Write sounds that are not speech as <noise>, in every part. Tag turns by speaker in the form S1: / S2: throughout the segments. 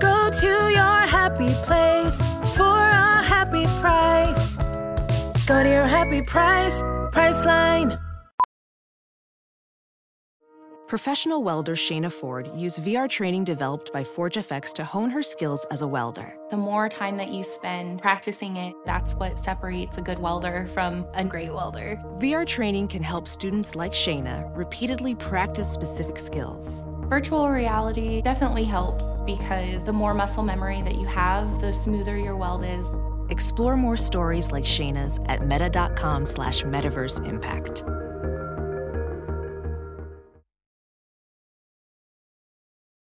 S1: Go to your happy place for a happy price. Go to your happy price, Priceline.
S2: Professional welder Shayna Ford used VR training developed by ForgeFX to hone her skills as a welder.
S3: The more time that you spend practicing it, that's what separates a good welder from a great welder.
S2: VR training can help students like Shayna repeatedly practice specific skills.
S3: Virtual reality definitely helps because the more muscle memory that you have, the smoother your weld is.
S2: Explore more stories like Shayna's at meta.com slash metaverse impact.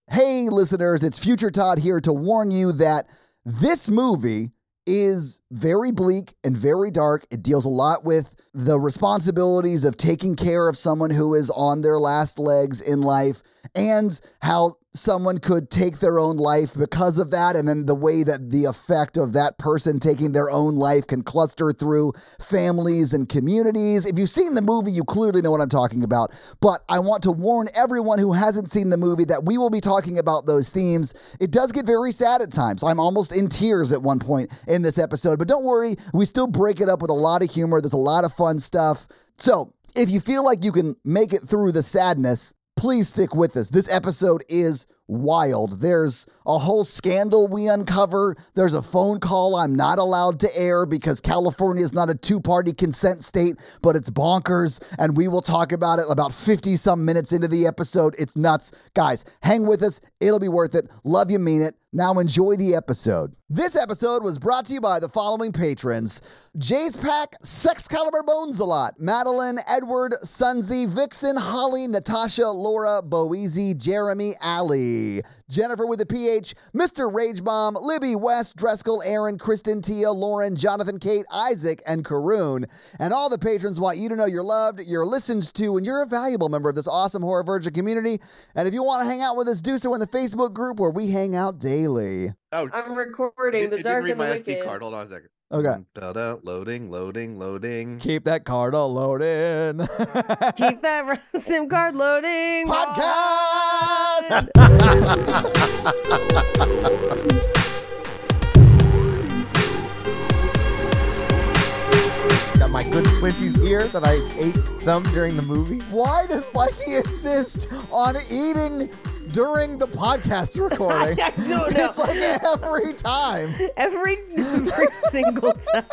S4: Hey, listeners, it's Future Todd here to warn you that this movie is very bleak and very dark. It deals a lot with the responsibilities of taking care of someone who is on their last legs in life and how someone could take their own life because of that and then the way that the effect of that person taking their own life can cluster through families and communities. If you've seen the movie, you clearly know what I'm talking about, but I want to warn everyone who hasn't seen the movie that we will be talking about those themes. It does get very sad at times. I'm almost in tears at one point in this episode, but don't worry, we still break it up with a lot of humor. There's a lot of fun stuff. So, if you feel like you can make it through the sadness, please stick with us. This episode is wild. There's a whole scandal we uncover. There's a phone call I'm not allowed to air because California is not a two party consent state, but it's bonkers. And we will talk about it about 50 some minutes into the episode. It's nuts. Guys, hang with us. It'll be worth it. Love you, mean it. Now enjoy the episode. This episode was brought to you by the following patrons Jay's Pack, Sex Caliber Bones a Lot, Madeline, Edward, Sunzi, Vixen, Holly, Natasha, Laura, Boezy, Jeremy, Alley, Jennifer with a PH, Mr. Rage Bomb, Libby, West, Dreskel, Aaron, Kristen, Tia, Lauren, Jonathan, Kate, Isaac, and Karoon. And all the patrons want you to know you're loved, you're listened to, and you're a valuable member of this awesome Horror Virgin community. And if you want to hang out with us, do so in the Facebook group where we hang out daily.
S5: Oh, it-
S6: I'm recording
S5: it
S6: the
S5: didn't
S6: dark
S5: read
S6: and the
S5: my
S6: wicked.
S5: SD card. Hold on a second.
S4: Okay.
S5: Da-da, loading, loading, loading.
S4: Keep that card all loaded. <laughs>
S6: Keep that <laughs> SIM card
S4: <laughs>
S6: loading.
S4: Podcast.
S7: Got my good Flinties here that I ate some during the movie.
S4: Why does Mikey insist on eating during the podcast recording?
S6: <laughs> I don't know.
S4: It's like every time.
S6: Every, every <laughs> single time.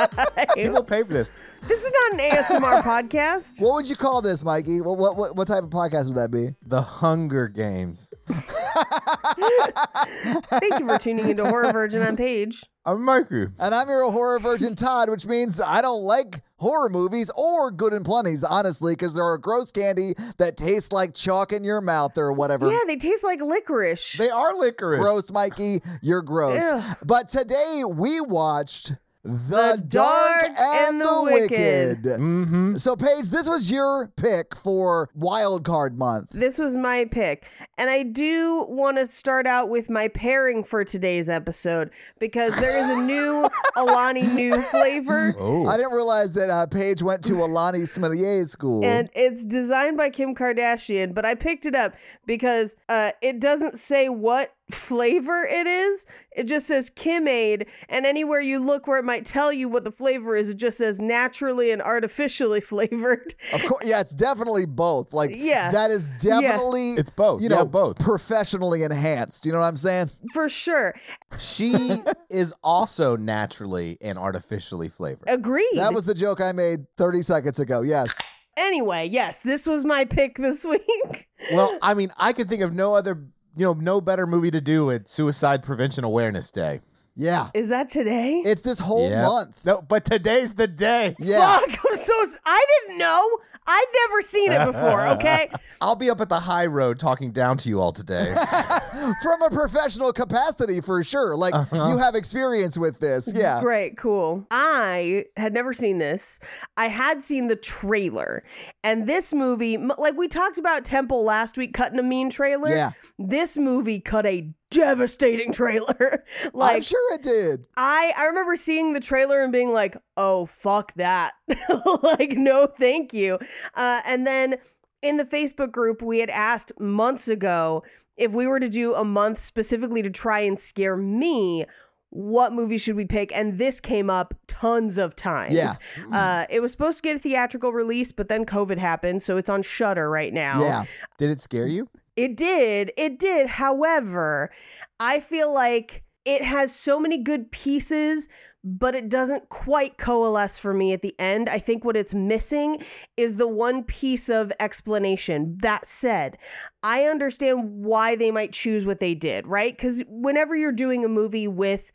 S7: People pay for this.
S6: This is not an
S7: <laughs>
S6: ASMR podcast.
S4: What would you call this, Mikey? What what what, what type of podcast would that be?
S7: The Hunger Games.
S6: Thank you for tuning into Horror Virgin on Page.
S7: I'm Mikey.
S4: And I'm your horror
S6: <laughs>
S4: virgin Todd, which means I don't like horror movies or good and plenties, honestly, because they're a gross candy that tastes like chalk in your mouth or whatever.
S6: Yeah, they taste like licorice.
S7: They are licorice.
S4: gross, Mikey. You're gross.
S6: Ugh.
S4: But today we watched The,
S6: Dark and the Wicked.
S7: Mm-hmm.
S4: So, Paige, this was your pick for Wild Card Month.
S6: This was my pick. And I do want to start out with my pairing for today's episode because there is a
S4: <laughs>
S6: new Alani New flavor.
S7: Oh.
S4: I didn't realize that uh, Paige went to Alani Smelier School.
S6: And it's designed by Kim Kardashian, but I picked it up because uh, it doesn't say what flavor it is. It just says Kimade, and anywhere you look where it might tell you what the flavor is, it just says naturally and artificially <laughs> flavored.
S4: Of course, yeah, it's definitely both. Like,
S6: Yeah.
S4: that is definitely
S7: It's both.
S4: You know,
S7: Yeah, both.
S4: professionally enhanced. You know what I'm saying?
S6: For sure.
S8: She is also naturally and artificially flavored.
S6: Agreed.
S4: That was the joke I made 30 seconds ago. Yes,
S6: anyway, yes, this was my pick this <laughs> week.
S8: Well, I mean, I could think of no other, you know, no better movie to do at Suicide Prevention Awareness Day.
S4: yeah.
S6: Is that today?
S4: It's this whole
S8: Yeah.
S4: month.
S8: No, but today's the day.
S4: Yeah,
S6: Fuck, I'm so s- I didn't know. I'd never seen it
S4: <laughs>
S6: before, okay?
S8: I'll be up at the high road talking down to you all today.
S4: <laughs> from a professional capacity for sure. Like you have experience with this. Yeah.
S6: Great, cool. I had never seen this. I had seen the trailer. And this movie, m- like we talked about Temple last week cutting a mean trailer.
S4: Yeah.
S6: This movie cut a devastating trailer. <laughs>
S4: I'm
S6: like
S4: sure it did.
S6: I I remember seeing the trailer and being like, "Oh fuck that!" <laughs> like, no, thank you. Uh, and then in the Facebook group, we had asked months ago if we were to do a month specifically to try and scare me. What movie should we pick? And this came up tons of times.
S4: Yeah.
S6: Uh, it was supposed to get a theatrical release, but then COVID happened, so it's on Shutter right now.
S4: Yeah.
S8: Did it scare you?
S6: It did. It did. However, I feel like it has so many good pieces, but it doesn't quite coalesce for me at the end. I think what it's missing is the one piece of explanation. That said, I understand why they might choose what they did, right? Because whenever you're doing a movie with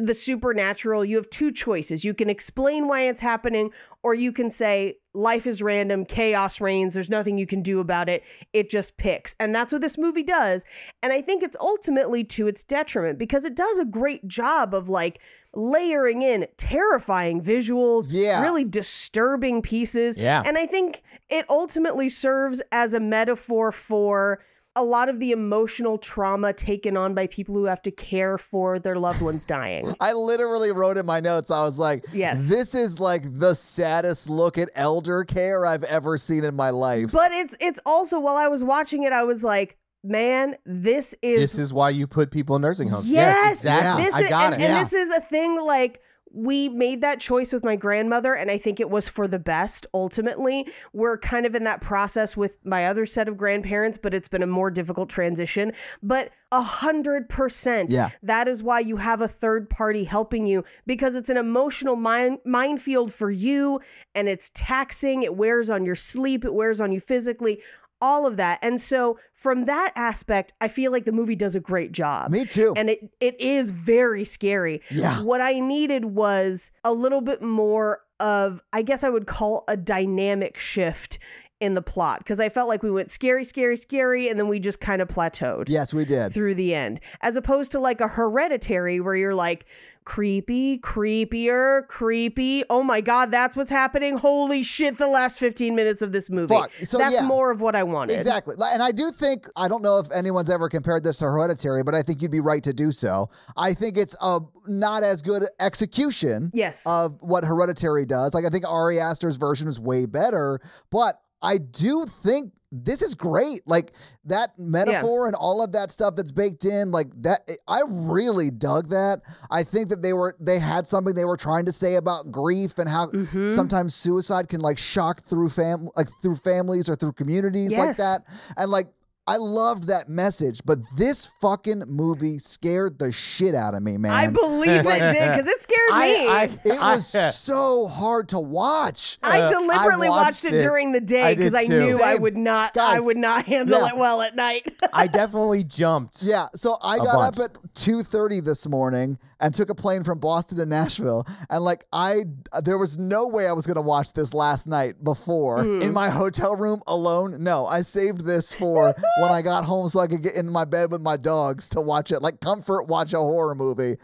S6: the supernatural, you have two choices. You can explain why it's happening, or you can say, life is random, chaos reigns, there's nothing you can do about it, it just picks. And that's what this movie does. And I think it's ultimately to its detriment because it does a great job of like layering in terrifying visuals,
S4: Yeah.
S6: really disturbing pieces.
S8: Yeah.
S6: And I think it ultimately serves as a metaphor for a lot of the emotional trauma taken on by people who have to care for their loved
S4: <laughs>
S6: ones dying.
S4: I literally wrote in my notes, I was like,
S6: Yes.
S4: this is like the saddest look at elder care I've ever seen in my life.
S6: But it's it's also while I was watching it, I was like, man, this is
S8: This is why you put people in nursing homes.
S6: Yes,
S8: exactly.
S6: This
S8: I
S6: is,
S8: got
S6: and,
S8: it.
S6: and this is a thing like we made that choice with my grandmother and I think it was for the best ultimately. We're kind of in that process with my other set of grandparents, but it's been a more difficult transition. But a hundred percent
S4: Yeah.
S6: that is why you have a third party helping you because it's an emotional mine minefield for you and it's taxing, it wears on your sleep, it wears on you physically. All of that. And so, from that aspect, I feel like the movie does a great job
S4: Me too.
S6: and it it is very scary.
S4: Yeah.
S6: What I needed was a little bit more of I guess I would call a dynamic shift in the plot because I felt like we went scary, scary, scary, and then we just kind of plateaued
S4: yes, we did.
S6: through the end, as opposed to like a hereditary where you're like creepy, creepier, creepy. Oh my god, that's what's happening! Holy shit! The last 15 minutes of this movie.
S4: Fuck. So,
S6: that's
S4: yeah.
S6: more of what I wanted.
S4: Exactly. Like, And I do think, I don't know if anyone's ever compared this to Hereditary, but I think you'd be right to do so. I think it's a not as good execution
S6: Yes.
S4: of what Hereditary does. Like, I think Ari Aster's version is way better, but I do think this is great. Like, that metaphor and all of that stuff that's baked in, like, that, I really dug that. I think that they were, they had something they were trying to say about grief and how
S6: Mm-hmm.
S4: sometimes suicide can, like, shock through fam, like, through families or through communities like
S6: Yes.
S4: that. And, like, I loved that message, but this fucking movie scared the shit out of me, man.
S6: I believe it did because
S4: <laughs>
S6: it scared me.
S4: It was so hard to watch.
S6: I
S8: Uh,
S6: deliberately
S8: I
S6: watched,
S8: watched
S6: it,
S8: it.
S6: during the day
S8: I
S6: because
S8: did
S6: I,
S8: too.
S6: knew I
S4: Same.
S6: would not I
S4: Guys,
S6: would not handle
S4: yeah.
S6: it well at night. <laughs>
S8: I definitely jumped.
S4: Yeah, so I
S8: A
S4: got
S8: bunch.
S4: up at 2:30 this morning and took a plane from Boston to Nashville and like I there was no way I was going to watch this last night before
S6: Hmm.
S4: in my hotel room alone. No, I saved this
S6: <laughs>
S4: for when I got home so I could get in my bed with my dogs to watch it like comfort watch a horror movie.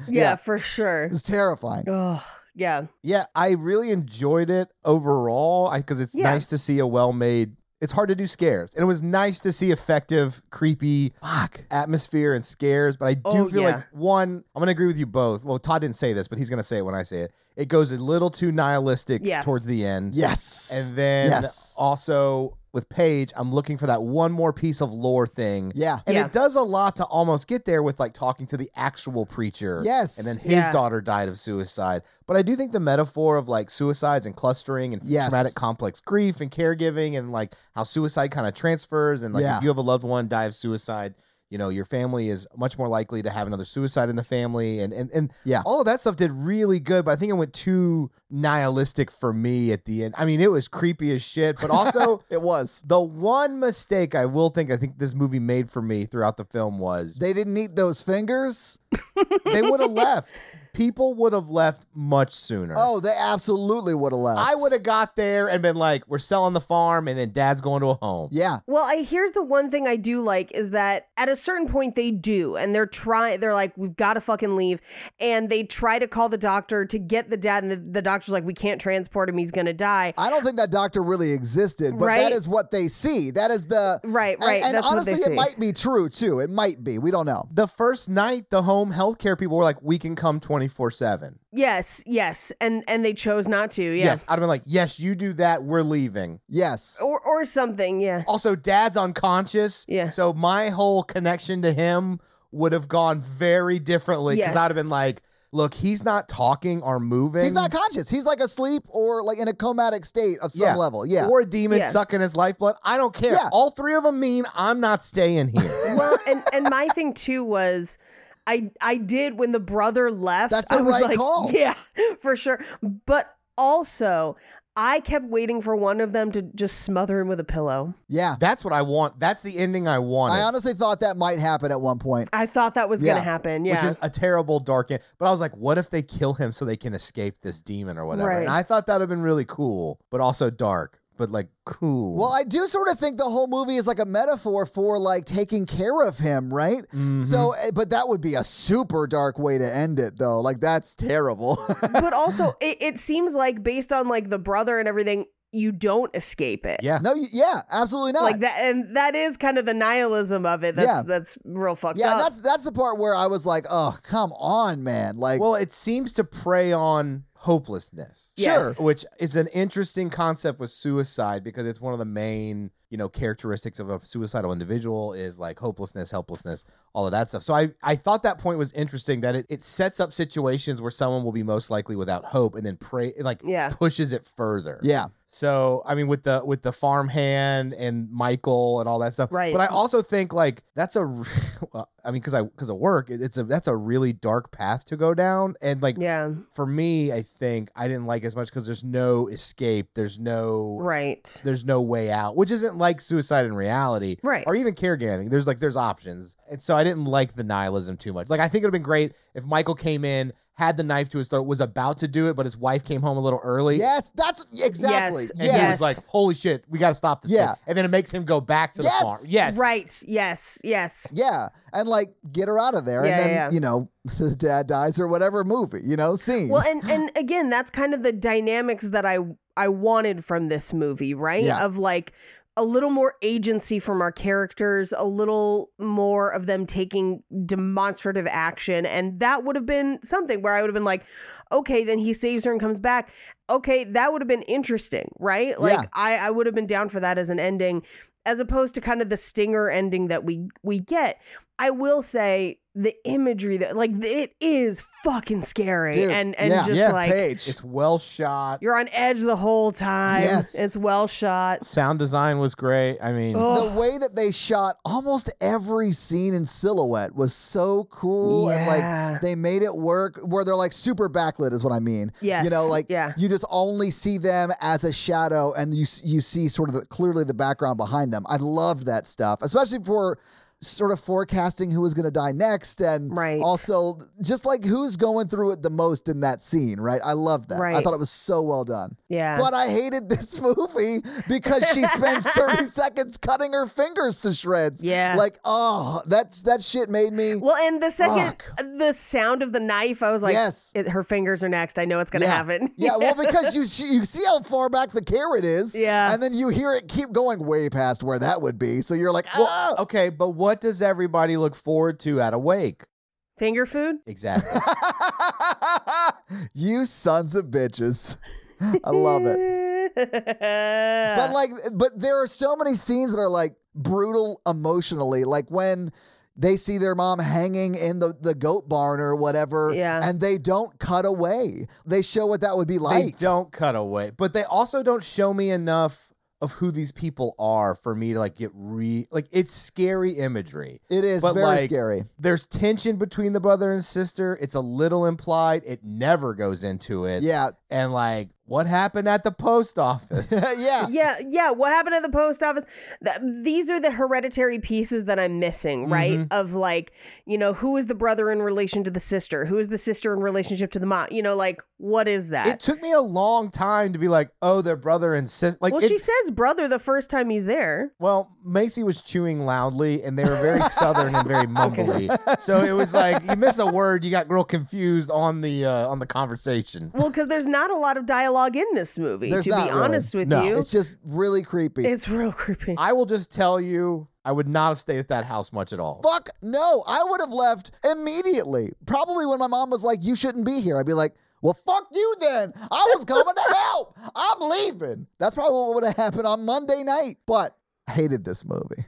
S6: for sure.
S4: It's terrifying.
S6: Oh, yeah.
S8: Yeah, I really enjoyed it overall because it's
S6: Yeah.
S8: nice to see a well made. It's hard to do scares, and it was nice to see effective, creepy
S4: Fuck.
S8: atmosphere and scares. But I do
S6: Oh,
S8: feel
S6: yeah.
S8: like one, I'm gonna agree with you both. Well, Todd didn't say this, but he's gonna say it when I say it. It goes a little too nihilistic
S6: Yeah.
S8: towards the end,
S4: Yes.
S8: and then
S4: Yes.
S8: also with Paige, I'm looking for that one more piece of lore thing.
S4: Yeah.
S8: And
S6: Yeah.
S8: it does a lot to almost get there with like talking to the actual preacher.
S4: Yes.
S8: And then his
S6: Yeah.
S8: daughter died of suicide. But I do think the metaphor of like suicides and clustering and
S4: Yes.
S8: traumatic complex grief and caregiving and like how suicide kind of transfers and like
S4: Yeah.
S8: if you have a loved one die of suicide, you know, your family is much more likely to have another suicide in the family and and, and
S4: Yeah.
S8: all of that stuff did really good, but I think it went too nihilistic for me at the end. I mean, it was creepy as shit, but also
S4: It was.
S8: the one mistake I will think I think this movie made for me throughout the film was
S4: They didn't eat those fingers.
S8: they would have left. People would have left much sooner.
S4: Oh, they absolutely would have left.
S8: I would have got there and been like, "We're selling the farm," and then Dad's going to a home.
S4: Yeah.
S6: Well, I here's the one thing I do like is that at a certain point they do, and they're trying. They're like, we've got to fucking leave, and they try to call the doctor to get the dad, and the, the doctor's like, we can't transport him. He's gonna die.
S4: I don't think that doctor really existed, but that
S6: Right?
S4: is what they see. That is the
S6: Right,
S4: and-
S6: right,
S4: And,
S6: that's what
S4: honestly,
S6: they
S4: it
S6: see.
S4: might be true too. It might be. We don't know.
S8: The first night, the home healthcare people were like, "We can come twenty four 7
S6: Yes, yes, and and they chose not to. Yeah.
S8: Yes, I'd have been like, "Yes, you do that. We're leaving."
S4: Yes.
S6: Or or something. Yeah.
S8: Also, Dad's unconscious.
S6: Yeah.
S8: So my whole connection to him would have gone very differently because
S6: Yes.
S8: I'd have been like, "Look, he's not talking or moving.
S4: He's not conscious. He's like asleep or like in a comatic state of some level. Yeah.
S8: Or a demon
S6: Yeah.
S8: sucking his lifeblood. I don't care.
S4: Yeah.
S8: All three of them mean I'm not staying here.
S6: Well, and and my thing too was. I, I did when the brother left.
S4: That's the
S6: I was
S4: right
S6: like,
S4: call.
S6: <laughs> yeah, for sure. But also, I kept waiting for one of them to just smother him with a pillow.
S4: yeah.
S8: That's what I want. That's the ending I wanted.
S4: I honestly thought that might happen at one point.
S6: I thought that was
S4: Yeah.
S6: gonna happen. Yeah.
S8: Which is a terrible dark end. But I was like, what if they kill him so they can escape this demon or whatever?
S6: Right.
S8: And I thought that would have been really cool, but also dark, but like cool.
S4: Well, I do sort of think the whole movie is like a metaphor for like taking care of him, right?
S8: Mm-hmm.
S4: So, eh, but that would be a super dark way to end it, though. Like that's terrible. <laughs>
S6: but also, it, it seems like based on like the brother and everything, you don't escape it.
S8: yeah.
S4: no, you, yeah, absolutely not.
S6: Like that, and that is kind of the nihilism of it. That's
S4: Yeah.
S6: that's real fucked
S4: yeah,
S6: up.
S4: and that's that's the part where I was like, oh, come on, man. Like,
S8: Well, it seems to prey on hopelessness.
S6: Yes. Sure.
S8: Which is an interesting concept with suicide because it's one of the main, you know, characteristics of a suicidal individual is like hopelessness, helplessness, all of that stuff. So I, I thought that point was interesting that it, it sets up situations where someone will be most likely without hope and then pray it, like
S6: Yeah.
S8: pushes it further.
S4: yeah,
S8: So I mean, with the with the farmhand and Michael and all that stuff,
S6: Right.
S8: But I also think like that's a, re- <laughs> well, I mean, because I because of work, it- it's a that's a really dark path to go down, and like
S6: yeah,
S8: for me, I think I didn't like it as much because there's no escape, there's no
S6: right.
S8: there's no way out, which isn't like suicide in reality,
S6: Right.
S8: Or even caregiving. There's like there's options, and so I didn't like the nihilism too much. Like I think it'd have been great if Michael came in, had the knife to his throat, was about to do it, but his wife came home a little early,
S4: yes, that's exactly.
S6: Yes,
S8: and
S4: yes.
S8: he was like, "Holy shit, we got to stop this!"
S4: Yeah.
S8: thing." and then it makes him go back to
S4: Yes!
S8: the farm. Yes,
S6: Right. Yes. Yes.
S4: Yeah, and like get her out of there,
S6: Yeah,
S4: and then
S6: yeah, yeah.
S4: you know <laughs> the dad dies or whatever movie, you know, scene.
S6: Well, and and again, that's kind of the dynamics that I I wanted from this movie, right?
S4: Yeah.
S6: Of like a little more agency from our characters, a little more of them taking demonstrative action, and that would have been something where I would have been like, okay, then he saves her and comes back. Okay, that would have been interesting, right? Like
S4: Yeah.
S6: I I would have been down for that as an ending as opposed to kind of the stinger ending that we we get. I will say the imagery that like it is fucking scary
S4: Dude,
S6: and and
S4: yeah,
S6: just
S8: yeah,
S6: like
S4: Paige.
S8: it's well shot.
S6: you're on edge the whole time.
S4: Yes.
S6: It's well shot.
S8: Sound design was great. I mean,
S6: Oh.
S4: the way that they shot almost every scene in silhouette was so cool and
S6: Yeah.
S4: like they made it work where they're like super backlit is what i mean you
S6: Yes,
S4: know like
S6: yeah.
S4: you just only see them as a shadow and you s- you see sort of the, clearly the background behind them i loved that stuff especially for sort of forecasting who was going to die next and
S6: Right.
S4: also just like who's going through it the most in that scene right i loved that i
S6: Right.
S4: thought it was so well done
S6: Yeah.
S4: but I hated this <laughs> movie because she spends
S6: <laughs>
S4: 30 seconds cutting her fingers to shreds.
S6: Yeah.
S4: Like, oh, that's that shit made me
S6: well, and the second uh,
S4: Fuck.
S6: the sound of the knife, I was like,
S4: Yes.
S6: it, her fingers are next. I know it's gonna
S4: yeah.
S6: happen.
S4: yeah,
S6: <laughs>
S4: well, because you she, you see how far back the carrot is,
S6: Yeah.
S4: and then you hear it keep going way past where that would be. So you're like,
S8: Well,
S4: ah,
S8: okay, but what does everybody look forward to at Awake?
S6: Finger food.
S4: <laughs>
S8: Exactly.
S4: "Oh." you sons of bitches! I love it.
S6: Eh. <laughs>
S4: but like but there are so many scenes that are like brutal emotionally like when they see their mom hanging in the, the goat barn or whatever
S6: Yeah.
S4: and they don't cut away they show what that would be
S8: They
S4: like
S8: don't cut away, but they also don't show me enough of who these people are for me to like get re like it's scary imagery.
S4: it is
S8: but,
S4: very
S8: like,
S4: scary
S8: There's tension between the brother and sister. It's a little implied. It never goes into it.
S4: yeah
S8: And like what happened at the post office?
S4: <laughs>
S6: <laughs>
S4: yeah
S6: yeah, yeah. What happened at the post office? Th- these are the hereditary pieces that I'm missing, right?
S4: Mm-hmm.
S6: Of like, you know, who is the brother in relation to the sister? Who is the sister in relationship to the mom? You know, like, what is that?
S8: It took me a long time to be like, oh, they're brother and sister. Like,
S6: well,
S8: it-
S6: she says brother the first time he's there.
S8: well, Macy was chewing loudly, and they were very southern and
S6: <laughs>
S8: very mumbly. So it was like you miss a word, you got real confused on the uh, on the conversation.
S6: Well, because there's not a lot of dialogue in this movie,
S4: There's
S6: to be
S4: not really.
S6: honest with
S8: No.
S6: you.
S4: it's
S6: It's,
S4: just really creepy
S6: real creepy.
S8: I will just tell you, I would not have stayed at that house much at all.
S4: fuck no i would have left immediately probably when my mom was like you shouldn't be here i'd be like well fuck you then i was coming to help i'm leaving that's probably what would have happened on monday night but I hated this movie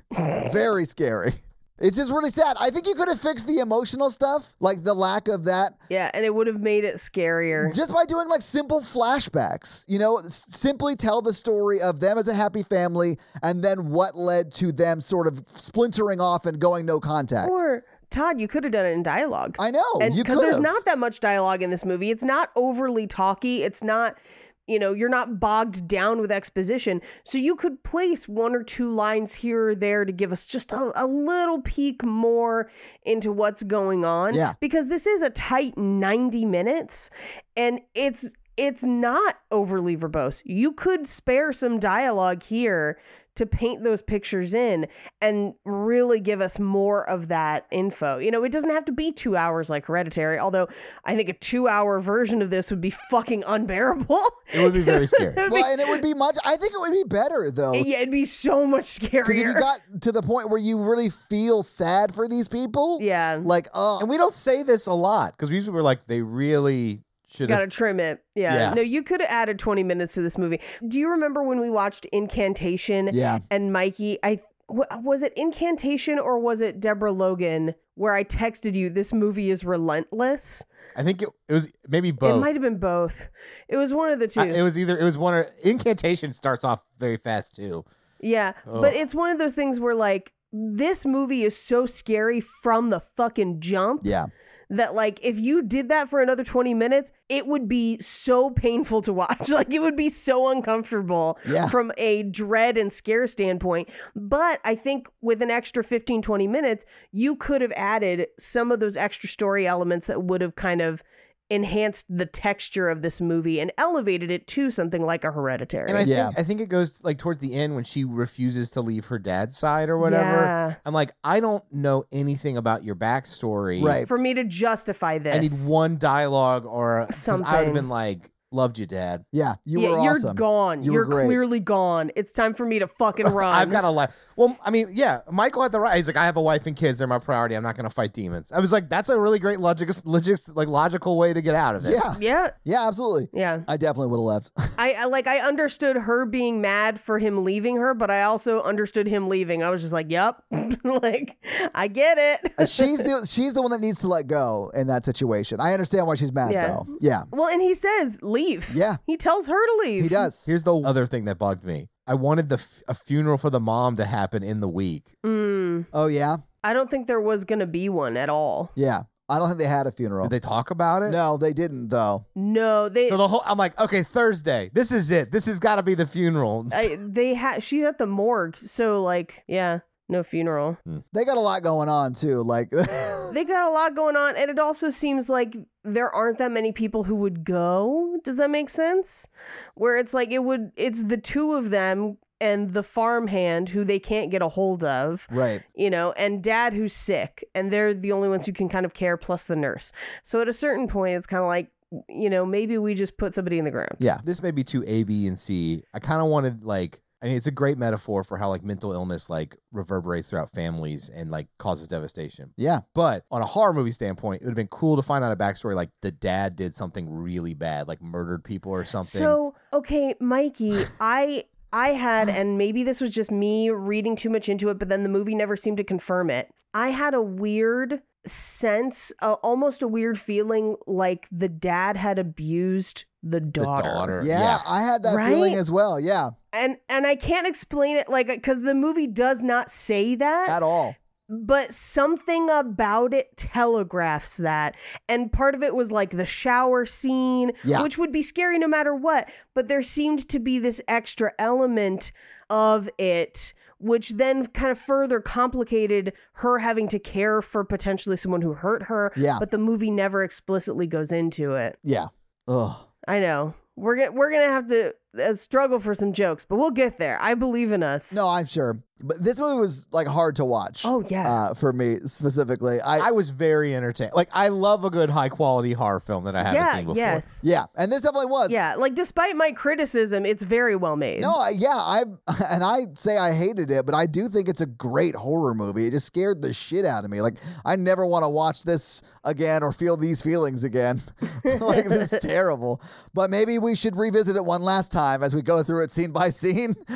S4: very scary it's just really sad i think you could have fixed the emotional stuff like the lack of that
S6: yeah, and it would have made it scarier.
S4: just by doing like simple flashbacks you know s- simply tell the story of them as a happy family and then what led to them sort of splintering off and going no contact
S6: Or Todd, you could have done it in dialogue.
S4: I know.
S6: and
S4: you
S6: because
S4: could
S6: there's
S4: have.
S6: not that much dialogue in this movie it's not overly talky it's not you know you're not bogged down with exposition so you could place one or two lines here or there to give us just a, a little peek more into what's going on
S4: Yeah.
S6: because this is a tight 90 minutes and it's it's not overly verbose you could spare some dialogue here to paint those pictures in and really give us more of that info. You know, it doesn't have to be two hours like Hereditary, although I think a two hour version of this would be fucking unbearable.
S8: It would be
S6: <laughs>
S8: very scary.
S6: It would
S4: well, and it would be much. I think it would be better though,
S6: be- <laughs> yeah, it'd be so much
S4: Oh. because if you
S6: scarier.
S4: got to the point where you really feel sad for these people,
S6: <laughs> yeah.
S4: like oh,
S8: And we don't say this a lot because we usually we're like, they really should
S6: Got to
S8: have.
S6: trim it. Yeah.
S8: Yeah.
S6: No, you could have added 20 minutes to this movie. Do you remember when we watched Incantation
S4: yeah,
S6: and Mikey, I wa- was it Incantation or was it Deborah Logan where I texted you this movie is relentless?
S8: I think it, it was maybe
S6: It
S8: both.
S6: might have been both. It was one of the two.
S8: I- it was either it was one or incantation starts off very fast too.
S6: Yeah,
S8: Oh.
S6: but it's one of those things where like this movie is so scary from the fucking jump
S4: yeah.
S6: that like if you did that for another 20 minutes, it would be so painful to watch. <laughs> Like it would be so uncomfortable
S4: Yeah.
S6: from a dread and scare standpoint. But I think with an extra 15 20 minutes, you could have added some of those extra story elements that would have kind of enhanced the texture of this movie and elevated it to something like a hereditary.
S8: And I
S4: Yeah.
S8: think I think it goes like towards the end when she refuses to leave her dad's side or whatever.
S6: Yeah.
S8: I'm like, I don't know anything about your backstory.
S4: Right.
S6: for me to justify this.
S8: I need one dialogue or 'cause I would
S6: Something.
S8: have been like, loved you, dad.
S4: Yeah, you
S6: yeah,
S4: were
S6: you're
S4: awesome.
S6: gone.
S4: You
S6: are
S4: were great.
S6: clearly gone. It's time for me to
S4: <laughs>
S6: fucking run.
S8: I've got a life. Well, I mean, yeah, Michael had the right. He's like, I have a wife and kids. They're my priority. I'm not going to fight demons. I was like, that's a really great logic, logic, like logical way to get out of it.
S4: Yeah,
S6: yeah,
S4: yeah, absolutely.
S6: yeah.
S4: I definitely would
S6: <laughs>
S4: have left.
S6: I, I like I understood her being mad for him leaving her, but I also understood him leaving. I was just like, "Yep, <laughs> like I get it."
S4: she's the she's the one that needs to let go in that situation. I understand why she's mad
S6: Yeah.
S4: though. Yeah,
S6: <laughs> well, and he says, "Leave."
S4: Yeah.
S6: he tells her to leave.
S4: he does.
S8: Here's the other thing that bugged me. I wanted the f- a funeral for the mom to happen in the week.
S6: Mm,
S4: Oh yeah,
S6: I don't think there was gonna be one at all.
S4: yeah. I don't think they had a funeral.
S8: Did they talk about it?
S4: no, they didn't though.
S6: No, they
S8: So the whole I'm like, okay, Thursday. This is it. This has got to be the funeral.
S6: I, they had. She's at the morgue, so like, yeah, no funeral.
S4: They got a lot going on too. Like, <laughs>
S6: they got a lot going on and it also seems like there aren't that many people who would go does that make sense where it's like it would it's the two of them and the farmhand who they can't get a hold of
S4: right.
S6: you know and dad who's sick and they're the only ones who can kind of care plus the nurse so at a certain point it's kind of like you know maybe we just put somebody in the ground
S4: Yeah.
S8: This may be too A, B, and C. I kind of wanted like I mean, it's a great metaphor for how like mental illness like reverberates throughout families and like causes devastation.
S4: Yeah.
S8: But on a horror movie standpoint, it would have been cool to find out a backstory like the dad did something really bad, like murdered people or something.
S6: So, okay, Mikey, I I had and maybe this was just me reading too much into it, but then the movie never seemed to confirm it. I had a weird sense, uh, almost a weird feeling like the dad had abused the daughter.
S8: daughter.
S4: Yeah,
S8: Yeah.
S4: I had that feeling
S6: Right?
S4: as well. Yeah,
S6: And and I can't explain it like cuz the movie does not say that.
S4: at all.
S6: but something about it telegraphs that. And part of it was like the shower scene,
S4: Yeah.
S6: which would be scary no matter what. But there seemed to be this extra element of it, which then kind of further complicated her having to care for potentially someone who hurt her.
S4: Yeah.
S6: But the movie never explicitly goes into it.
S4: Yeah. Ugh.
S6: I know. We're gonna we're gonna have to uh, struggle for some jokes, but we'll get there. I believe in us.
S4: No, I'm sure. But this movie was like hard to watch.
S6: Oh, yeah.
S4: Uh, for me specifically, I,
S8: I was very entertained. Like I love a good high quality horror film that I haven't
S6: Yeah.
S8: seen before.
S6: Yes.
S4: yeah, and this definitely was.
S6: Yeah, like despite my criticism, it's very well made.
S4: No, I, yeah, I <laughs> and I say I hated it, but I do think it's a great horror movie. It just scared the shit out of me. Like I never want to watch this again or feel these feelings again. <laughs> like this is terrible. But maybe we should revisit it one last time as we go through it scene by scene. <laughs>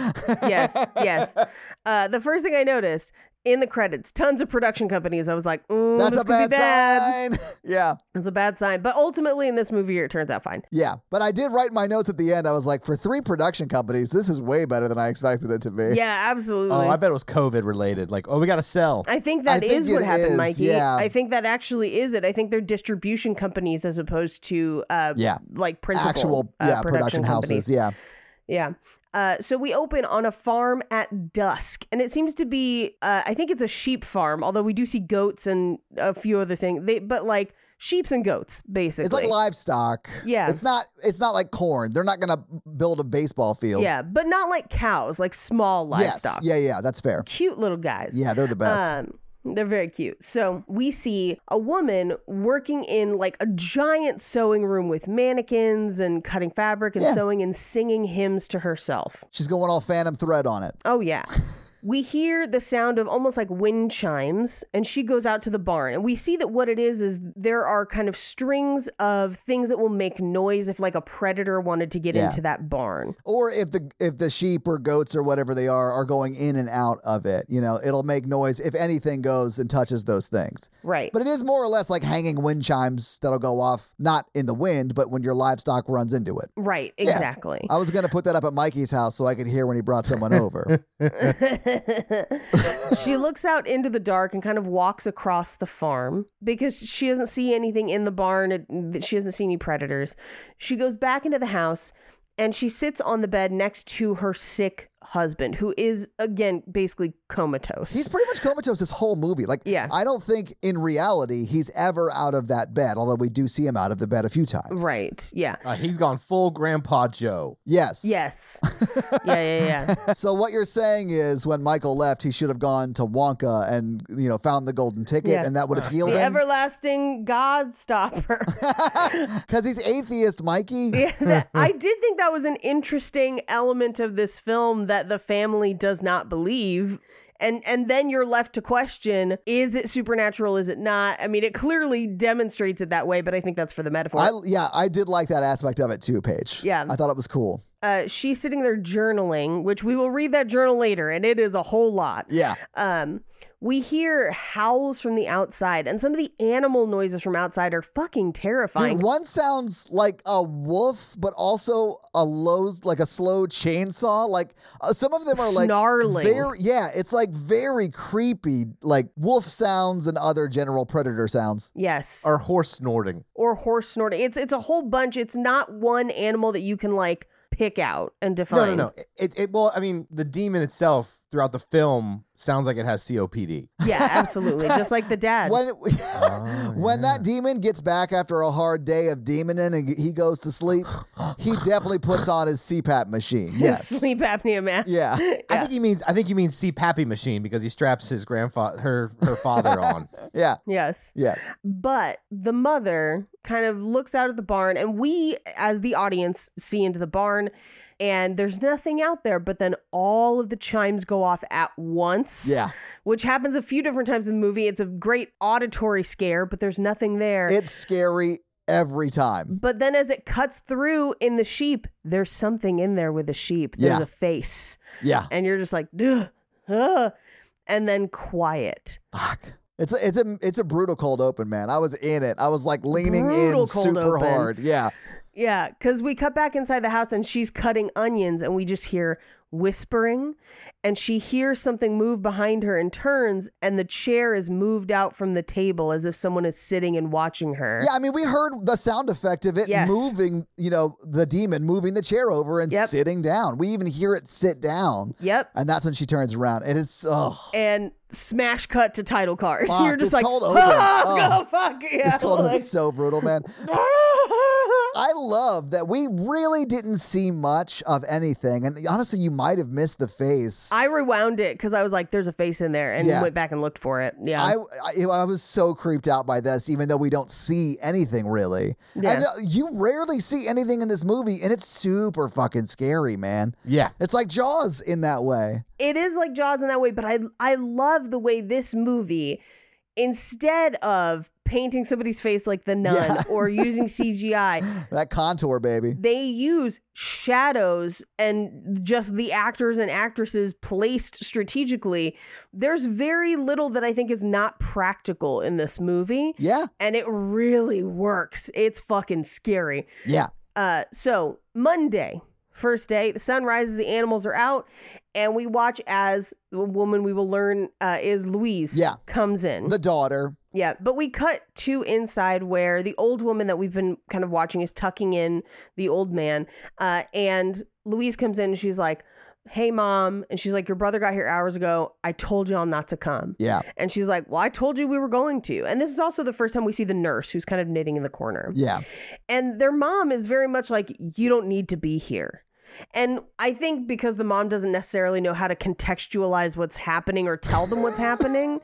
S6: yes, yes. Uh, the first thing I noticed in the credits, tons of production companies. I was like, mm,
S4: That's
S6: this
S4: a
S6: could be
S4: bad, sign.
S6: bad.
S4: <laughs> yeah.
S6: It's a bad sign. But ultimately, in this movie, it turns out fine.
S4: Yeah, but I did write my notes at the end. I was like, for three production companies, this is way better than I expected it to be.
S6: Yeah, absolutely.
S8: Oh, I
S6: I,
S8: bet it was COVID related. Like, oh, we got to sell.
S6: think that
S4: I
S6: is
S4: think
S6: what
S4: it
S6: happened,
S4: is,
S6: Mikey.
S4: yeah.
S6: I think that actually is it. I think they're distribution companies as opposed to uh,
S4: Yeah.
S6: like principal
S4: Actual
S6: uh,
S4: yeah,
S6: production,
S4: production, houses.
S6: companies.
S4: Yeah.
S6: Yeah. Uh, so we open on a farm at dusk, and it seems to be, uh, I think it's a sheep farm, although we do see goats and a few other things. They, but like sheeps and goats, basically.
S4: It's like livestock.
S6: Yeah.
S4: It's not it's not like corn. They're not gonna build a baseball field.
S6: Yeah, but not like cows, like small
S4: Yes.
S6: livestock.
S4: Yeah, yeah, that's fair.
S6: Cute little guys.
S4: Yeah, they're the best.
S6: Um, they're very cute. So we see a woman working in like a giant sewing room with mannequins and cutting fabric and
S4: Yeah.
S6: sewing and singing hymns to herself.
S4: She's going all phantom thread on it.
S6: Oh yeah. We hear the sound of almost like wind chimes, and she goes out to the barn. And we see that what it is is there are kind of strings of things that will make noise if like a predator wanted to get
S4: Yeah.
S6: into that barn.
S4: Or if the if the sheep or goats or whatever they are are going in and out of it, you know, it'll make noise if anything goes and touches those things.
S6: Right.
S4: But it is more or less like hanging wind chimes that'll go off, not in the wind, but when your livestock runs into it.
S6: right, exactly.
S4: I was gonna put that up at Mikey's house so I could hear when he brought
S6: <laughs>
S4: someone over.
S6: she looks out into the dark and kind of walks across the farm because she doesn't see anything in the barn. It- She doesn't see any predators. She goes back into the house and she sits on the bed next to her sick husband, who is, again, basically comatose.
S4: He's pretty much comatose this whole movie. Like,
S6: Yeah.
S4: I don't think in reality he's ever out of that bed, although we do see him out of the bed a few times.
S6: right. Yeah.
S8: Uh, he's gone full Grandpa Joe.
S4: Yes.
S6: Yes. yeah, yeah, yeah.
S4: <laughs> So what you're saying is when Michael left, he should have gone to Wonka and, you know, found the golden ticket
S6: Yeah.
S4: and that would have healed
S6: The
S4: him. <laughs>
S6: everlasting God stopper.
S4: Because he's atheist, Mikey.
S6: Yeah,
S4: <laughs>
S6: that, I did think that was an interesting element of this film that the family does not believe. And and then you're left to question is it supernatural is it not? I mean it clearly demonstrates it that way but I think that's for the metaphor.
S4: I, yeah, I did like that aspect of it too, Paige.
S6: Yeah.
S4: I thought it was cool.
S6: uh, she's sitting there journaling, which we will read that journal later and it is a whole lot.
S4: Yeah.
S6: Um we hear howls from the outside and some of the animal noises from outside are fucking terrifying.
S4: Dude, one sounds like a wolf, but also a low, like a slow chainsaw. Like uh, some of them are like
S6: Snarling.
S4: Very, yeah, it's like very creepy, like wolf sounds and other general predator sounds.
S6: yes.
S8: Or horse snorting.
S6: or horse snorting. It's it's a whole bunch. It's not one animal that you can like pick out and define.
S8: No, no, no. It, it well, I mean, the demon itself throughout the film sounds like it has COPD.
S6: <laughs> Yeah, absolutely. Just like the dad. <laughs>
S4: When, <laughs> when that demon gets back after a hard day of demoning and he goes to sleep, he definitely puts on his CPAP
S6: <laughs>
S4: machine. Yes.
S6: Sleep apnea mask. <laughs>
S4: Yeah. I
S8: I think he means I think he means see Pappy machine because he straps his grandfather her her father on.
S4: <laughs> Yeah.
S6: Yes.
S4: Yeah.
S6: But the mother kind of looks out of the barn, and we, as the audience, see into the barn, and there's nothing out there. But then all of the chimes go off at once.
S4: Yeah.
S6: Which happens a few different times in the movie. It's a great auditory scare, but there's nothing there.
S4: It's scary every time.
S6: but then as it cuts through in the sheep, there's something in there with the sheep. There's
S4: Yeah.
S6: a face.
S4: Yeah.
S6: And you're just like, ugh, ugh. And then quiet.
S4: Fuck. It's a, it's a it's a brutal cold open, man. I was in it. I was like leaning
S6: Brutal
S4: in
S6: cold
S4: super
S6: open.
S4: hard. Yeah.
S6: Yeah, because we cut back inside the house and she's cutting onions and we just hear whispering and she hears something move behind her and turns and the chair is moved out from the table as if someone is sitting and watching her.
S4: Yeah, I mean, we heard the sound effect of it
S6: Yes.
S4: moving, you know, the demon moving the chair over and
S6: Yep.
S4: sitting down. We even hear it sit down.
S6: Yep.
S4: And that's when she turns around. And it's, oh,
S6: And smash cut to title card. <laughs>
S4: Fuck,
S6: You're just
S4: this
S6: like,
S4: cold
S6: oh,
S4: open. Oh.
S6: fuck. Yeah.
S4: this
S6: <laughs>
S4: cold
S6: like-
S4: is so brutal,
S6: <laughs>
S4: man. I love that we really didn't see much of anything. And honestly, you might have missed the face.
S6: I rewound it because I was like, there's a face in there and
S4: Yeah.
S6: went back and looked for it. Yeah.
S4: I, I I was so creeped out by this, even though we don't see anything really.
S6: Yeah.
S4: And uh, you rarely see anything in this movie, and it's super fucking scary, man.
S8: Yeah.
S4: It's like Jaws in that way.
S6: it is like Jaws in that way, but I I love the way this movie, instead of painting somebody's face like the nun
S4: Yeah. <laughs>
S6: or using CGI,
S4: That contour, baby.
S6: they use shadows and just the actors and actresses placed strategically. There's very little that I think is not practical in this movie.
S4: Yeah,
S6: And it really works. It's fucking scary.
S4: yeah.
S6: Uh, so Monday, first day, the sun rises, the animals are out, and we watch as the woman we will learn uh, is Louise.
S4: Yeah.
S6: comes in.
S4: The daughter.
S6: yeah, but we cut to inside where the old woman that we've been kind of watching is tucking in the old man, uh, and Louise comes in and she's like. Hey mom, and she's like, Your brother got here hours ago. I told y'all not to come.
S4: Yeah,
S6: And she's like, Well, I told you we were going to. And this is also the first time we see the nurse who's kind of knitting in the corner
S4: yeah.
S6: and their mom is very much like you don't need to be here and i think because the mom doesn't necessarily know how to contextualize what's happening or tell them what's
S8: <laughs>
S6: happening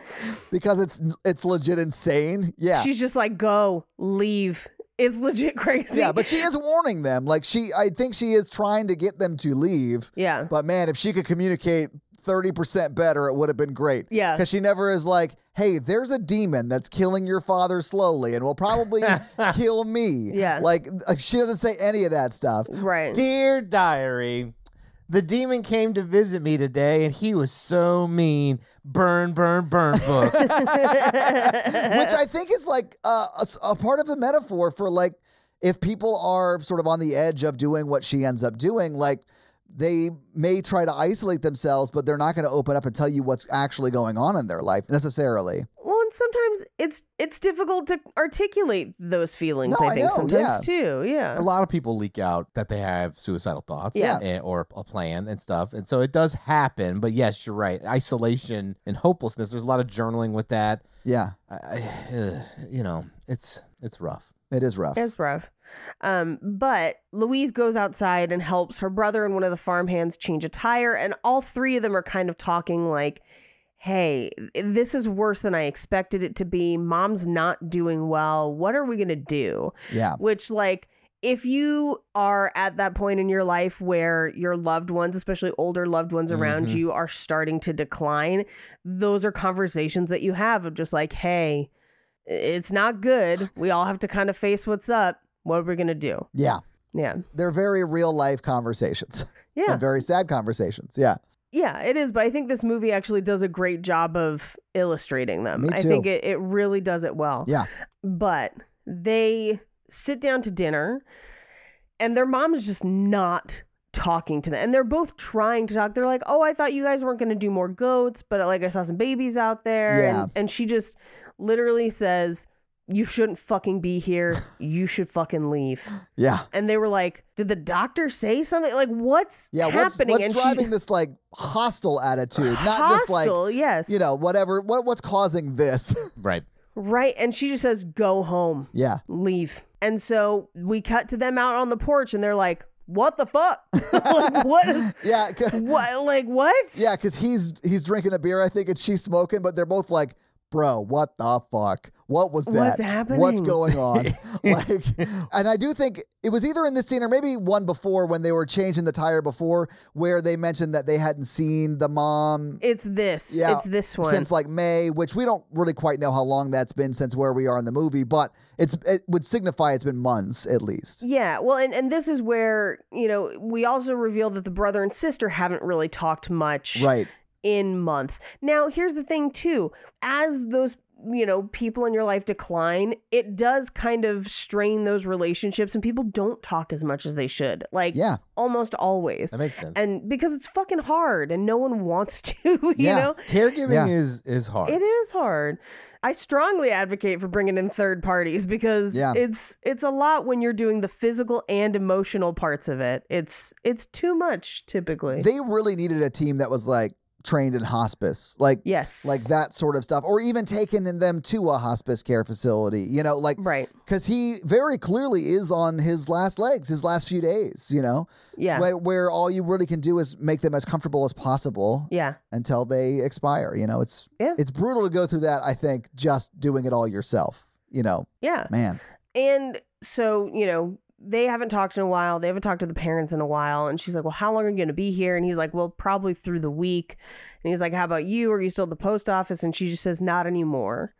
S4: Because it's it's legit insane. Yeah.
S6: she's just like go leave it's legit <laughs> crazy
S4: yeah, but she is warning them. Like she I think she is trying to get them to leave.
S6: yeah
S4: But man, if she could communicate 30% better, it would have been great.
S6: Yeah.
S4: Because she never is like, hey, there's a demon that's killing your father slowly and will probably
S6: <laughs>
S4: kill me.
S6: Yeah.
S4: Like, uh, she doesn't say any of that
S6: <laughs>
S4: stuff.
S6: right
S8: Dear diary, the demon came to visit me today and he was so mean. Burn, burn, burn
S6: <laughs>
S8: book. <laughs>
S4: Which I think is like uh, a, s- a part of the metaphor for like, if people are sort of on the edge of doing what she ends up doing, like, they may try to isolate themselves, but they're not going to open up and tell you what's actually going on in their life necessarily.
S6: well and sometimes it's it's difficult to articulate those feelings
S4: No,
S6: i
S4: I
S6: think
S4: know,
S6: sometimes too
S8: a
S6: yeah
S8: lot of people leak out that they have suicidal thoughts
S6: Yeah.
S8: and- or a plan and stuff. And so it does happen. But yes, you're right. Isolation and hopelessness. There's a lot of journaling with that.
S4: Yeah,
S8: I, I, you know, it's it's rough.
S4: it is rough.
S6: It's rough. Um, but Louise goes outside and helps her brother and one of the farmhands change a tire, and all three of them are kind of talking like, Hey, this is worse than I expected it to be. Mom's not doing well. What are we going to do?
S4: Yeah.
S6: Which, like, if you are at that point in your life where your loved ones, especially older loved ones around
S8: Mhm.
S6: you, are starting to decline, those are conversations that you have of just like, hey, it's not good. We all have to kind of face what's up. What are we going to do?
S4: Yeah.
S6: Yeah.
S4: They're very real life conversations. <laughs>
S6: Yeah.
S4: and very sad conversations. Yeah.
S6: Yeah, it is. But I think this movie actually does a great job of illustrating them.
S4: Me
S6: I
S4: too.
S6: think it, it really does it well.
S4: Yeah.
S6: But they sit down to dinner and their mom is just not talking to them. And they're both trying to talk. They're like, oh, I thought you guys weren't going to do more goats, but like I saw some babies out there.
S4: Yeah.
S6: And, and she just literally says, you shouldn't fucking be
S4: <laughs>
S6: here. You should fucking leave.
S4: Yeah.
S6: And they were like, did the doctor say something? Like, what's
S4: Yeah, what's,
S6: happening?
S4: what's
S6: and
S4: driving this like hostile attitude? Not just
S6: Hostile,
S4: like
S6: yes.
S4: you know, whatever what what's causing this. <laughs>
S8: Right.
S6: Right. And she just says, go home.
S4: Yeah.
S6: Leave. And so we cut to them out on the porch and they're like, what the fuck? <laughs> like, what is,
S4: <laughs> Yeah. 'cause-
S6: <laughs> what, like, what?
S4: <laughs> Yeah, because he's he's drinking a beer, I think, and she's smoking, but they're both like, "Bro, what the fuck? What was that?
S6: What's
S4: What's
S6: happening?"
S4: going
S6: <laughs>
S4: on?" <laughs> like, and I do think it was either in this scene or maybe one before when they were changing the tire before, where they mentioned that they hadn't seen the mom.
S6: It's this. it's this one.
S4: since like May, which we don't really quite know how long that's been since where we are in the movie, but it's it would signify it's been months at least.
S6: Yeah, well, and, and this is where, you know, we also reveal that the brother and sister haven't really talked much
S4: Right.
S6: in months. Now, here's the thing, too. As those, you know, people in your life decline, it does kind of strain those relationships, and people don't talk as much as they should. Like,
S4: Yeah.
S6: almost always.
S8: That makes sense.
S6: and because it's fucking hard and no one wants <laughs> to, you
S4: Yeah.
S6: know?
S8: Caregiving
S4: Yeah.
S8: is is hard.
S6: It is hard. I strongly advocate for bringing in third parties because
S4: Yeah.
S6: it's it's a lot when you're doing the physical and emotional parts of it. It's it's too much typically.
S4: They really needed a team that was like trained in hospice. Like
S6: yes.
S4: like that sort of stuff, or even taking in them to a hospice care facility. You know, like
S6: Right.
S4: because he very clearly is on his last legs, his last few days. You know,
S6: Yeah.
S4: where, where all you really can do is make them as comfortable as possible
S6: Yeah.
S4: until they expire. You know, it's
S6: Yeah.
S4: it's brutal to go through that. I think just doing it all yourself. You know,
S6: Yeah.
S4: man,
S6: And so, you know, they haven't talked in a while. They haven't talked to the parents in a while. And she's like, Well, how long are you going to be here? And he's like, Well, probably through the week. And he's like, How about you? Are you still at the post office? And she just says, Not anymore.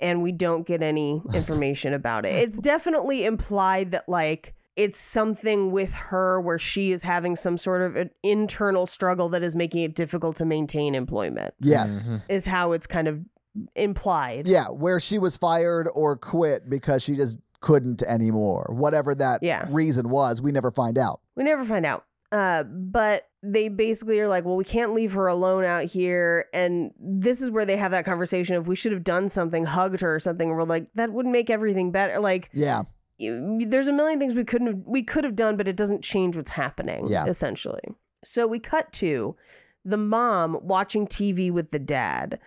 S6: And we don't get any information about it. It's definitely implied that, like, it's something with her where she is having some sort of an internal struggle that is making it difficult to maintain employment,
S4: yes,
S6: is how it's kind of implied.
S4: yeah, where she was fired or quit because she just couldn't anymore, whatever that
S6: Yeah.
S4: reason was. We never find out.
S6: We never find out. Uh, but they basically are like, well, we can't leave her alone out here. And this is where they have that conversation of we should have done something, hugged her or something. And we're like, that would make everything better. Like,
S4: Yeah,
S6: you- there's a million things we couldn't have, we could have done, but it doesn't change what's happening.
S4: Yeah.
S6: essentially. So we cut to the mom watching TV with the dad,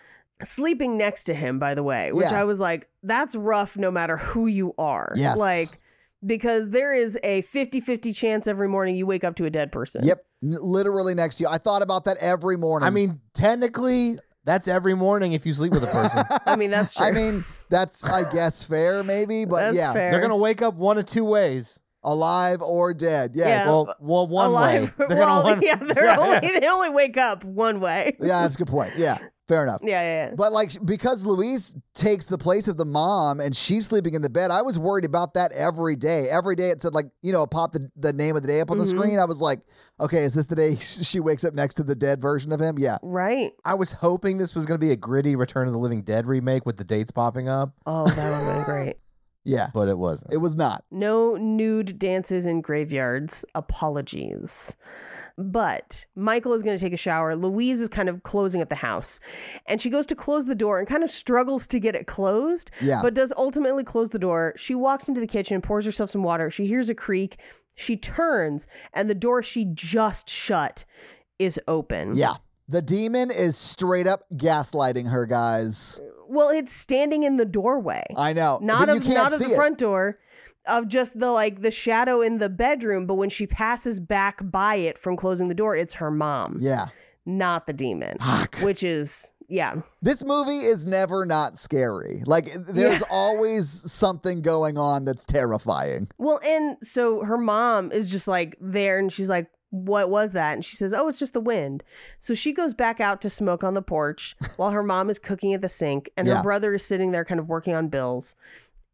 S6: sleeping next to him. By the way, which
S4: Yeah.
S6: I was like, that's rough, no matter who you are.
S4: Yes.
S6: like because there is a 50-50 chance every morning you wake up to a dead person.
S4: Yep, N- literally next to you. I thought about that every morning.
S8: I mean, technically, that's every morning if you sleep with a person.
S4: <laughs>
S6: I mean that's true.
S4: I mean, that's I guess fair, maybe, but
S6: That's
S4: yeah,
S6: fair.
S8: They're gonna wake up one of two ways.
S4: alive or dead. Yes.
S6: Yeah.
S8: Well, well, one
S6: alive.
S8: way. They're
S6: well,
S8: gonna one-
S6: yeah,
S4: <laughs>
S6: they're only they only wake up one way.
S4: yeah, that's a good point. Yeah, fair enough.
S6: <laughs> Yeah, yeah, yeah.
S4: But like sh- because Louise takes the place of the mom and she's sleeping in the bed, I was worried about that every day. Every day it said like you know it popped the, the name of the day up on
S6: Mm-hmm.
S4: the screen. I was like, okay, is this the day <laughs> she wakes up next to the dead version of him? Yeah.
S6: Right.
S8: I was hoping this was gonna be a gritty Return of the Living Dead remake with the dates popping up,
S6: Oh, that would have been great.
S4: Yeah.
S8: but it wasn't.
S4: It was not.
S6: No nude dances in graveyards. Apologies. But Michael is going to take a shower. Louise is kind of closing up the house. And she goes to close the door and kind of struggles to get it closed,
S4: Yeah.
S6: but does ultimately close the door. She walks into the kitchen, pours herself some water. She hears a creak. She turns, and the door she just shut is open.
S4: Yeah. The demon is straight up gaslighting her, guys.
S6: Well, it's standing in the doorway.
S4: I know.
S6: not
S4: Oh, but you
S6: of
S4: can't
S6: not of
S4: see
S6: the
S4: it.
S6: front door of just the like the shadow in the bedroom but when she passes back by it from closing the door it's her mom
S4: Yeah. Ah,
S6: not the demon
S4: Fuck.
S6: which is yeah
S4: This movie is never not scary. Like there's
S6: Yeah.
S4: always something going on that's terrifying.
S6: well and so her mom is just like there and she's like what was that and she says oh it's just the wind so she goes back out to smoke on
S4: <laughs>
S6: the porch while her mom is cooking at the sink and
S4: Yeah.
S6: her brother is sitting there kind of working on bills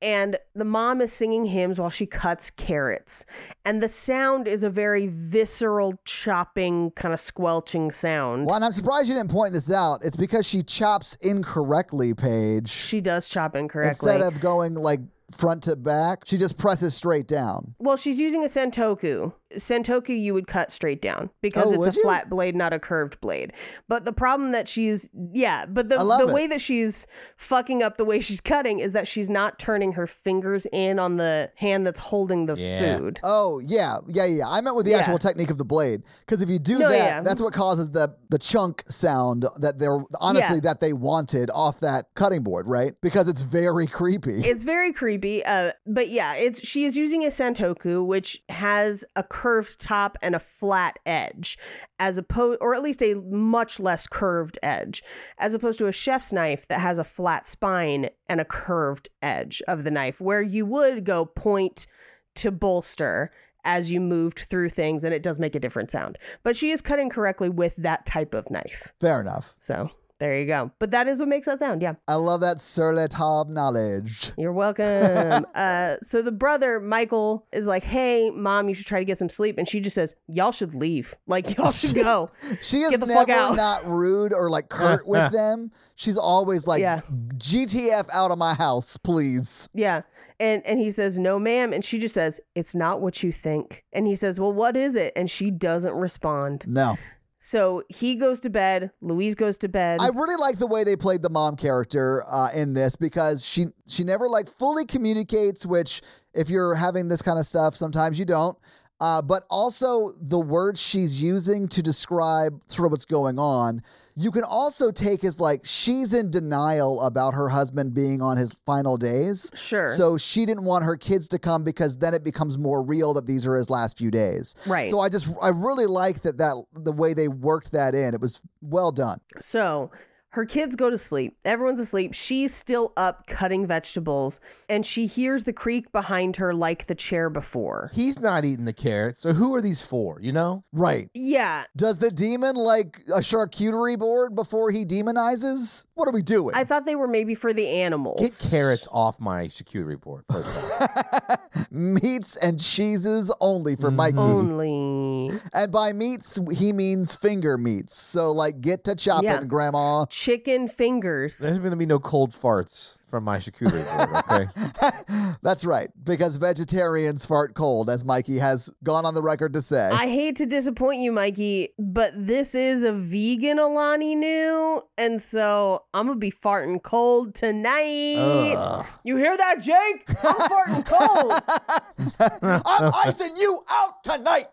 S6: and the mom is singing hymns while she cuts carrots. And the sound is a very visceral, chopping, kind of squelching sound.
S4: Well, and I'm surprised you didn't point this out. It's because she chops incorrectly, Paige.
S6: She does chop incorrectly.
S4: Instead of going like front to back, she just presses straight down.
S6: well, she's using a santoku Santoku you would cut straight down because
S4: Oh, would
S6: it's a
S4: you?
S6: flat blade, not a curved blade. But the problem that she's yeah, but the
S4: I love
S6: the
S4: it.
S6: way that she's fucking up the way she's cutting is that she's not turning her fingers in on the hand that's holding the
S8: Yeah.
S6: food.
S4: Oh yeah, yeah, yeah. yeah. I meant with the
S6: Yeah.
S4: actual technique of the blade because if you do
S6: No,
S4: that,
S6: yeah.
S4: that's what causes the the chunk sound that they're honestly
S6: Yeah.
S4: that they wanted off that cutting board, right? Because it's very creepy.
S6: It's very creepy. Uh, but yeah, it's she is using a santoku, which has a curved top and a flat edge, as opposed, or at least a much less curved edge, as opposed to a chef's knife that has a flat spine and a curved edge of the knife, where you would go point to bolster as you moved through things, and it does make a different sound. But she is cutting correctly with that type of knife.
S4: Fair enough.
S6: So there you go. But that is what makes that sound. Yeah.
S4: I love that Surletab knowledge. <laughs>
S6: You're welcome. uh, so the brother, Michael, is like, hey, mom, you should try to get some sleep. And she just says, y'all should leave. Like,
S4: <laughs>
S6: y'all should go.
S4: She is
S6: Get the fuck
S4: never
S6: out.
S4: not rude or like curt with them. She's always like,
S6: Yeah.
S4: "GTF out of my house, please."
S6: Yeah. And and he says, "No, ma'am." And she just says, "It's not what you think." And he says, "Well, what is it?" And she doesn't respond.
S4: No,
S6: So he goes to bed. Louise goes to bed.
S4: I really like the way they played the mom character uh, in this because she she never like fully communicates. Which, if you're having this kind of stuff, sometimes you don't. Uh, but also the words she's using to describe sort of what's going on, you can also take as like she's in denial about her husband being on his final days.
S6: Sure.
S4: So she didn't want her kids to come because then it becomes more real that these are his last few days.
S6: Right.
S4: So I just I really like that that the way they worked that in. It was well done.
S6: So her kids go to sleep. Everyone's asleep. She's still up cutting vegetables, and she hears the creak behind her like the chair before.
S8: He's not eating the carrots. So who are these for? You know?
S4: Right.
S6: Yeah,
S4: Does the demon like a charcuterie board before he demonizes? What are we doing?
S6: I thought they were maybe for the animals.
S8: Get carrots off my charcuterie board. First of all.
S4: <laughs> meats and cheeses only for Mikey.
S6: Mm-hmm. Only
S4: And by meats, he means finger meats. So, like, get to chopping,
S6: Yeah.
S4: Grandma. <laughs>
S6: chicken fingers.
S8: There's going to be no cold farts from my charcuterie board,
S6: <laughs>
S8: okay?
S4: That's right, because vegetarians fart cold, as Mikey has gone on the record to say.
S6: I hate to disappoint you, Mikey, but this is a vegan Alani new, and so I'm gonna be farting cold tonight. You hear that, Jake? I'm farting
S4: <laughs>
S6: cold.
S4: I'm icing you out tonight.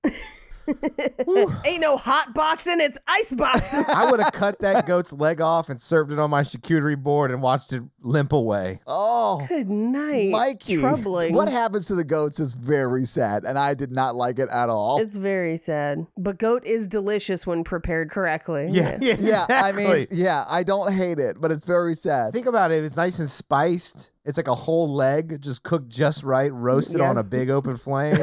S6: Ain't no hot boxing, it's
S4: <laughs>
S6: ice boxing.
S8: I would have cut that goat's leg off and served it on my charcuterie board and watched it limp away.
S4: Oh,
S6: Good night,
S4: Mikey.
S6: Troubling.
S4: What happens to the goats is very sad, and I did not like it at all.
S6: It's very sad, but goat is delicious when prepared correctly.
S8: yeah,
S4: <laughs> yeah, I mean,
S8: exactly.
S4: yeah, I don't hate it, but it's very sad.
S8: Think
S4: <laughs>
S8: about it. If it's nice and spiced, it's like a whole leg just cooked just right, roasted
S6: Yeah.
S8: on a big open flame.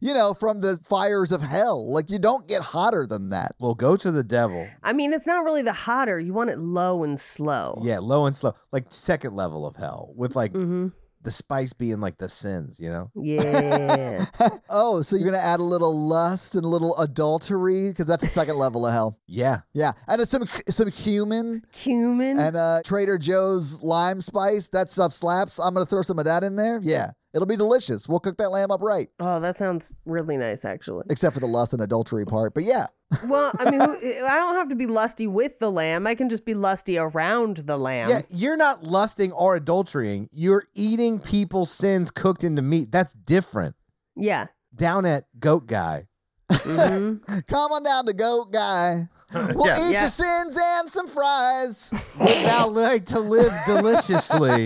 S4: you know, from the fires of hell. Like you don't get hotter than that. <laughs>
S8: well, go to the devil.
S6: I mean, it's not really the hotter. You want it low and slow.
S8: Yeah, low and slow. Like second level of hell with like
S6: Mm-hmm.
S8: the spice being like the sins, you know? <laughs>
S6: Yeah.
S4: Oh, so you're gonna add a little lust and a little adultery because that's the second level of hell.
S8: Yeah.
S4: Yeah, and some some cumin
S6: Cumin.
S4: and uh, Trader Joe's lime spice. That stuff slaps. I'm gonna throw some of that in there. Yeah, it'll be delicious. We'll cook that lamb up right,
S6: oh, that sounds really nice, actually.
S4: except for the lust and adultery part. But yeah,
S6: Well,
S8: <laughs>
S6: I mean, who- I don't have to be lusty with the lamb. I can just be lusty around the lamb.
S8: Yeah, you're not lusting or adultering. You're eating people's sins cooked into meat. That's different. <laughs>
S6: Yeah.
S8: Down at Goat Guy.
S6: Mhm.
S4: come on down to
S8: <laughs>
S4: goat guy. We'll
S8: Yeah.
S4: eat
S6: Yeah.
S4: your sins and some
S8: <laughs>
S4: fries.
S8: Thou like to live deliciously.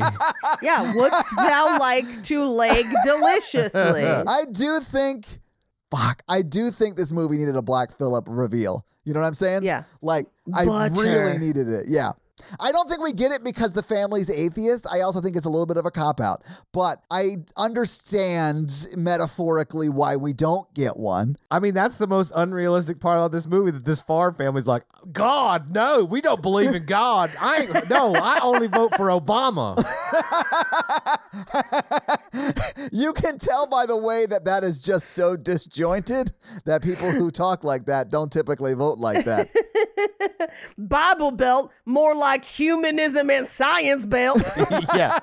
S6: yeah. Wouldst thou like to leg
S8: <laughs>
S6: deliciously? <laughs>
S4: I do think, fuck, I do think this movie needed a Black Phillip reveal. You know what I'm saying?
S6: Yeah.
S4: Like, I
S6: Butter.
S4: really needed it. Yeah. I don't think we get it because the family's atheist. I also think it's a little bit of a cop out, but I understand metaphorically why we don't get one. <laughs>
S8: I mean, that's the most unrealistic part about this movie that this farm family's like, God, no, we don't believe in God. I ain't, no, I only vote for <laughs> Obama.
S4: you can tell by the way that that is just so disjointed that people who talk like that don't typically vote like
S6: <laughs>
S4: that.
S6: Bible belt, more
S8: <laughs>
S6: like humanism and science belt.
S8: yeah.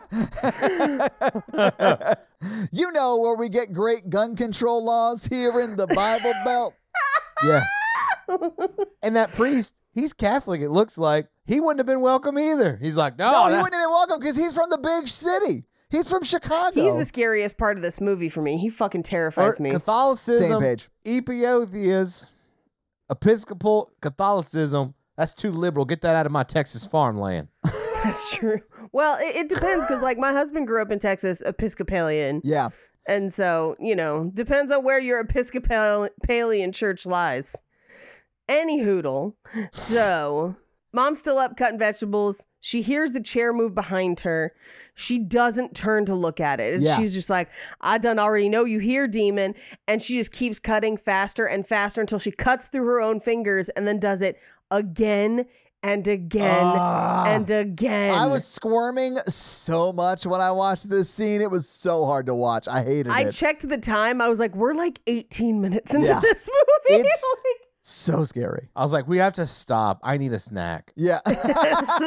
S4: You know where we get great gun control laws here in the
S6: <laughs>
S4: Bible Belt.
S8: Yeah. and that priest, he's Catholic, it looks like. He wouldn't have been welcome either. He's like, no,
S6: Oh,
S4: no, he
S8: that-
S4: wouldn't have been welcome because he's from the big city. He's from Chicago.
S6: He's the scariest part of this movie for me. He fucking terrifies
S8: or
S6: me.
S8: Catholicism,
S4: Same page.
S8: Ethiopia's Episcopal Catholicism. That's too liberal. Get that out of my Texas farmland.
S6: <laughs> That's true. Well, it, it depends because like my husband grew up in Texas, Episcopalian,
S4: yeah.
S6: and so you know depends on where your Episcopalian church lies. Any hoodle. So, mom's still up cutting vegetables. She hears the chair move behind her. She doesn't turn to look at it. And
S4: Yeah.
S6: she's just like, I done already know you here, demon. And she just keeps cutting faster and faster until she cuts through her own fingers and then does it again and again
S4: Ah.
S6: and again.
S4: I was squirming so much when I watched this scene. It was so hard to watch. I hated
S6: I
S4: it.
S6: checked the time. I was like, we're like 18 minutes into
S4: Yeah.
S6: this movie. <laughs>
S4: It's-
S6: Like,
S4: so scary.
S8: I was like, we have to stop. I need a snack.
S6: <laughs>
S4: Yeah.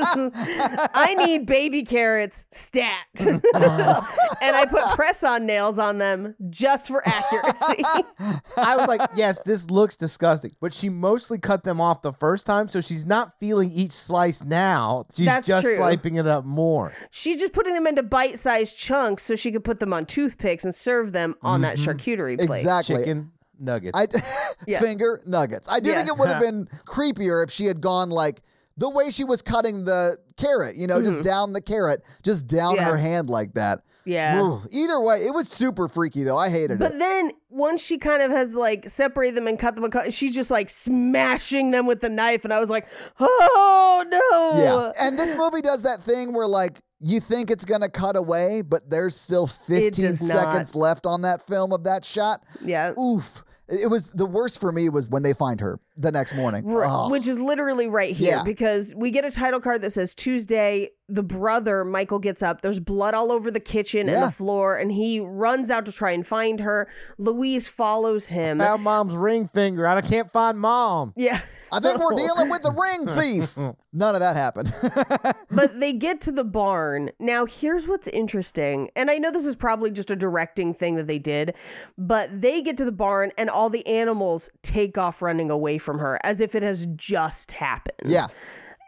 S6: I need baby carrots stat. <laughs> and I put press on nails on them just for accuracy.
S4: <laughs>
S6: <laughs>
S8: I was like, yes, this looks disgusting. But she mostly cut them off the first time, so she's not feeling each slice now. She's
S6: That's
S8: just
S6: true.
S8: sliping it up more.
S6: She's just putting them into bite sized chunks so she could put them on toothpicks and serve them on that
S4: Mm-hmm.
S6: charcuterie
S4: <laughs>
S6: plate.
S4: exactly.
S8: Chicken nuggets.
S4: I d- <laughs>
S6: Yeah.
S4: finger nuggets. I do
S6: Yeah.
S4: think it would have been creepier if she had gone like the way she was cutting the carrot, you know, just down the carrot, just down
S6: Mm-hmm. Yeah.
S4: her hand like that.
S6: Yeah.
S4: Ugh. Either way, it was super freaky though. I hated it.
S6: But then once she kind of has like separated them and cut them, apart, she's just like smashing them with the knife. And I was like, oh no.
S4: Yeah. And this movie does that thing where like you think it's gonna cut away, but there's still 15
S6: does not.
S4: seconds left on that film of that shot.
S6: Yeah.
S4: Oof. It it was the worst for me was when they find her the next morning.
S6: Right,
S4: Ugh.
S6: which is literally right here
S4: Yeah.
S6: because we get a title card that says Tuesday. The brother Michael gets up. There's blood all over the kitchen and
S4: Yeah.
S6: the floor, and he runs out to try and find her. Louise follows him.
S8: found mom's ring finger. I can't find mom.
S6: yeah, <laughs>
S4: I think we're dealing with the ring
S8: <laughs>
S4: thief. None of that happened. <laughs>
S6: but they get to the barn. Now, here's what's interesting, and I know this is probably just a directing thing that they did, but they get to the barn and all the animals take off running away from her as if it has just happened.
S4: yeah.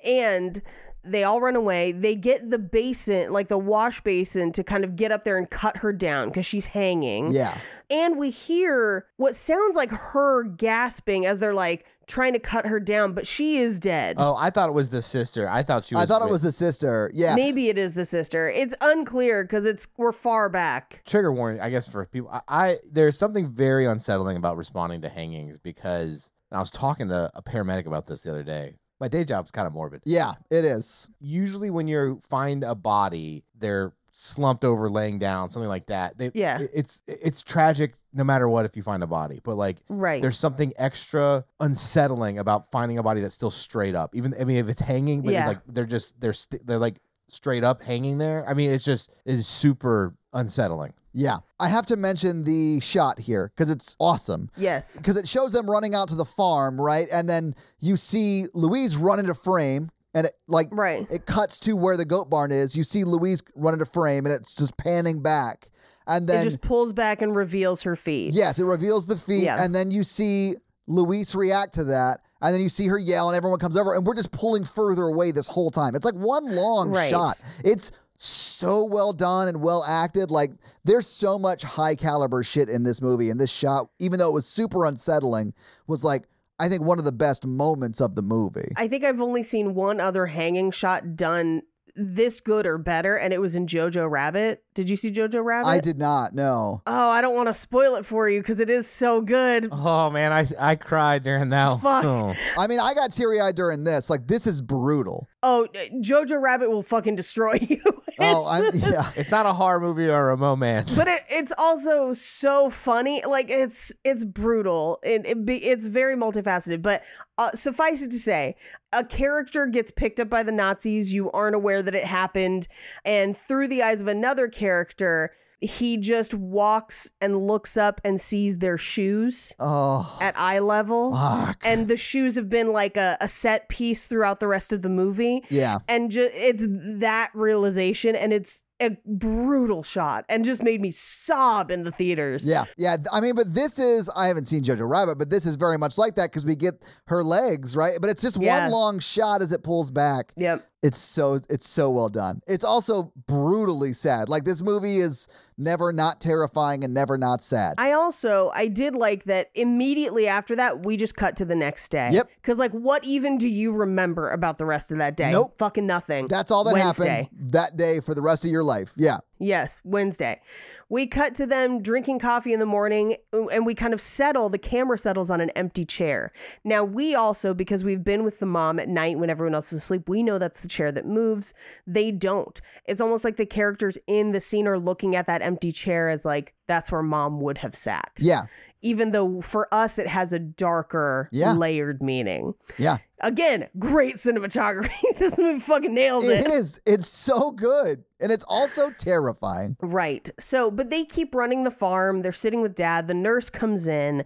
S6: and they all run away. They get the basin, like the wash basin, to kind of get up there and cut her down because she's hanging.
S4: Yeah.
S6: And we hear what sounds like her gasping as they're like trying to cut her down, but she is dead.
S8: Oh, I thought it was the sister. I thought she was
S4: I thought it
S8: with-
S4: was the sister. Yeah.
S6: Maybe it is the sister. It's unclear because it's we're far back.
S8: trigger warning, I guess, for people. I, I there's something very unsettling about responding to hangings because and I was talking to a paramedic about this the other day. My day job's kind of morbid.
S4: Yeah, it is.
S8: Usually, when you find a body, they're slumped over, laying down, something like that. They,
S6: Yeah.
S8: it- it's it's tragic no matter what if you find a body, but like
S6: Right.
S8: there's something extra unsettling about finding a body that's still straight up. Even I mean, if it's hanging, but it's
S6: Yeah.
S8: like they're just they're st- they're like straight up hanging there. I mean, it's just it's super unsettling.
S4: Yeah. I have to mention the shot here because it's awesome.
S6: yes.
S4: Because it shows them running out to the farm, right? And then you see Louise run into frame and it like
S6: Right.
S4: it cuts to where the goat barn is. You see Louise run into frame and it's just panning back. And
S6: it
S4: then
S6: just pulls back and reveals her feet.
S4: Yes, it reveals the feet,
S6: Yeah.
S4: and then you see Luis react to that, and then you see her yell, and everyone comes over, and we're just pulling further away this whole time. It's like one long
S6: Right.
S4: shot. It's so well done and well acted. Like there's so much high caliber shit in this movie, and this shot, even though it was super unsettling, was like I think one of the best moments of the movie.
S6: I think I've only seen one other hanging shot done this good or better, and it was in Jojo Rabbit. Did you see Jojo Rabbit?
S4: I did not know.
S6: Oh, I don't want to spoil it for you because it is so good.
S8: Oh man, I I cried during that. one.
S6: Fuck.
S8: Oh.
S4: I mean, I got teary eyed during this. Like this is
S6: <laughs>
S4: brutal.
S6: Oh, Jojo Rabbit will fucking destroy <laughs> you.
S4: Oh,
S6: <laughs>
S4: I'm yeah.
S8: It's not a horror movie or a romance.
S6: but it, it's also so funny. Like it's it's brutal and it be, it's very multifaceted. But uh, suffice it to say, a character gets picked up by the Nazis. You aren't aware that it happened, and through the eyes of another character, he just walks and looks up and sees their shoes
S4: Oh,
S6: at eye level.
S4: fuck.
S6: and the shoes have been like a, a set piece throughout the rest of the movie
S4: yeah.
S6: and ju- it's that realization and it's a brutal shot and just made me sob in the theaters.
S4: Yeah, yeah. I mean, but this is I haven't seen Jojo Rabbit, but this is very much like that because we get her legs right, but it's just
S6: Yeah.
S4: one long shot as it pulls back.
S6: Yep.
S4: It's so it's so well done. It's also brutally sad. Like this movie is never not terrifying and never not sad.
S6: I also I did like that immediately after that we just cut to the next day.
S4: Yep.
S6: Cuz like what even do you remember about the rest of that day?
S4: Nope.
S6: Fucking nothing.
S4: That's all that
S6: Wednesday.
S4: happened that day for the rest of your life. Yeah.
S6: Yes, Wednesday. We cut to them drinking coffee in the morning uh, and we kind of settle, the camera settles on an empty chair. Now, we also, because we've been with the mom at night when everyone else is asleep, we know that's the chair that moves. They don't. It's almost like the characters in the scene are looking at that empty chair as like, that's where mom would have sat.
S4: Yeah.
S6: Even though for us, it has a darker,
S4: Yeah.
S6: layered meaning. <laughs>
S4: Yeah.
S6: Again, great cinematography. <laughs> this movie fucking nails it.
S4: It is. It's so good. And it's also terrifying.
S6: Right. So, but they keep running the farm. They're sitting with dad. The nurse comes in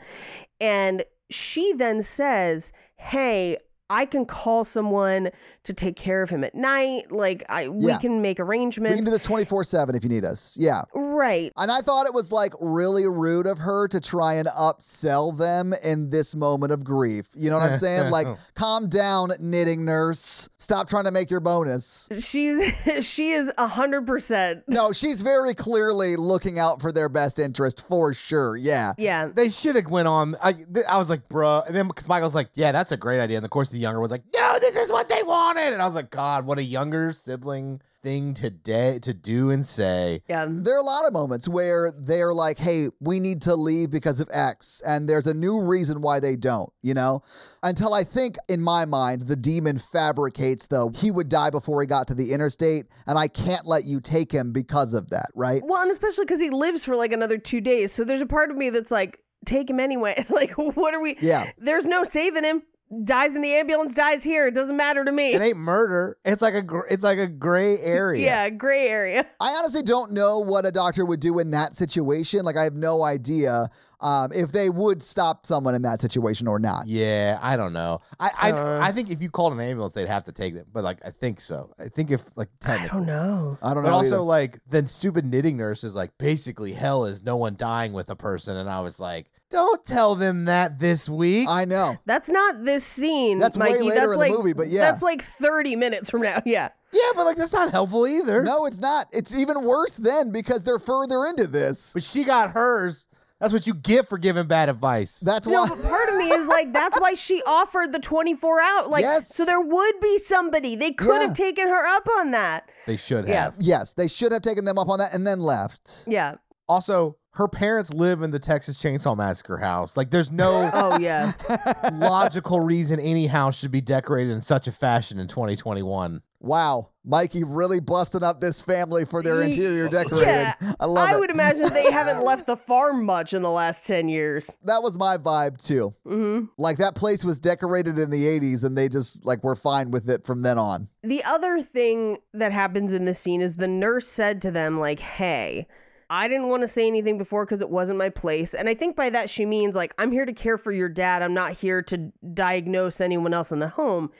S6: and she then says, Hey, I can call someone to take care of him at night. Like, I, we
S4: Yeah.
S6: can make
S4: We can
S6: arrangements.
S4: do this 24 7 if you need us. Yeah.
S6: right.
S4: And I thought it was like really rude of her to try and upsell them in this moment of grief. You know what I'm saying? Like, calm down, knitting nurse. Stop trying to make your bonus.
S6: She's, <laughs> she is 100%.
S4: No, she's very clearly looking out for their best interest for sure. Yeah.
S6: Yeah.
S8: They should have went on. I, th- I was like, bruh. And then because Michael's like, yeah, that's a great idea. And of course, the younger one's like, no, this is what they wanted. And I was like, God, what a younger sibling thing today to do and say.
S6: Yeah.
S4: There are a lot of moments where they're like, hey, we need to leave because of X. And there's a new reason why they don't, you know? Until I think, in my mind, the demon fabricates the he would die before he got to the interstate. And I can't let you take him because of that, right?
S6: Well, and especially because he lives for like another two days. So there's a part of me that's like, Take him anyway. <laughs> like, what are we?
S4: Yeah.
S6: There's no saving him. Dies in the ambulance, dies here. It doesn't matter to me.
S8: It ain't murder. It's like a gr- it's like a gray area.
S6: <laughs> yeah. Gray area.
S4: I honestly don't know what a doctor would do in that situation. Like, I have no idea um, if they would stop someone in that situation or not.
S8: Yeah, I don't know. I I,
S6: Uh.
S8: I think if you called an ambulance, they'd have to take them. But like, I think so. I think if like
S6: I
S8: technically.
S6: don't know.
S4: I don't
S8: But
S4: know.
S8: also,
S4: either.
S8: like, the stupid knitting nurse is like, basically, hell is no one dying with a person. And I was like, don't tell them that this week. <laughs>
S4: I know.
S6: That's not this scene.
S4: That's way
S6: Mikey.
S4: later
S6: that's
S4: in the
S6: like,
S4: movie, but yeah.
S6: that's like thirty minutes from now. Yeah,
S8: yeah, but like, that's not helpful either.
S4: No, it's not. It's even worse then because they're further into this.
S8: But she got hers. That's what you get for giving bad advice.
S4: That's
S6: no,
S4: why.
S6: but part of me is like, that's why she offered the twenty-four out. Like,
S4: Yes.
S6: so there would be somebody. They could
S4: Yeah.
S6: have taken her up on that.
S8: They should
S6: Yeah.
S8: have.
S4: Yes, they should have taken them up on that and then left.
S6: Yeah.
S8: Also, her parents live in the Texas Chainsaw Massacre house. Like, there's no
S6: <laughs> Oh yeah.
S8: logical reason any house should be decorated in such a fashion in 2021.
S4: Wow, Mikey really busting up this family for their interior decorating.
S6: Yeah.
S4: I love
S6: I
S4: it.
S6: would imagine
S4: <laughs>
S6: they haven't left the farm much in the last ten years.
S4: that was my vibe too.
S6: hmm
S4: Like that place was decorated in the 80s and they just like were fine with it from then
S6: <laughs>
S4: on.
S6: The other thing that happens in this scene is the nurse said to them, like, hey, I didn't want to say anything before because it wasn't my place. And I think by that she means, like, I'm here to care for your dad. I'm not here to diagnose anyone else in the home.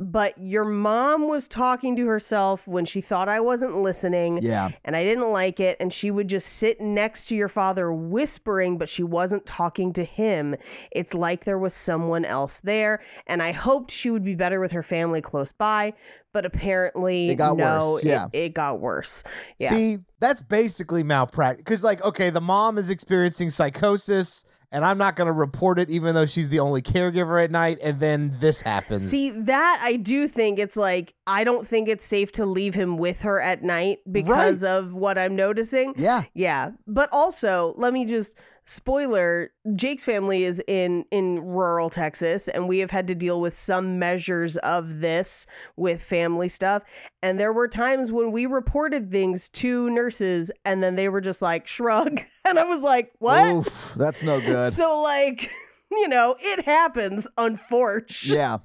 S6: But your mom was talking to herself when she thought I wasn't listening.
S4: Yeah.
S6: And I didn't like it. And she would just sit next to your father whispering, but she wasn't talking to him. It's like there was someone else there. And I hoped she would be better with her family close by. But apparently,
S4: It got
S6: no,
S4: worse,
S6: it-
S4: yeah.
S6: It, got worse. Yeah.
S8: See, that's basically malpractice. Because, like, okay, the mom is experiencing psychosis, and I'm not going to report it, even though she's the only caregiver at night. And then this happens.
S6: See, that I do think it's like, I don't think it's safe to leave him with her at night because of what I'm noticing.
S4: Yeah.
S6: Yeah, but also let me just spoiler: Jake's family is in in rural Texas, and we have had to deal with some measures of this with family stuff. And there were times when we reported things to nurses, and then they were just like shrug, <laughs> and I was like, "What?"
S4: Oof, Oh, that's no good.
S6: <laughs> So like, you know, it happens. Unfortunately,
S4: yeah.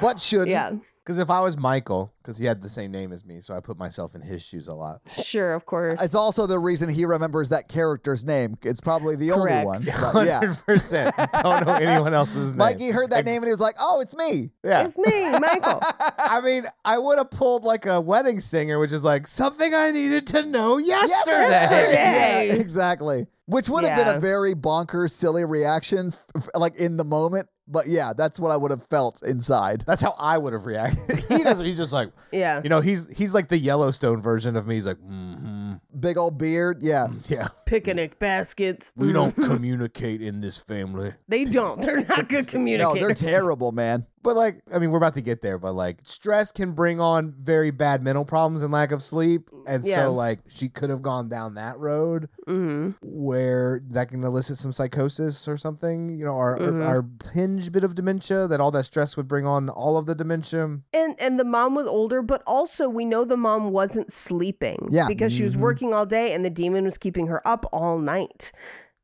S4: What should?
S6: yeah.
S8: Because if I was Michael, because he had the same name as me, so I put myself in his shoes a lot.
S6: Sure, of course.
S4: It's also the reason he remembers that character's name. It's probably the only
S6: Correct.
S4: one. but yeah.
S8: Hundred percent.
S4: <laughs>
S8: Don't know anyone else's name.
S4: Mikey heard that
S8: Like,
S4: name and he was like, "Oh, it's me."
S8: Yeah.
S6: It's
S4: <laughs>
S6: me, Michael.
S8: I mean, I would have pulled like a wedding singer, which is like something I needed to know yesterday.
S6: Yesterday.
S4: Yeah, exactly. Which would have been
S6: Yeah.
S4: a very bonkers, silly reaction, f- f- like in the moment. But yeah, that's what I would have felt inside.
S8: That's how I would have reacted. he does, he's just like,
S6: yeah.
S8: you know, he's he's like the Yellowstone version of me. He's like, mm-hmm,
S4: Big old beard. Yeah.
S8: <laughs> yeah,
S6: Picnic baskets.
S8: we don't communicate in this family.
S6: They don't. They're not
S4: <laughs>
S6: good
S4: No,
S6: communicators.
S4: they're terrible, man.
S8: But like, I mean, we're about to get there, but like, stress can bring on very bad mental problems and lack of sleep, and
S6: Yeah.
S8: so like, she could have gone down that road
S6: hmm
S8: where that can elicit some psychosis or something, you know, or,
S6: Mhm.
S8: or, or hinge bit of dementia that all that stress would bring on all of the dementia.
S6: And and the mom was older, but also we know the mom wasn't sleeping.
S4: Yeah. Mm-hmm.
S6: Because she was
S8: Mhm.
S6: working all day and the demon was keeping her up all night.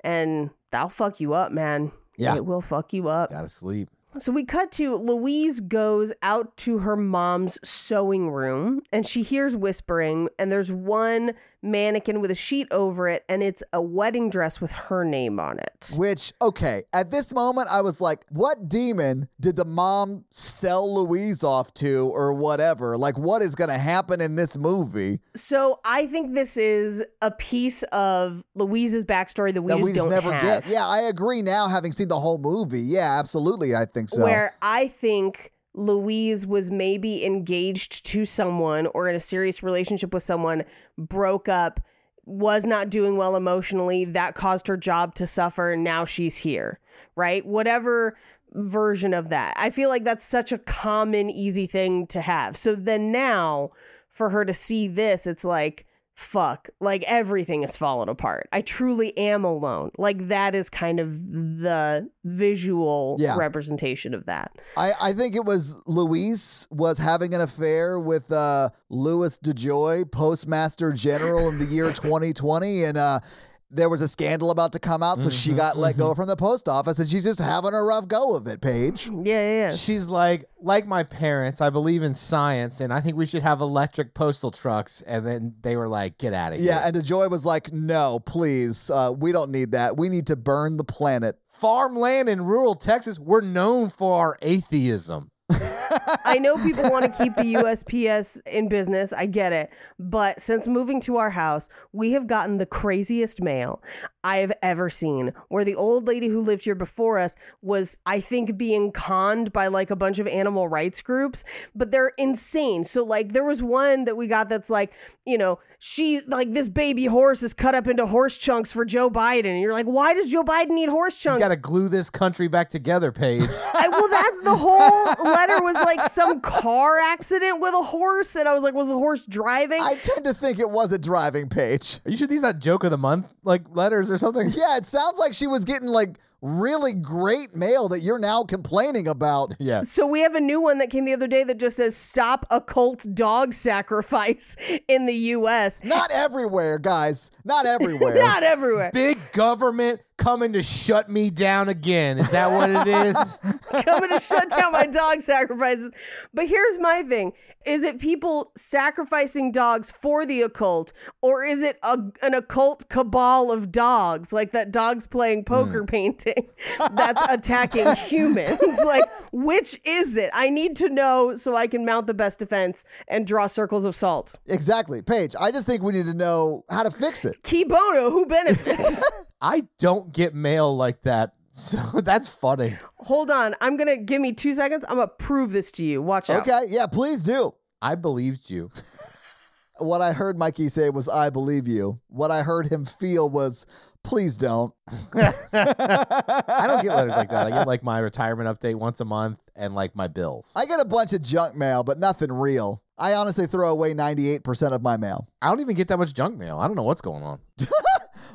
S6: And that'll fuck you up, man.
S4: Yeah.
S6: It will fuck you up.
S8: Gotta sleep.
S6: So we cut to Louise goes out to her mom's sewing room and she hears whispering and there's one mannequin with a sheet over it and it's a wedding dress with her name on it.
S4: Which, okay, at this moment, I was like, what demon did the mom sell Louise off to or whatever? Like, what is going to happen in this movie
S6: So I think this is a piece of Louise's backstory that we
S4: that
S6: just
S4: we just
S6: don't
S4: never
S6: have.
S4: get? Yeah, I agree now, having seen the whole movie. Yeah, absolutely. I think so.
S6: Where I think Louise was maybe engaged to someone or in a serious relationship with someone, broke up, was not doing well emotionally, that caused her job to suffer, and now she's here, right? Whatever version of that. I feel like that's such a common, easy thing to have. So then now for her to see this, it's like, fuck, like everything is falling apart. I truly am alone. Like that is kind of the visual
S4: Yeah.
S6: representation of that.
S4: I, I think it was Luis was having an affair with uh, Louis DeJoy, Postmaster General in the year
S8: <laughs>
S4: 2020, and uh, there was a scandal about to come out, so
S8: Mm-hmm,
S4: she got let go from the post office, and she's just having a rough go of it, Paige.
S6: Yeah, yeah, <laughs> yeah.
S8: She's like, like my parents, I believe in science, and I think we should have electric postal trucks. And then they were like, get out of
S4: Yeah,
S8: here.
S4: and DeJoy was like, no, please, uh, we don't need that. We need to burn the planet.
S8: Farmland in rural Texas, we're known for our atheism.
S6: I know people want to keep the USPS in business. I get it. But since moving to our house, we have gotten the craziest mail I have ever seen. Where the old lady who lived here before us was, I think, being conned by like a bunch of animal rights groups, but they're insane. So, like, there was one that we got that's like, you know, she like this baby horse is cut up into horse chunks for Joe Biden. And you're like, why does Joe Biden need horse
S8: He's
S6: chunks?
S8: got to glue this country back together, Paige.
S6: <laughs> I, well, that's the whole letter was like some car accident with a horse, and I was like, was the horse driving?
S4: <laughs> I tend to think it was a driving page.
S8: Are you sure these not joke of the month like letters or something?
S4: Yeah, it sounds like she was getting like really great mail that you're now complaining about.
S8: Yeah.
S6: so we have a new one that came the other day that just says "Stop occult dog sacrifice in the U.S."
S4: Not everywhere, guys.
S8: <laughs>
S4: Not everywhere.
S6: Not everywhere.
S8: Big government coming to shut me down again. Is that what it is?
S6: coming to shut down my dog sacrifices. But here's my thing: is it people sacrificing dogs for the occult, or is it a, an occult cabal of dogs, like that dogs playing poker painting that's attacking humans? like, which is it? I need to know so I can mount the best defense and draw circles of salt.
S4: <laughs> Exactly. Paige, I just think we need to know how to fix it.
S6: Key bono, who benefits?
S8: I don't get mail like that. <laughs> So that's funny.
S6: Hold on, I'm gonna give me two seconds. I'm gonna prove this to you. Watch out.
S4: Okay. Yeah, please do.
S8: I believed you.
S4: What I heard Mikey say was, I believe you. What I heard him feel was, please don't.
S8: <laughs>
S4: <laughs>
S8: I don't get letters like that. I get like my retirement update once a month and like my bills. I,
S4: I get a bunch of junk mail, but nothing real. I honestly throw away 98% of my mail.
S8: don't even get that much junk mail. I don't know what's going on.
S4: <laughs>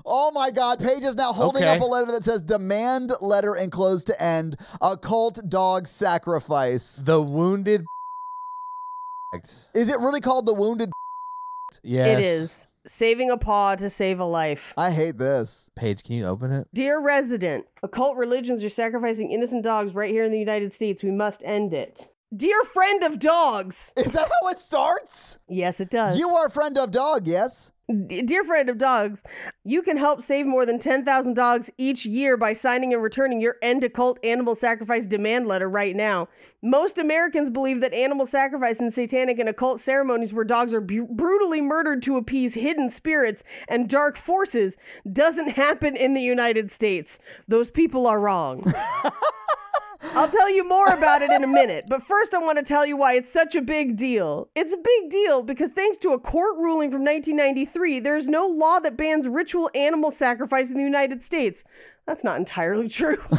S4: Oh my God. Paige is now holding
S8: Okay.
S4: up a letter that says, demand letter enclosed to end occult dog sacrifice.
S8: The wounded. Act.
S4: Is it really called the wounded?
S8: Yes.
S6: It is saving a paw to save a life.
S4: I hate this.
S8: Paige, can you open it?
S6: Dear resident, occult religions are sacrificing innocent dogs right here in the United States. We must end it. Dear friend of dogs.
S4: Is that how it starts?
S6: Yes, it does.
S4: You are friend of dog, yes?
S6: D- Dear friend of dogs, you can help save more than 10,000 dogs each year by signing and returning your end to cult animal sacrifice demand letter right now. Most Americans believe that animal sacrifice and satanic and occult ceremonies where dogs are bu- brutally murdered to appease hidden spirits and dark forces doesn't happen in the United States. Those people are wrong. I'll tell you more about it in a minute, but first I want to tell you why it's such a big deal. It's a big deal because thanks to a court ruling from 1993, there's no law that bans ritual animal sacrifice in the United States. That's not entirely true. <laughs>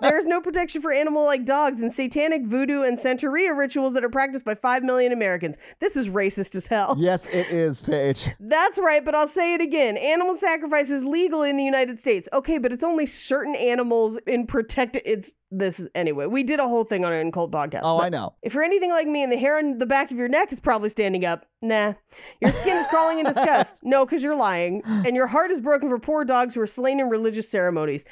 S6: there is no protection for animal like dogs in satanic, voodoo, and Santeria rituals that are practiced by 5 million Americans. This is racist as hell.
S4: Yes, it is, Paige.
S6: Oh. <laughs> That's right, but I'll say it again. Animal sacrifice is legal in the United States. Okay, but it's only certain animals in protected. It's this anyway. We did a whole thing on an Cold podcast.
S4: Oh,
S6: but
S4: I know.
S6: If you're anything like me, and the hair on the back of your neck is probably standing up. Nah, your skin is crawling
S4: <laughs>
S6: in disgust. No, because you're lying, and your heart is broken for poor dogs who are slain in religious ceremonies.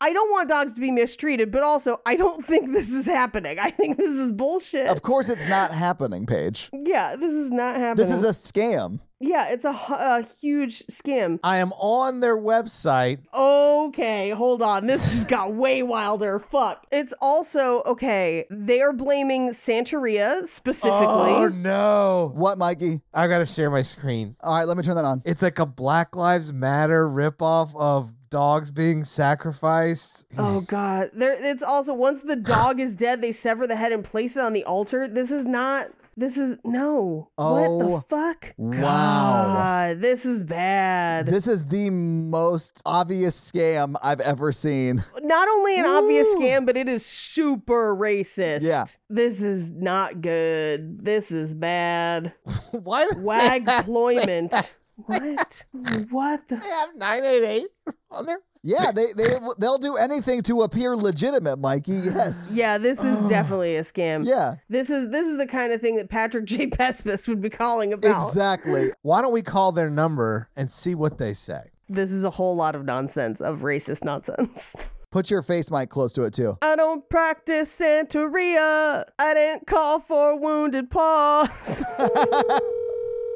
S6: I don't want dogs to be mistreated, but also I don't think this is happening. I think this is bullshit.
S4: Of course, it's not happening, Paige.
S6: Yeah, this is not happening.
S4: This is a scam.
S6: Yeah, it's a, hu- a huge scam.
S8: I am on their website.
S6: Okay, hold on. This just got way wilder. Fuck. It's also okay. They are blaming Santeria specifically.
S8: Oh no!
S4: What, Mikey?
S8: I gotta share my screen.
S4: All right, let me turn that on.
S8: It's like a Black Lives Matter ripoff of dogs being sacrificed.
S6: Oh god. There it's also once the dog is dead, they sever the head and place it on the altar. This is not this is no.
S4: Oh,
S6: what the fuck?
S4: Wow.
S6: God, this is bad.
S4: This is the most obvious scam I've ever seen.
S6: not only an obvious scam, but it is super racist.
S4: Yeah.
S6: This is not good. This is bad.
S8: <laughs> Why do they
S4: <laughs>
S6: Wag
S8: have-
S6: ployment. What? What the?
S8: They have nine eight eight on there.
S4: Yeah, they they they'll do anything to appear legitimate, Mikey. Yes.
S6: Yeah, this
S8: <gasps>
S6: is definitely a scam.
S4: Oh. Yeah.
S6: This is this is the kind of thing that Patrick J. Pespis would be calling about.
S4: Exactly.
S8: Why don't we call their number and see what they say?
S6: This is a whole lot of nonsense of racist nonsense. <laughs>
S4: Put your face mic close to it too.
S6: I don't practice Santeria. I didn't call for wounded paws. <laughs>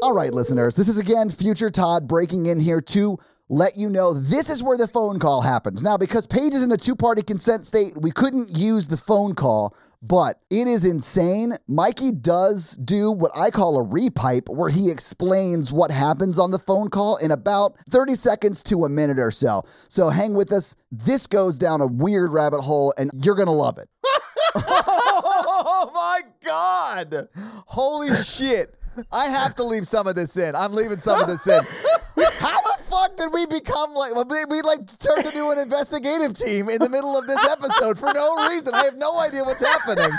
S4: All right, listeners, this is again future Todd breaking in here to let you know this is where the phone call happens. Now, because Paige is in a two party consent state, we couldn't use the phone call, but it is insane. Mikey does do what I call a repipe, where he explains what happens on the phone call in about 30 seconds to a minute or so. So hang with us. This goes down a weird rabbit hole, and you're going to love it. <laughs> oh my god! Holy shit! I have to leave some of this in. I'm leaving some of this in. How the fuck did we become like we, we like turned into an investigative team in the middle of this episode for no reason? I have no idea what's happening.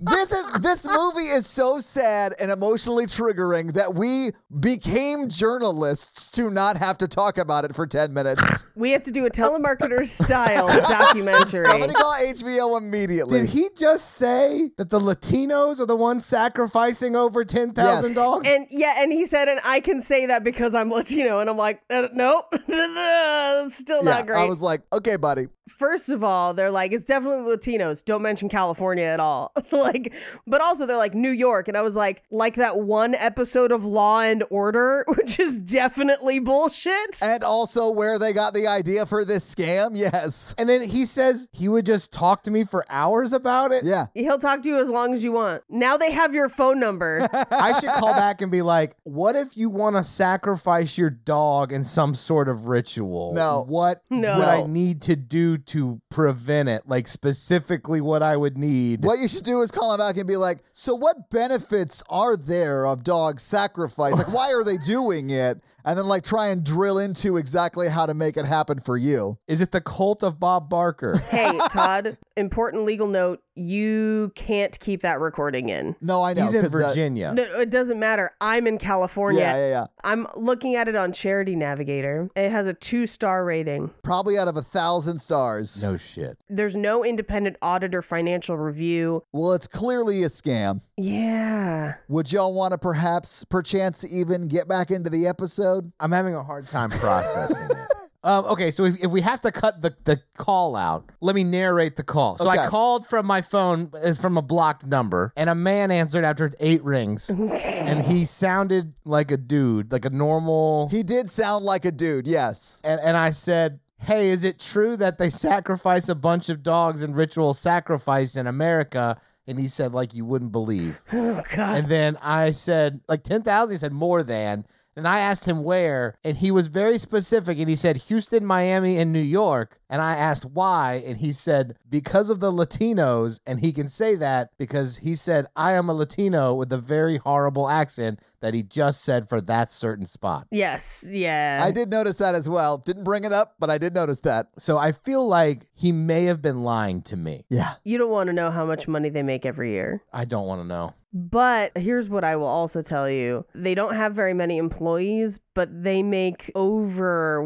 S4: This is this movie is so sad and emotionally triggering that we became journalists to not have to talk about it for 10 minutes.
S6: we have to do a telemarketer
S4: <laughs>
S6: style documentary.
S4: Somebody call HBO immediately.
S8: Did he just say that the Latinos are the ones sacrificing over ten thousand
S4: Yes.
S8: dogs?
S6: And yeah, and he said, and I can say that because I'm Latino. And I'm like, uh, nope, <laughs> that's still
S4: yeah,
S6: not great.
S4: I was like, okay, buddy.
S6: First of all, they're like, it's definitely Latinos. Don't mention California at all. <laughs> like, but also they're like New York. And I was like, like that one episode of Law and Order, <laughs> which is definitely bullshit.
S4: And also where they got the idea for this scam. Yes.
S8: And then he says he would just talk to me for hours about it.
S4: Yeah.
S6: He'll talk to you as long as you want. Now they have your
S4: <laughs>
S6: phone number.
S8: I should <laughs> call back and be like, what if you want to sacrifice your dog in some sort of ritual?
S4: No.
S8: What
S6: No.
S8: would I need to do to prevent it? Like, specifically, what I would need.
S4: What you should do is call him back and be like, so what benefits are there of dog sacrifice? Like, why are they doing it? And then, like, try and drill into exactly how to make it happen for you.
S8: Is it the cult of Bob Barker?
S6: hey, Todd, important legal note you can't keep that recording in.
S4: No, I know.
S8: He's in
S4: 'cause that-
S8: Virginia.
S6: No, it doesn't matter. I'm in California.
S4: yeah, yeah, yeah.
S6: I'm looking at it on Charity Navigator. It has a two star rating.
S4: Probably out of a thousand stars.
S8: No shit.
S6: There's no independent auditor financial review.
S4: Well, it's clearly a scam.
S6: Yeah. <sighs>
S4: Would y'all want to perhaps, perchance, even get back into the episode?
S8: <laughs> I'm having a hard time processing it. Um, okay, so if, if we have to cut the, the call out, let me narrate the call. So
S4: Okay.
S8: I called from my phone, is from a blocked number, and a man answered after eight rings, and he sounded like a dude, like a normal.
S4: He did sound like a dude, yes.
S8: and, and I said, Hey, is it true that they <laughs> sacrifice a bunch of dogs in ritual sacrifice in America? And he said, like you wouldn't believe.
S6: Oh god.
S8: And then I said, like 10,000. He said, more than. And I asked him where. And he was very specific. And he said, Houston, Miami, and New York. And I asked why. And he said, because of the Latinos. And he can say that because he said, I am a Latino with a very horrible accent that he just said for that certain spot.
S6: Yes. Yeah.
S4: I did notice that as well. Didn't bring it up, but I did notice that.
S8: So I feel like he may have been lying to me.
S4: Yeah.
S6: You don't want to know how much money they make every year.
S8: I don't want to know.
S6: But here's what I will also tell you they don't have very many employees, but they make over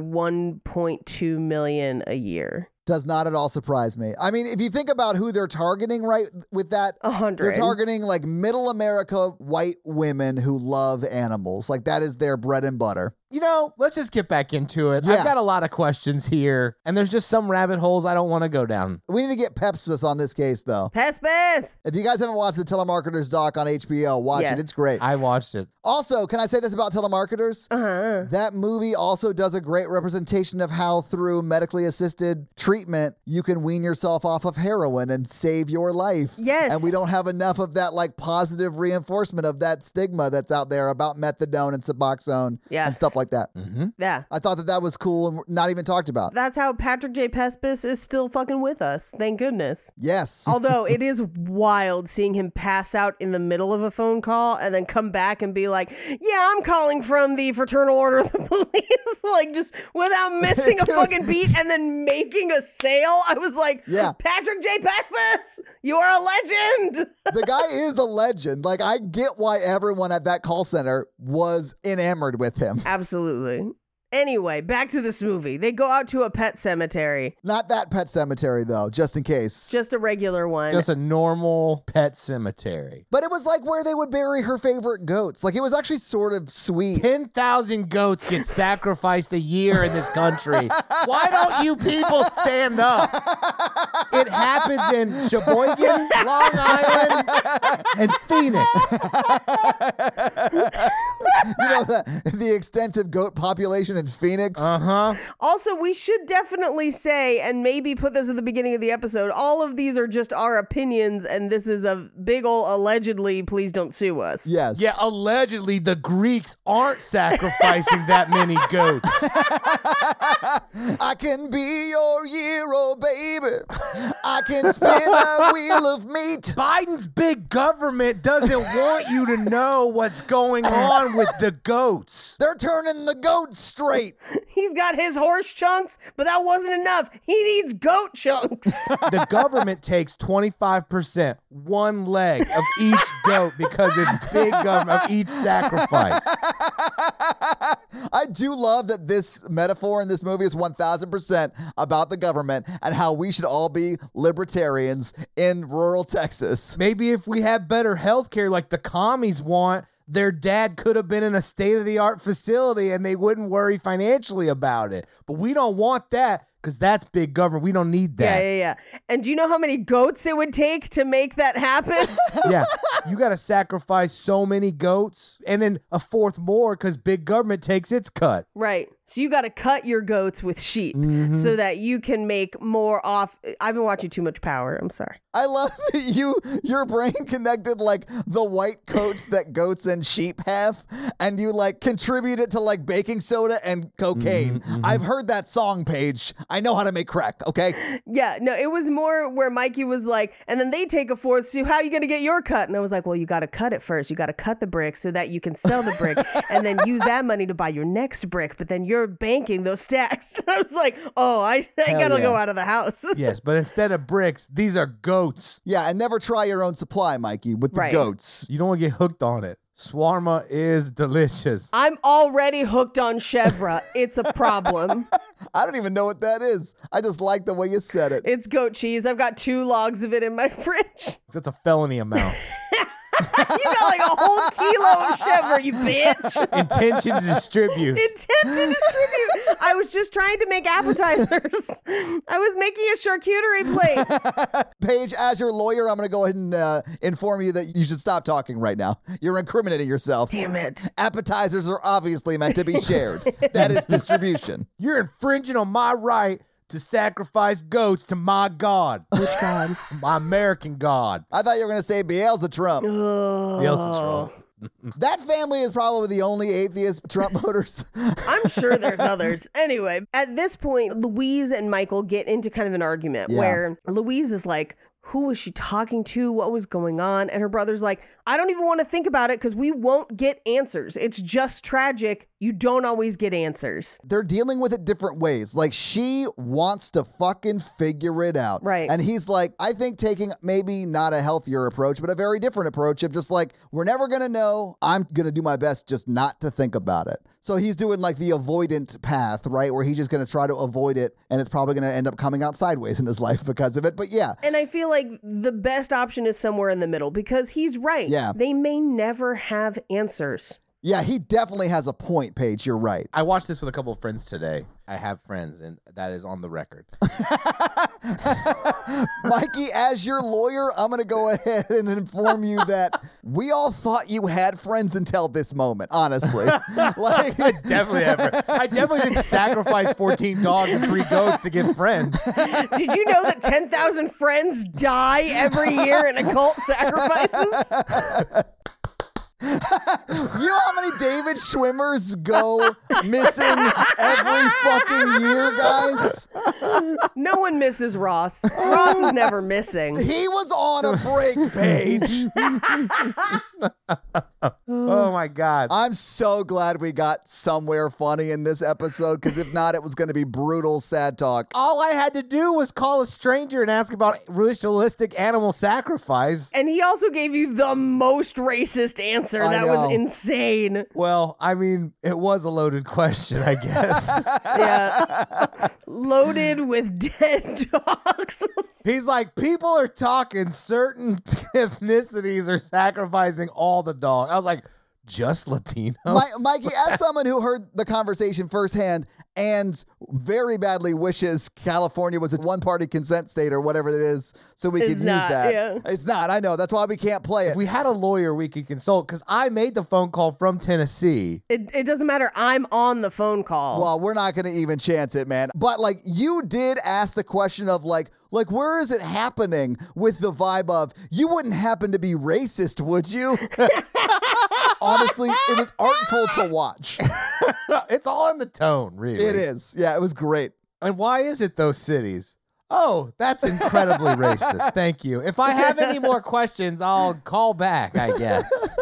S6: 1.2 million a year.
S4: Does not at all surprise me. I mean, if you think about who they're targeting, right, with that,
S6: A hundred.
S4: they're targeting like middle America white women who love animals. Like that is their bread and butter.
S8: You know, let's just get back into it.
S4: Yeah.
S8: I've got a lot of questions here, and there's just some rabbit holes I don't want to go down.
S4: We need to get Pepsis on this case, though.
S6: Pespis!
S4: If you guys haven't watched the telemarketers doc on HBO, watch
S6: Yes.
S4: it. It's great.
S8: I watched it.
S4: also, can I say this about telemarketers?
S8: Mm-hmm.
S6: Uh-huh.
S4: That movie also does a great representation of how, through medically assisted treatment, you can wean yourself off of heroin and save your life.
S6: Yes.
S4: And we don't have enough of that, like, positive reinforcement of that stigma that's out there about methadone and Suboxone and
S6: Yes.
S4: stuff like that.
S6: Yeah.
S4: I thought that that was cool and not even talked about.
S6: That's how Patrick J. Pespis is still fucking with us. Thank goodness.
S4: yes.
S6: <laughs> Although it is wild seeing him pass out in the middle of a phone call and then come back and be like, Yeah, I'm calling from the Fraternal Order of the <laughs> Police, like just
S4: <laughs>
S6: without missing a
S4: Dude.
S6: fucking beat and then making a sale. I was like,
S4: Yeah.
S6: Patrick J. Pespis, you are a legend.
S4: the guy is a legend. Like, I get why everyone at that call center was enamored with him.
S6: Absolutely. Anyway, back to this movie. They go out to a pet cemetery,
S4: Not that pet cemetery, though, just in case.
S6: just a regular one.
S8: Just a normal pet cemetery.
S4: But it was like where they would bury her favorite goats. Like it was actually sort of sweet.
S8: 10,000 goats get sacrificed a year in this country. Why don't you people stand up? It happens in <laughs>
S4: <laughs>
S8: Sheboygan, Long Island, and Phoenix.
S4: You know, the, the extensive goat population in Phoenix.
S8: Uh huh.
S6: Also, we should definitely say, and maybe put this at the beginning of the episode, all of these are just our opinions, and this is a big ol' allegedly, please don't sue us.
S4: yes.
S8: Yeah, allegedly the Greeks aren't sacrificing that many goats.
S4: I can be your hero, baby. I can
S8: <laughs>
S4: spin a wheel of meat.
S8: Biden's big government doesn't want you to know what's going on with the goats.
S4: They're turning the goats straight.
S6: He's got his horse chunks, but that wasn't enough. He needs goat chunks.
S8: the government takes 25% one leg of each goat because it's big government of each sacrifice
S4: <laughs> I do love that this metaphor in this movie is 1000% about the government and how we should all be libertarians in rural Texas.
S8: maybe if we had better health care like the commies want their dad could have been in a state-of-the-art facility and they wouldn't worry financially about it but we don't want that because that's big government we don't need
S6: yeah,
S8: that
S6: yeah, yeah. And do you know how many goats it would take to make that happen?
S8: yeah. You got to sacrifice so many goats and then a fourth more because big government takes its cut.
S6: right. So you got to cut your goats with sheep so that you can make more off. I've been watching too much power. I'm sorry.
S4: I love <laughs> that you your brain connected like the white coats that goats and sheep have, and you like contribute it to like baking soda and cocaine.
S8: Mm-hmm,
S4: I've heard that song, Paige. I know how to make crack. Okay,
S6: Yeah, no, it was more where Mikey was like, and then they take a fourth. So how you gonna get your cut? And I was like, well, you gotta cut it first. You gotta cut the brick so that you can sell the
S4: <laughs>
S6: brick, and then use that money to buy your next brick. But then you're banking those stacks. <laughs> I was like, oh, I, I
S4: Hell
S6: gotta
S4: yeah.
S6: go out of the house. <laughs>
S8: Yes, but instead of bricks, these are goats.
S4: yeah, and never try your own supply, Mikey, with the
S6: Right.
S4: goats.
S8: You don't want to get hooked on it. Swarma is delicious.
S6: I'm already hooked on Chevra. It's a problem.
S4: <laughs> I don't even know what that is. I just like the way you said it.
S6: it's goat cheese. I've got two logs of it in my <laughs> fridge.
S8: <laughs> That's a felony amount.
S6: you got like a whole kilo of Chevre, you bitch.
S8: Intention to <laughs> distribute.
S6: <laughs> Intent to distribute. I was just trying to make appetizers. <laughs> I was making a charcuterie plate.
S4: Paige, as your lawyer, I'm going to go ahead and uh, inform you that you should stop talking right now. You're incriminating yourself.
S6: <laughs> Damn it.
S4: Appetizers are obviously meant
S8: <laughs>
S4: to be shared. that is distribution.
S8: You're infringing on my right to sacrifice goats to my God. Which God? <laughs> my American God.
S4: I thought you were going to say Beelzebub Trump.
S8: The Elsin's wrong.
S4: That family is probably the only atheist Trump voters.
S6: I'm sure there's others. Anyway, at this point, Louise and Michael get into kind of an argument
S4: Yeah.
S6: where Louise is like, who was she talking to? What was going on? And her brother's like, I don't even want to think about it because we won't get answers. It's just tragic. You don't always get answers.
S4: They're dealing with it different ways. Like she wants to fucking figure it out.
S6: Right.
S4: And he's like, I think taking maybe not a healthier approach, but a very different approach of just like, we're never going to know. I'm going to do my best just not to think about it. So he's doing like the avoidant path, right? Where he's just going to try to avoid it and it's probably going to end up coming out sideways in his <laughs> life because of it. But yeah,
S6: And I feel like the best option is somewhere in the middle because he's right.
S4: Yeah.
S6: They may never have answers.
S4: yeah, he definitely has a point, Paige. You're right.
S8: I watched this with a couple of friends today. I have friends, and that is on the record.
S4: <laughs> Mikey, as your lawyer, I'm going to go ahead and inform you that we all thought you had friends until this moment,
S8: <laughs>
S4: honestly. like,
S8: definitely have friends. I definitely didn't sacrifice 14 dogs and three goats to get friends.
S6: Did you know that 10,000 friends die every year
S4: <laughs>
S6: in occult sacrifices?
S4: you know how many David Schwimmers go missing every fucking year, guys?
S6: No one misses Ross. Ross is never missing.
S4: He was on a break, Paige.
S8: Oh my God.
S4: I'm so glad we got somewhere funny in this episode because if not, it was going to be brutal, sad talk.
S8: All I had to do was call a stranger and ask about ritualistic animal sacrifice.
S6: And he also gave you the most racist answer.
S4: I know.
S6: that
S4: <laughs>
S6: was insane.
S8: Well, I mean, it was a loaded question, I guess.
S6: Yeah. Loaded with dead <laughs> dogs.
S8: He's like, people are talking certain <laughs> ethnicities are sacrificing all the dogs. I was like, just Latino.
S6: Oh.
S4: Mi- Mikey, as someone who heard the conversation firsthand and very badly wishes California was a one party consent state or whatever it is, so we
S6: It's
S4: could use
S6: not,
S4: that.
S6: yeah.
S4: It's not, I know. That's why we can't play it.
S8: if we had a lawyer we could consult, because I made the phone call from Tennessee.
S6: it, it doesn't matter. I'm on the phone call.
S4: well, we're not going to even chance it, man. But like, you did ask the question of like, like, where is it happening with the vibe of you wouldn't happen to be racist, would you? <laughs> Honestly, it was artful to watch.
S8: It's all in the tone, really.
S4: It is. Yeah, it was great.
S8: And why is it those cities? Oh, that's incredibly racist. Thank you. If I have any more questions, I'll call back, I guess.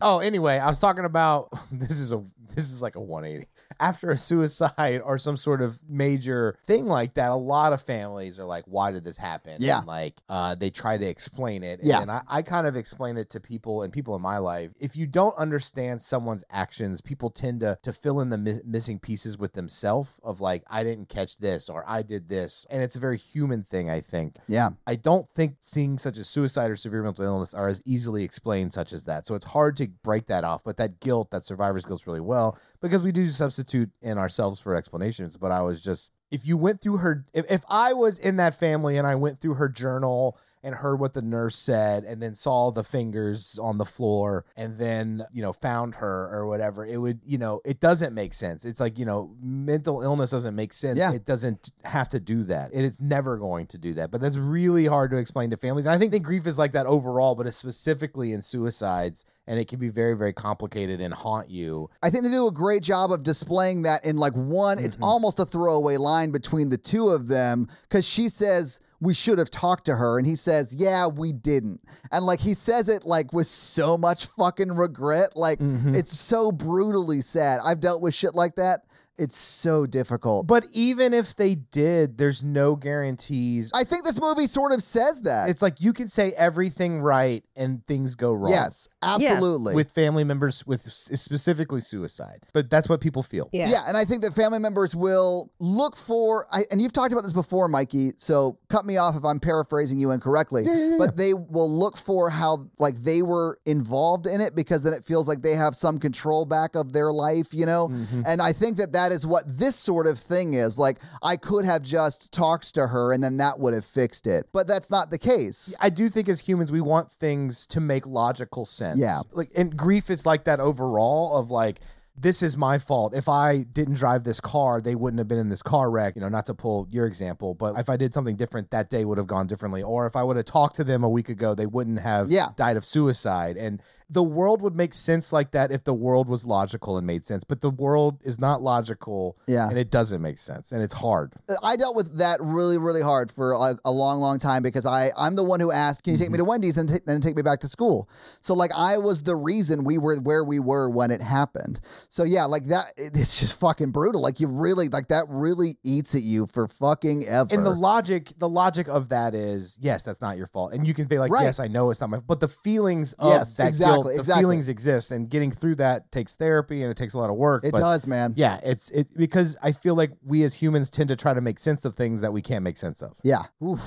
S8: oh, anyway, I was talking about this is a this is like a 180. After a suicide or some sort of major thing like that, a lot of families are like, why did this happen?
S4: Yeah.
S8: And like uh, they try to explain it. And
S4: Yeah.
S8: then I, I kind of explain it to people and people in my life. If you don't understand someone's actions, people tend to to fill in the mi- missing pieces with themselves of like, I didn't catch this or I did this. And it's a very human thing, I think.
S4: Yeah.
S8: I don't think seeing such as suicide or severe mental illness are as easily explained such as that. So it's hard to break that off. But that guilt, that survivor's guilt, really well because we do substitute in ourselves for explanations. But I was just if you went through her, if, if I was in that family and I went through her journal and heard what the nurse said and then saw the fingers on the floor and then you know found her or whatever it would you know it doesn't make sense it's like you know mental illness doesn't make sense
S4: Yeah.
S8: it doesn't have to do that and it's never going to do that but that's really hard to explain to families and i think that grief is like that overall but it's specifically in suicides and it can be very very complicated and haunt you
S4: I think they do a great job of displaying that in like one, it's almost a throwaway line between the two of them because she says, we should have talked to her. And he says, Yeah, we didn't. And like he says it like with so much fucking regret. Like it's so brutally sad. I've dealt with shit like that. It's so difficult.
S8: But even if they did, there's no guarantees.
S4: I think this movie sort of says that.
S8: It's like you can say everything right and things go wrong.
S4: yes, absolutely.
S8: With family members, with s- specifically suicide. But that's what people feel.
S4: Yeah. and I think that family members will look for, I, and you've talked about this before, Mikey. So cut me off if I'm paraphrasing you incorrectly. But they will look for how like they were involved in it because then it feels like they have some control back of their life, you know. And I think that that is what this sort of thing is. Like I could have just talked to her, and then that would have fixed it. But that's not the case.
S8: I do think as humans we want things to make logical sense.
S4: Yeah.
S8: Like and grief is like that overall of like this is my fault. If I didn't drive this car, they wouldn't have been in this car wreck. You know, not to pull your example, but if I did something different, that day would have gone differently. Or if I would have talked to them a week ago, they wouldn't have
S4: Yeah.
S8: died of suicide. And the world would make sense like that if the world was logical and made sense. But the world is not logical.
S4: Yeah. Uh,
S8: And it doesn't make sense. And it's hard.
S4: I dealt with that really, really hard for a, a long, long time because I, I'm the one who asked, "Can you
S8: Mm-hmm.
S4: take me to Wendy's and ta- then take me back to school?" So like I was the reason we were where we were when it happened. So yeah, like that, it- it's just fucking brutal. Like you really, like that really eats at you for fucking ever.
S8: And the logic, the logic of that is, yes, that's not your fault, and you can be like,
S4: Right.
S8: yes, I know it's not my, but the feelings of
S4: Yes,
S8: that
S4: exactly,
S8: guilt, the
S4: exactly.
S8: feelings exist, and getting through that takes therapy and it takes a lot of work.
S4: it
S8: but
S4: does, man.
S8: Yeah, it's it because I feel like we as humans tend to try to make sense of things that we can't make sense of,
S4: Yeah.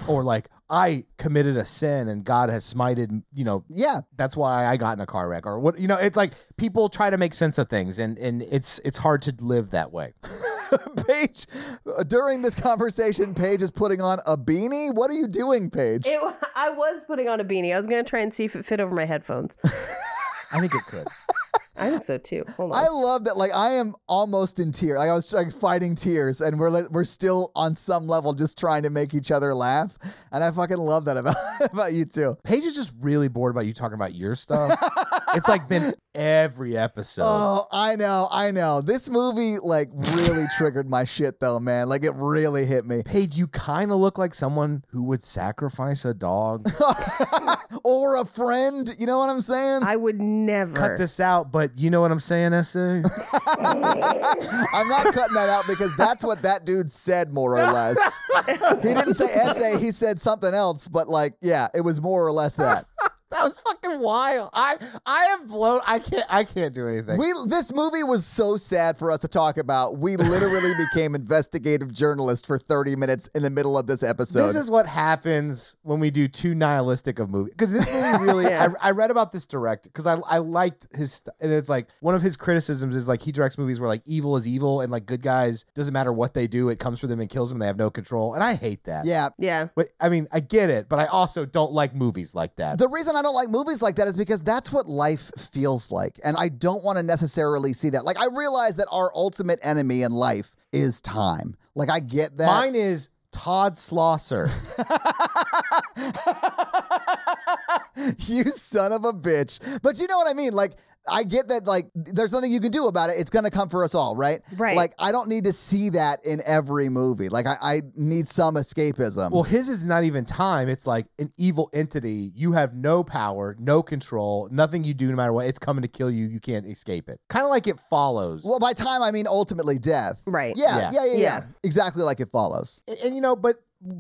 S8: or like I committed a sin and God has smited, you know,
S4: Yeah. <laughs>
S8: that's why I got in a car wreck, or what, you know, it's like people try to make sense of things, and and it's it's hard to live that way.
S4: Paige, uh, during this conversation, Paige is putting on a beanie. What are you doing, Paige?
S6: It, I was putting on a beanie. I was going to try and see if it fit over my headphones.
S8: <laughs> I think it could.
S6: I think so too. Hold on.
S4: I love that. Like I am almost in tears. Like I was like fighting tears, and we're like, we're still on some level just trying to make each other laugh. And I fucking love that about <laughs> about you too.
S8: Paige is just really bored about you talking about your stuff. it's like been every episode.
S4: Oh, I know, I know. This movie like
S8: <laughs>
S4: really triggered my shit though, man. Like it really hit me. <laughs>
S8: Paige, you kind of look like someone who would sacrifice a <laughs> dog.
S4: or a friend, you know what I'm saying?
S6: I would never.
S8: Cut this out, but you know what I'm saying, <laughs> Esther?
S4: I'm not cutting that out because that's what that dude said, more or less.
S8: <laughs>
S4: he didn't say essay, he said something else, but like, yeah, it was more or less that.
S8: that was fucking wild. I I am blown. I can't I can't do <laughs> anything.
S4: We this movie was so sad for us to talk about.
S8: <laughs>
S4: We literally became investigative journalists for 30 minutes in the middle of this episode.
S8: This is what happens when we do too nihilistic of movies. Because this movie really, I, I read about this director because I, I liked his, st- and it's like one of his criticisms is like he directs movies where like evil is evil and like good guys doesn't matter what they do, it comes for them and kills them. They have no control, and I hate that.
S4: yeah.
S6: yeah.
S8: but I mean, I get it, but I also don't like movies like that.
S4: The reason I don't like movies like that is because that's what life feels like and I don't want to necessarily see that. Like I realize that our ultimate enemy in life is time. Like I get that.
S8: Mine is Todd Slosser.
S4: <laughs> you son of a bitch. But you know what I mean? Like, I get that, like, there's nothing you can do about it. It's going to come for us all, right?
S6: Right.
S4: Like, I don't need to see that in every movie. Like, I, I need some escapism.
S8: well, his is not even time. It's like an evil entity. You have no power, no control, nothing you do, no matter what. It's coming to kill you. You can't escape it. Kind of like it follows.
S4: well, by time, I mean ultimately death.
S6: Right.
S4: Yeah, yeah, yeah, yeah.
S6: Yeah.
S4: Exactly like it follows.
S8: and, and, you know, but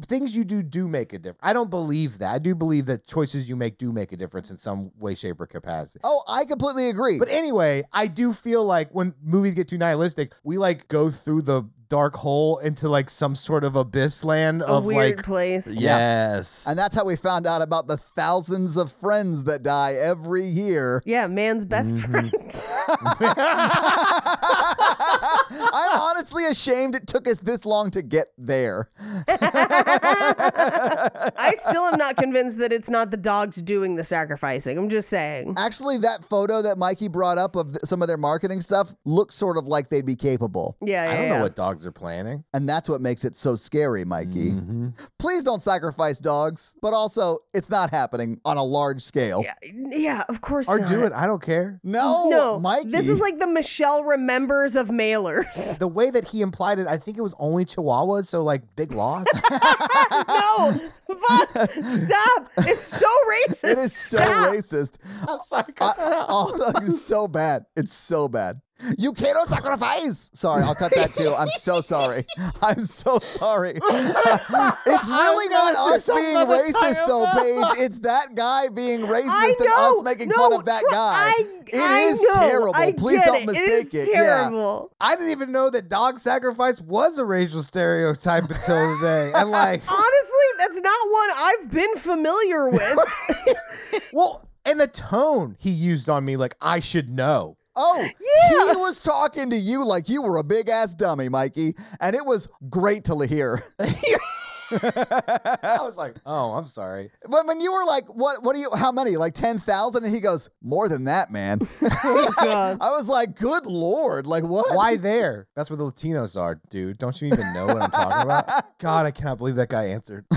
S8: things you do do make a difference. I don't believe that. I do believe that choices you make do make a difference in some way, shape, or capacity.
S4: Oh, I completely agree.
S8: But anyway, I do feel like when movies get too nihilistic, we like go through the dark hole into like some sort of abyss land
S6: A
S8: <laughs> of
S6: weird
S8: like
S6: place.
S8: yes.
S4: and that's how we found out about the thousands of friends that die every year.
S6: Yeah, man's best
S8: Mm-hmm.
S6: friend. <laughs>
S4: <laughs> I'm honestly ashamed it took us this long to get there.
S6: <laughs> I still am not convinced that it's not the dogs doing the sacrificing. I'm just saying.
S4: Actually, that photo that Mikey brought up of th- some of their marketing stuff looks sort of like they'd be capable.
S6: Yeah, yeah.
S8: I don't
S6: yeah.
S8: know what dogs are planning.
S4: And that's what makes it so scary, Mikey.
S8: Mm-hmm.
S4: Please don't sacrifice dogs, but also, it's not happening on a large scale.
S6: Yeah, of course.
S8: Or
S6: not.
S8: do it. I don't care.
S4: No,
S6: no,
S4: Mikey.
S6: This is like the Michelle remembers of mailers. <laughs>
S8: The way that he implied it, I think it was only Chihuahuas, so like big loss.
S6: <laughs> no,
S8: <laughs>
S6: fuck, stop! It's so racist.
S4: It is so
S6: Stop.
S4: racist.
S8: I'm sorry.
S6: <laughs>
S4: I, oh, it's so bad. It's so bad. You cannot sacrifice. Sorry, I'll cut that too. I'm so sorry. <laughs> I'm so sorry. <laughs> it's really
S8: I was
S4: not
S8: gonna
S4: us
S8: say
S4: being
S8: something at the
S4: racist
S8: time.
S6: <laughs>
S4: though, Paige. It's that guy being
S6: I
S4: racist and
S6: know.
S4: us making
S6: no,
S4: fun of that
S6: try-
S4: guy.
S6: I,
S4: It
S6: I
S4: is
S6: know.
S4: terrible.
S6: I
S4: Please
S6: get
S4: don't
S6: it.
S4: mistake
S6: It is
S4: it. Yeah.
S6: terrible.
S8: I didn't even know that dog sacrifice was a racial stereotype until today. And like,
S6: Honestly, that's not one I've been
S4: <laughs>
S6: familiar with.
S8: well, and the tone he used on me, like I should know.
S4: Oh,
S6: Yeah.
S4: he was talking to you like you were a big ass dummy, Mikey, and it was great to
S8: <laughs>
S4: hear.
S8: I was like, oh, I'm sorry.
S4: But when you were like, "What? What do you? How many? Like ten thousand? And he goes, "More than that,
S8: <laughs>
S4: man." I was like, "Good lord! Like what?
S8: Oh, Why there? That's where the Latinos are, dude. Don't you even know what I'm talking
S4: <laughs>
S8: about? God, I cannot believe that guy answered.
S4: <laughs>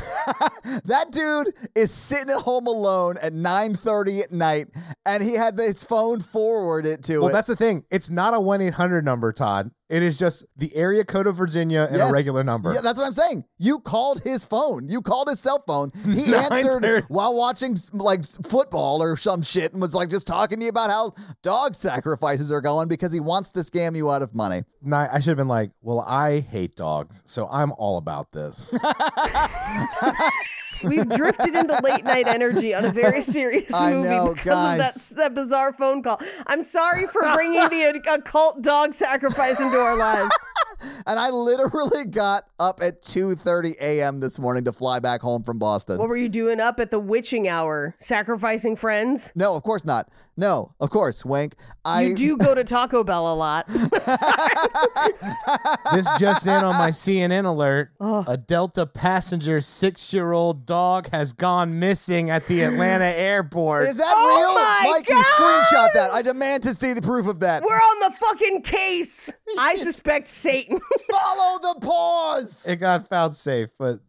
S4: that dude is sitting at home alone at nine thirty at night, and he had his phone forwarded to
S8: Well,
S4: it.
S8: that's the thing. It's not a 1 800 number, Todd. It is just the area code of Virginia and
S4: Yes.
S8: a regular number.
S4: Yeah, that's what I'm saying. You called his phone. You called his cell phone.
S8: <laughs>
S4: He
S8: Nine
S4: answered
S8: thirty.
S4: while watching s- like s- football or some shit and was like just talking to you about how dog sacrifices are going because he wants to scam you out of money.
S8: And I, I should have been like, well, I hate dogs, so I'm all about this.
S6: We've drifted into late night energy on
S4: <laughs>
S6: a very serious
S4: I
S6: movie
S4: know,
S6: because
S4: guys.
S6: of that, that bizarre phone call. I'm sorry for bringing the
S4: <laughs>
S6: ac- occult dog sacrifice into our lives.
S4: And I literally <laughs> got up at 2:30 a.m. this morning to fly back home from Boston.
S6: What were you doing up at the witching hour? Sacrificing friends?
S4: no, of course not. No, of course, wank. I
S6: You do go to Taco Bell a lot.
S8: this just in on <laughs> my CNN alert. A Delta passenger six year old dog has gone missing at the <laughs> Atlanta airport.
S4: <laughs> Is that
S6: Oh
S4: real?
S6: my
S4: Mikey,
S6: God!
S4: screenshot that. I demand to see the proof of that.
S6: We're on the fucking case.
S4: <laughs>
S6: I suspect Satan.
S4: Follow the pause.
S8: it got found safe, but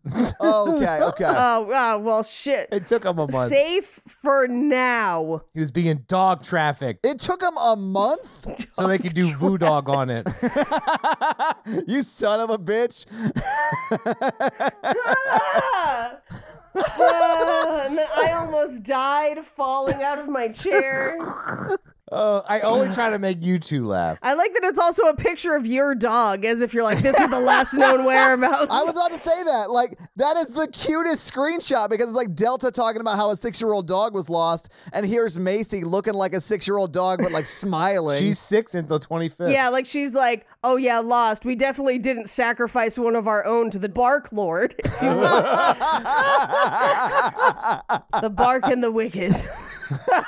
S4: okay,
S8: <laughs>
S4: okay.
S6: oh, uh, well, shit.
S8: it took him a month.
S6: Safe for <laughs> now.
S8: He was being dog trafficked
S4: It took him a
S6: <laughs>
S4: month.
S8: so they could do voodoo dog on it.
S4: <laughs> you son of a bitch.
S6: Ah! Ah, and then I almost died falling out of my chair.
S8: Oh, I only try to make you two laugh.
S6: I like that it's also a picture of your dog, as if you're like, this is the last known <laughs> whereabouts.
S4: I was about to say that. Like, that is the cutest screenshot because it's like Delta talking about how a six year old dog was lost, and here's Macy looking like a six year old dog, but
S6: <laughs>
S4: like smiling.
S8: She's
S4: <laughs>
S8: six until 25th.
S6: yeah, like she's like, oh yeah, lost. We definitely didn't sacrifice one of our own to the Bark Lord. <laughs> the Bark and the <laughs> Wicked. oh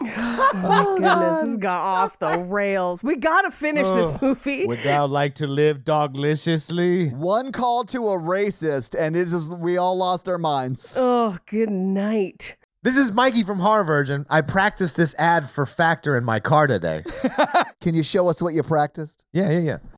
S6: my goodness, this has gone off the rails. We gotta finish this movie.
S8: Would thou like to live dogliciously?
S4: One call to a racist, and it's just, we all lost our minds.
S6: Oh, good night.
S8: This is Mikey from Horror Virgin. I practiced this ad for Factor in my car today.
S4: Can you show us what you practiced?
S8: Yeah, yeah, yeah.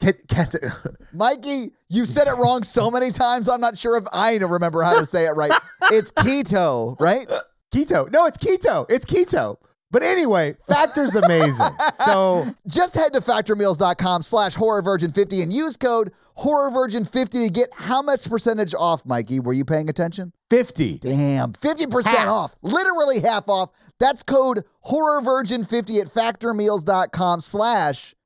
S8: Ket- keto.
S4: Mikey, you said it wrong so many times, I'm not sure if I remember how to say it right. It's keto, right?
S8: keto. No, it's keto. It's keto. But anyway, Factor's amazing. so
S4: Just head to factormeals.com slash horrorvirgin50 and use code horrorvirgin50 to get how much percentage off, Mikey? Were you paying attention?
S8: 50.
S4: Damn, 50%
S8: Half.
S4: off. Literally half off. That's code HorrorVirgin50 at factormeals.com slash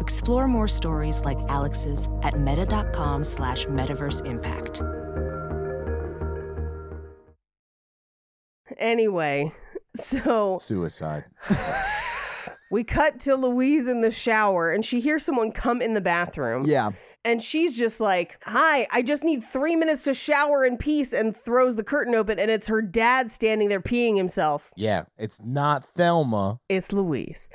S2: Explore more stories like Alex's at meta.com slash metaverse impact.
S6: Anyway, <laughs> so
S8: Suicide.
S6: <laughs> we cut to Louise in the shower and she hears someone come in the bathroom.
S4: <laughs> Yeah.
S6: And she's just like, Hi, I just need three minutes to shower in peace and throws the curtain open and it's her dad standing there peeing himself.
S8: Yeah, it's not Thelma.
S6: It's Louise.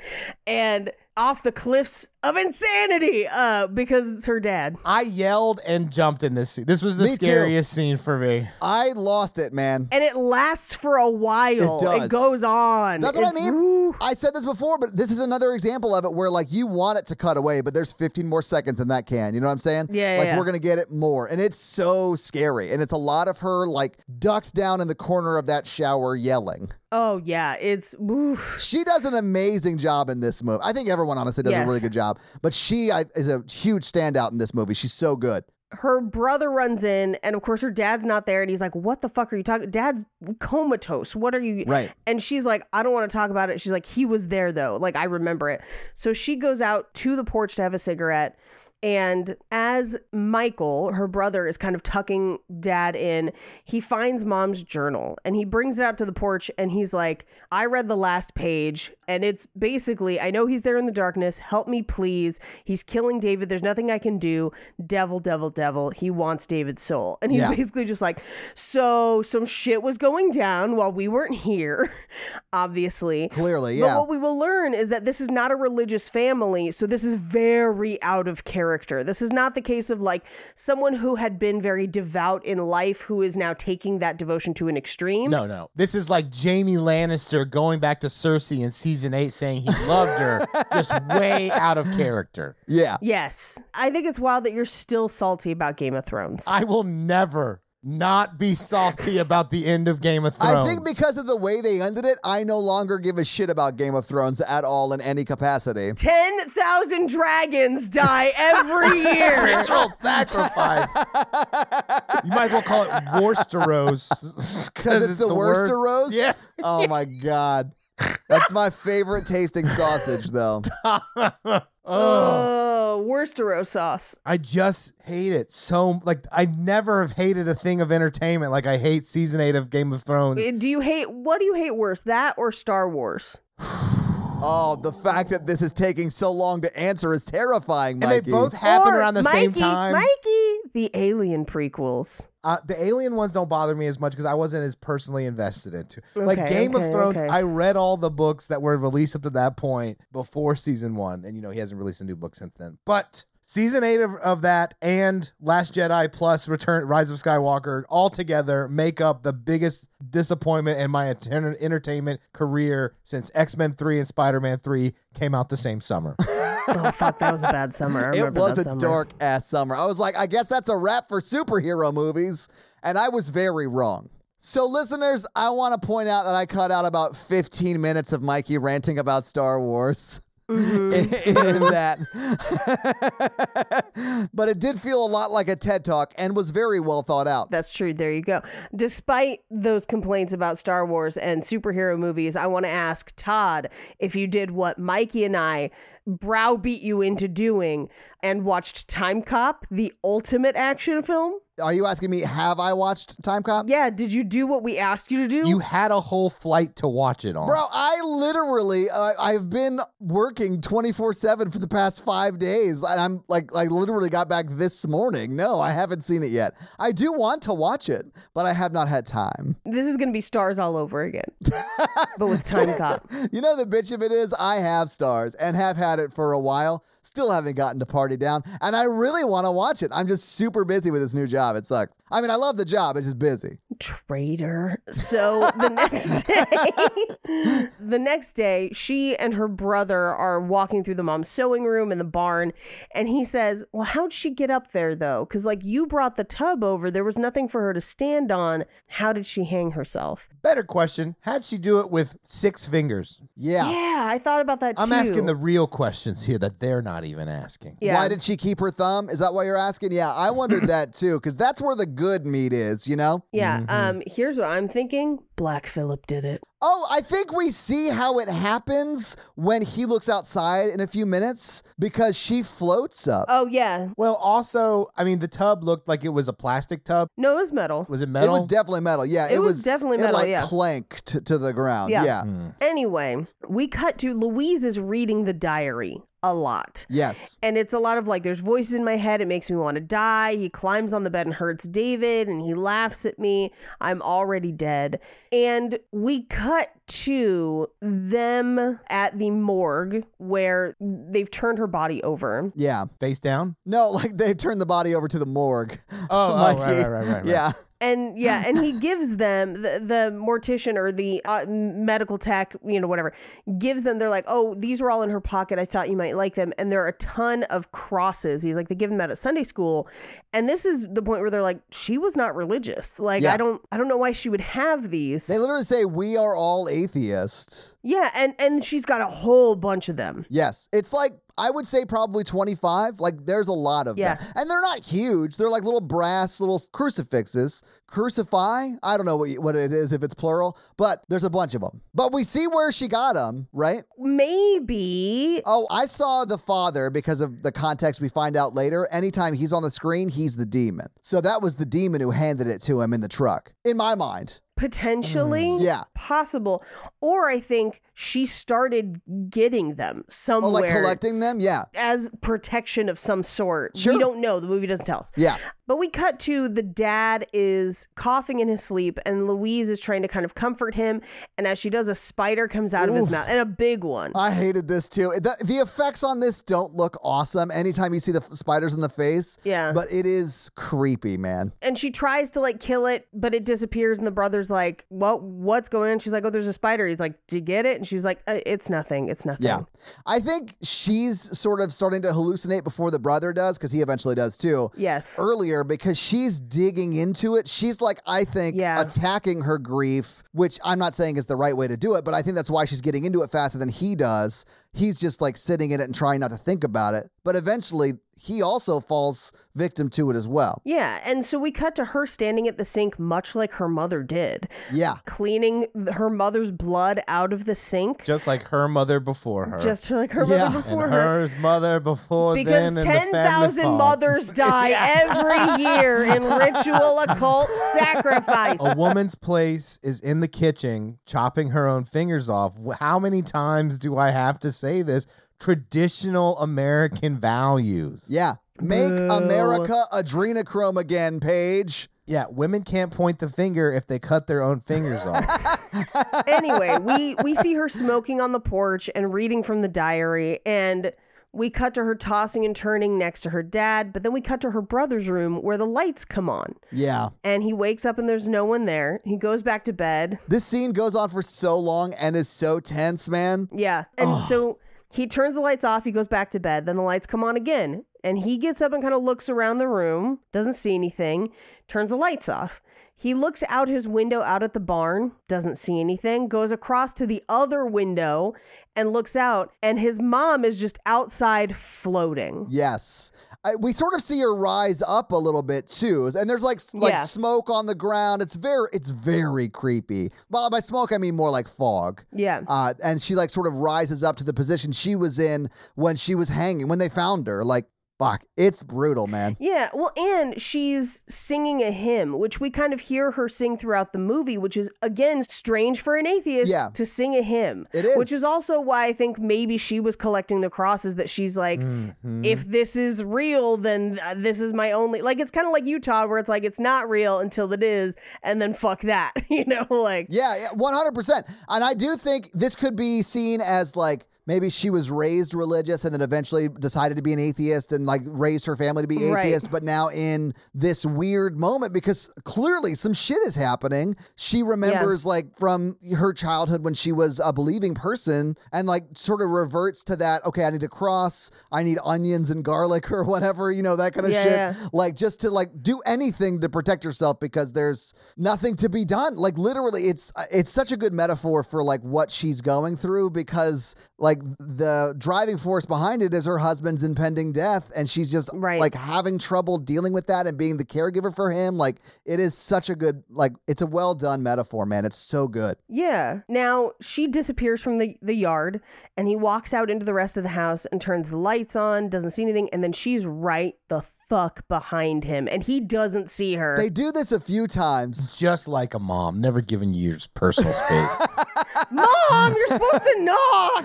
S6: And off the cliffs of insanity, uh, because it's her dad.
S8: I yelled and jumped in this scene. This was the
S4: Me too.
S8: scariest scene for me.
S4: I lost it, man.
S6: And it lasts for a while.
S4: It does.
S6: goes on.
S4: That's what I
S6: It's-
S4: mean. I said this before, but this is another example of it where like you want it to cut away, but there's 15 more seconds in that can. You know what I'm saying?
S6: Yeah, yeah,
S4: Like
S6: yeah.
S4: we're gonna get it more, and it's so scary, and it's a lot of her like ducks down in the corner of that shower yelling.
S6: Oh yeah, it's oof.
S4: She does an amazing job in this movie. I think everyone honestly does a
S6: Yes.
S4: really good job, but she I, is a huge standout in this movie. She's so good.
S6: her brother runs in and of course her dad's not there and he's like what the fuck are you talking dad's comatose what are you
S4: Right.
S6: and she's like i don't want to talk about it she's like he was there though like i remember it so she goes out to the porch to have a cigarette and as michael her brother is kind of tucking dad in he finds mom's journal and he brings it out to the porch and he's like i read the last page and it's basically i know he's there in the darkness help me please he's killing david there's nothing i can do devil devil devil he wants david's soul and he's
S4: Yeah.
S6: basically just like so some shit was going down while we weren't here <laughs> obviously
S4: Clearly,
S6: but
S4: yeah.
S6: what we will learn is that this is not a religious family, so this is very out of character. This is not the case of like someone who had been very devout in life who is now taking that devotion to an
S8: <laughs>
S6: extreme.
S8: No, no. This is like Jamie Lannister going back to Cersei in season eight saying he loved her, just way out of character.
S4: Yeah.
S6: Yes. I think it's wild that you're still salty about Game of Thrones.
S8: I will never not be salty about the end of Game of Thrones.
S4: I think because of the way they ended it, I no longer give a shit about Game of Thrones at all in
S8: <laughs>
S4: any capacity.
S6: 10,000 dragons die every year.
S8: Ritual sacrifice. you might as well call it Worsteros
S4: Because it's, the, worst
S8: word-
S4: of roast?
S8: Yeah.
S4: Oh
S8: <laughs>
S4: my god. That's my favorite tasting sausage
S8: <laughs>
S4: though.
S8: Ugh.
S6: Oh, Worstero sauce.
S8: I just hate it so like I never have hated a thing of entertainment like I hate season 8 of Game of Thrones.
S6: Eh, Do you hate what do you hate worse, that or Star Wars?
S4: Oh, the fact that this is taking so long to answer is terrifying,
S8: and
S4: Mikey.
S8: they both happen
S6: Or
S8: around the same
S6: Mikey-
S8: time.
S6: Mikey, the Alien prequels.
S8: Uh, the alien ones don't bother me as much because I wasn't as personally invested into. like
S6: Okay,
S8: Game of
S6: okay,
S8: Thrones,
S6: okay.
S8: I read all the books that were released up to that point before season one, and you know he hasn't released a new book since then. But season eight of, of that and Last Jedi plus Return Rise of Skywalker all together make up the biggest disappointment in my enter- entertainment career since X Men three and Spider Man three came out the same
S6: <laughs>
S8: summer.
S6: oh fuck, that was a bad summer. I
S4: it
S6: remember
S4: was
S6: that
S4: a
S6: summer.
S4: dark ass summer. I was like, I guess that's a wrap for superhero movies, and I was very wrong. So, listeners, I want to point out that I cut out about 15 minutes of Mikey ranting about Star Wars. <laughs>
S6: Mm-hmm.
S4: in, in that. <laughs> but it did feel a lot like a TED talk and was very well thought out.
S6: That's true. There you go. Despite those complaints about Star Wars and superhero movies, I want to ask Todd if you did what Mikey and I browbeat you into doing and watched Time Cop, the ultimate action film.
S4: Are you asking me, have I watched Time Cop?
S6: Yeah, did you do what we asked you to do?
S8: you had a whole flight to watch it on.
S4: Bro, I literally, uh, I've been working 24 7 for the past five days. And I'm like, I literally got back this morning. No, I haven't seen it yet. I do want to watch it, but I have not had time.
S6: this is going to be stars all over again, but
S8: <laughs>
S4: <laughs>
S6: with Time Cop.
S4: You know, the bitch of it is, I have stars and have had it for a while. Still haven't gotten to party down. And I really want to watch it. I'm just super busy with this new job. It sucks. I mean, I love the job, it's just busy.
S6: traitor. So
S8: <laughs>
S6: the next day, the next day, she and her brother are walking through the mom's sewing room in the barn, and he says, "Well, how'd she get up there though? Because like you brought the tub over, there was nothing for her to stand on. How did she hang herself?"
S8: Better question. How'd she do it with six fingers?
S4: Yeah.
S6: Yeah, I thought about that.
S8: I'm
S6: too.
S8: asking the real questions here that they're not even asking.
S4: Why did she keep her thumb? Is that why you're asking? Yeah, I
S6: <clears throat>
S4: wondered that too, because that's where the good meat is, you know?
S6: Yeah.
S8: Mm-hmm.
S6: Um. Here's what I'm thinking. Black Phillip did it.
S4: Oh, I think we see how it happens when he looks outside in a few minutes because she floats up.
S6: Oh yeah.
S8: Well, also, I mean, the tub looked like it was a plastic tub.
S6: No, it was metal.
S8: Was it
S4: it
S8: metal?
S4: was definitely metal. Yeah,
S6: It was definitely
S4: it,
S6: metal,
S4: Like
S6: yeah.
S4: clanked to the ground. Yeah.
S6: Yeah.
S8: Hmm.
S6: Anyway, we cut to Louise is reading the diary a lot.
S4: Yes.
S6: And it's a lot of like, there's voices in my head. It makes me want to die. He climbs on the bed and hurts David, and he laughs at me. I'm already dead. And we cut to them at the morgue where they've turned her body over.
S4: Yeah.
S8: Face down?
S4: No, <laughs> like they turned the body over to the morgue. <laughs> Oh,
S8: oh, right, right, right, right, right.
S4: Yeah.
S6: and yeah and he gives them the, the mortician or the uh, medical tech you know whatever gives them they're like oh these were all in her pocket i thought you might like them and there are a ton of crosses he's like they give them out at sunday school and this is the point where they're like she was not religious like
S4: Yeah.
S6: i don't i don't know why she would have these
S4: They literally say, We are all atheists.
S6: yeah and and she's got a whole bunch of them
S4: Yes. It's like, I would say probably 25. Like, there's a lot of
S6: Yeah.
S4: them. And they're not huge. They're like little brass, little crucifixes. Crucify? I don't know what, you- what it is if it's plural, but there's a bunch of them. But we see where she got them, right?
S6: maybe
S4: Oh, I saw the father because of the context we find out later. Anytime he's on the screen, he's the demon. So that was the demon who handed it to him in the truck, in my mind.
S6: potentially
S4: Mm, Yeah.
S6: possible or i think she started getting them somewhere
S4: Oh, like collecting them? Yeah.
S6: as protection of some sort.
S4: Sure.
S6: We don't know. The movie doesn't tell us.
S4: Yeah.
S6: But we cut to the dad is coughing in his sleep, and Louise is trying to kind of comfort him. And as she does, a spider comes out of his
S4: Oof. Uh.
S6: mouth and a big one.
S4: I hated this too. The, the effects on this don't look awesome anytime you see the f- spiders in the face.
S6: Yeah.
S4: But it is creepy, man.
S6: and she tries to like kill it, but it disappears. And the brother's like, "What? What's going on?" She's like, "Oh, there's a spider." He's like, "Do you get it?" And she's like, "Uh, "It's nothing. It's nothing."
S4: Yeah. I think she's sort of starting to hallucinate before the brother does, because he eventually does too.
S6: Yes.
S4: Earlier, because she's digging into it. She's like, I think,
S6: Yeah.
S4: attacking her grief, which I'm not saying is the right way to do it, but I think that's why she's getting into it faster than he does. He's just like sitting in it and trying not to think about it. But eventually, he also falls victim to it as well.
S6: Yeah, and so we cut to her standing at the sink, much like her mother did,
S4: Yeah.
S6: cleaning th- her mother's blood out of the sink.
S8: Just like her mother before her.
S6: just her, like her
S4: Yeah.
S6: mother before
S8: and
S6: her.
S8: hers mother before
S6: Because
S8: then and the family
S6: 10,000
S8: farm.
S6: mothers
S8: <laughs>
S6: die every year in ritual occult sacrifice.
S8: a woman's place is in the kitchen chopping her own fingers off. Wh- How many times do I have to say this? Traditional American values.
S4: Yeah. Make
S6: Boo.
S4: America adrenochrome again, Paige.
S8: Yeah, women can't point the finger if they cut their own fingers off.
S6: Anyway, we, we see her smoking on the porch and reading from the diary, and we cut to her tossing and turning next to her dad, but then we cut to her brother's room where the lights come on.
S4: <laughs> Yeah.
S6: And he wakes up and there's no one there. He goes back to bed.
S4: This scene goes on for so long and is so tense, man.
S6: Yeah. And so he turns the lights off, he goes back to bed, then the lights come on again. And he gets up and kind of looks around the room, doesn't see anything, turns the lights off. He looks out his window out at the barn, doesn't see anything, goes across to the other window and looks out, and his mom is just outside floating.
S4: Yes. I, we sort of see her rise up a little bit too. And there's like s- like
S6: Yeah.
S4: smoke on the ground. It's very it's very creepy. Well, by smoke I mean more like fog.
S6: Yeah.
S4: Uh, and she like sort of rises up to the position she was in when she was hanging when they found her. Like fuck, it's brutal, man.
S6: Yeah, well, and she's singing a hymn, which we kind of hear her sing throughout the movie, which is again strange for an atheist
S4: Yeah.
S6: to sing a hymn.
S4: It is.
S6: which is also why I think maybe she was collecting the crosses that she's like,
S4: Mm-hmm.
S8: Mm-hmm.
S6: if this is real, then uh, this is my only. Like it's kind of like Utah, where it's like it's not real until it is, and then fuck that, <laughs> you know, like
S4: Yeah, yeah, 100%. And I do think this could be seen as like maybe she was raised religious and then eventually decided to be an atheist and like raised her family to be
S6: Right.
S4: atheist, but now in this weird moment because clearly some shit is happening. She remembers like from her childhood when she was a believing person and like sort of reverts to that, okay, I need a cross, I need onions and garlic <laughs> or whatever, you know, that kind of
S6: Yeah,
S4: shit
S6: yeah.
S4: like just to like do anything to protect yourself because there's nothing to be done like literally it's it's such a good metaphor for like what she's going through because like the driving force behind it is her husband's impending death and she's just like having trouble dealing with that and being the caregiver for him like it is such a good like it's a well done metaphor man it's so good
S6: Yeah. Now she disappears from the, the yard and he walks out into the rest of the house and turns the lights on, doesn't see anything, and then she's right the fuck behind him and he doesn't see her.
S4: They do this a few times.
S8: Just like a mom, never giving you your personal space.
S6: Mom, you're supposed to knock.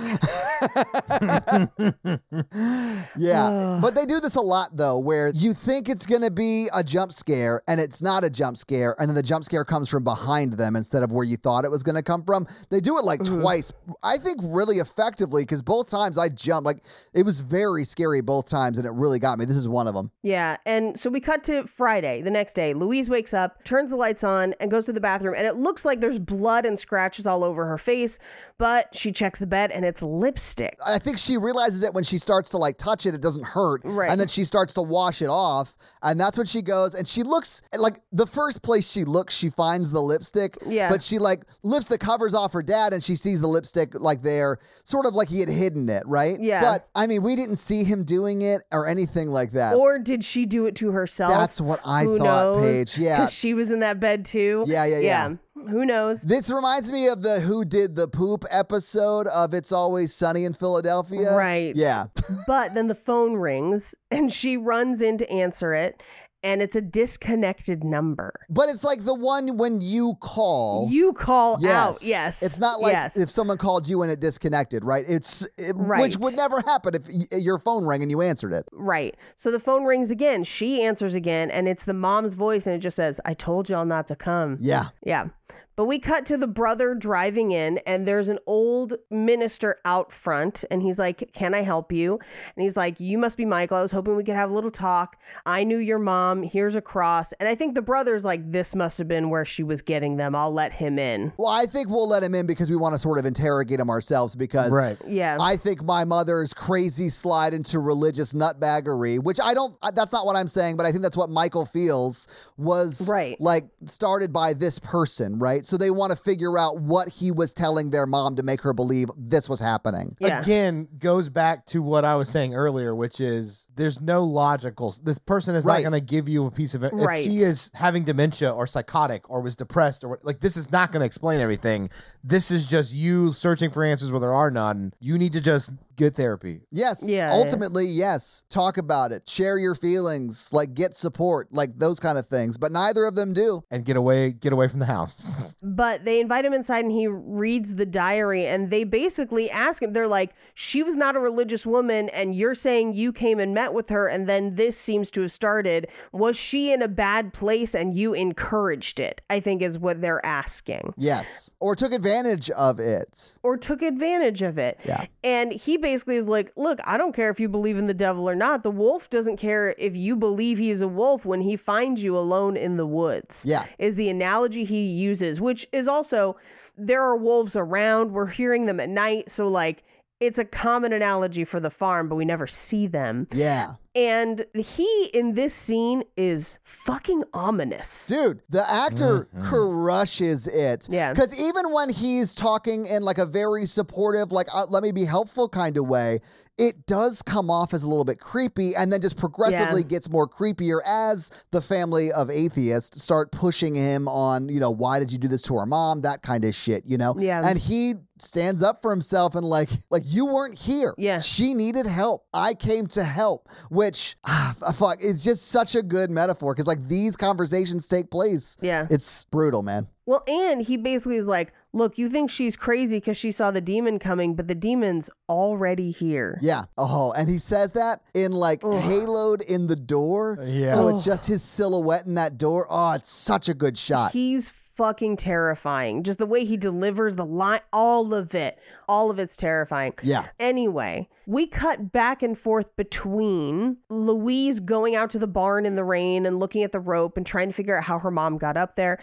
S4: Yeah. but they do this a lot though, where you think it's gonna be a jump scare and it's not a jump scare, and then the jump scare comes from behind them instead of where you thought it was gonna come from. They do it like twice, I think really effectively, because both times I jumped, like it was very scary both times, and it really got me. This is one of them.
S6: Yeah. And so we cut to Friday, the next day. Louise wakes up, turns the lights on, and goes to the bathroom. And it looks like there's blood and scratches all over her face, but she checks the bed and it's lipstick.
S4: I think she realizes it when she starts to like touch it, it doesn't hurt.
S6: Right.
S4: And then she starts to wash it off. And that's when she goes and she looks like the first place she looks, she finds the lipstick.
S6: Yeah.
S4: But she like lifts the covers off her dad and she sees the lipstick like there, sort of like he had hidden it, right?
S6: Yeah.
S4: But I mean, we didn't see him doing it or anything like that.
S6: Or did she do it to herself?
S4: That's what I thought, Paige. Yeah.
S6: Because she was in that bed too.
S4: Yeah, yeah, yeah.
S6: Who knows?
S4: this reminds me of the Who Did the Poop episode of It's Always Sunny in Philadelphia.
S6: Right.
S4: Yeah. <laughs>
S6: but then the phone rings and she runs in to answer it, and it's a disconnected number.
S4: But it's like the one when you call.
S6: You call out. Yes.
S4: It's not like
S6: Yes.
S4: if someone called you and it disconnected, right? It's it,
S6: Right.
S4: which would never happen if y- your phone rang and you answered it.
S6: Right. So the phone rings again. She answers again, and it's the mom's voice, and it just says, I told y'all not to come.
S4: Yeah.
S6: Yeah. But we cut to the brother driving in, and there's an old minister out front, and he's like, Can I help you? And he's like, You must be Michael. I was hoping we could have a little talk. I knew your mom. Here's a cross. And I think the brother's like, This must have been where she was getting them. I'll let him in.
S4: Well, I think we'll let him in because we want to sort of interrogate him ourselves because
S8: Right.
S6: Yeah.
S4: I think my mother's crazy slide into religious nutbaggery, which I don't I- that's not what I'm saying, but I think that's what Michael feels was
S6: Right.
S4: like started by this person, right? So they want to figure out what he was telling their mom to make her believe this was happening.
S8: Again, goes back to what I was saying earlier, which is there's no logical. This person is
S4: Right.
S8: not going to give you a piece of.
S6: Right.
S8: If she is having dementia or psychotic or was depressed or what- like this is not going to explain everything. This is just you searching for answers where there are none. You need to just get therapy.
S4: Yes.
S6: Yeah, yeah.
S4: Ultimately, yes. Talk about it. Share your feelings. Like get support. Like those kind of things. But neither of them do.
S8: and get away get away from the house.
S6: But they invite him inside and he reads the diary and they basically ask him, they're like, she was not a religious woman and you're saying you came and met with her and then this seems to have started. Was she in a bad place and you encouraged it? I think is what they're asking
S4: Yes. Or took advantage of it.
S6: or took advantage of it.
S4: Yeah.
S6: And he basically is like, Look, I don't care if you believe in the devil or not. The wolf doesn't care if you believe he's a wolf when he finds you alone in the woods.
S4: Yeah.
S6: Is the analogy he uses, which is also there are wolves around. We're hearing them at night. So, like, it's a common analogy for the farm, but we never see them.
S4: Yeah.
S6: And he in this scene is fucking ominous.
S4: Dude, the actor crushes it.
S6: Mm-hmm. Yeah.
S4: Because even when he's talking in like a very supportive, like uh, let me be helpful kind of way, it does come off as a little bit creepy, and then just progressively
S6: Yeah.
S4: gets more creepier as the family of atheists start pushing him on, you know, why did you do this to our mom? That kind of shit, you know.
S6: Yeah.
S4: And he stands up for himself and like, like you weren't here.
S6: Yeah.
S4: She needed help. I came to help, which ah, f- fuck, it's just such a good metaphor because like these conversations take place.
S6: Yeah.
S4: It's brutal, man.
S6: Well, and he basically is like, look, you think she's crazy because she saw the demon coming, but the demon's already here.
S4: Yeah. Oh, and he says that in like haloed in the door.
S8: Yeah.
S4: So it's just his silhouette in that door. Oh, it's such a good shot.
S6: He's fucking terrifying. Just the way he delivers the line, all of it, all of it's terrifying.
S4: Yeah.
S6: Anyway, we cut back and forth between Louise going out to the barn in the rain and looking at the rope and trying to figure out how her mom got up there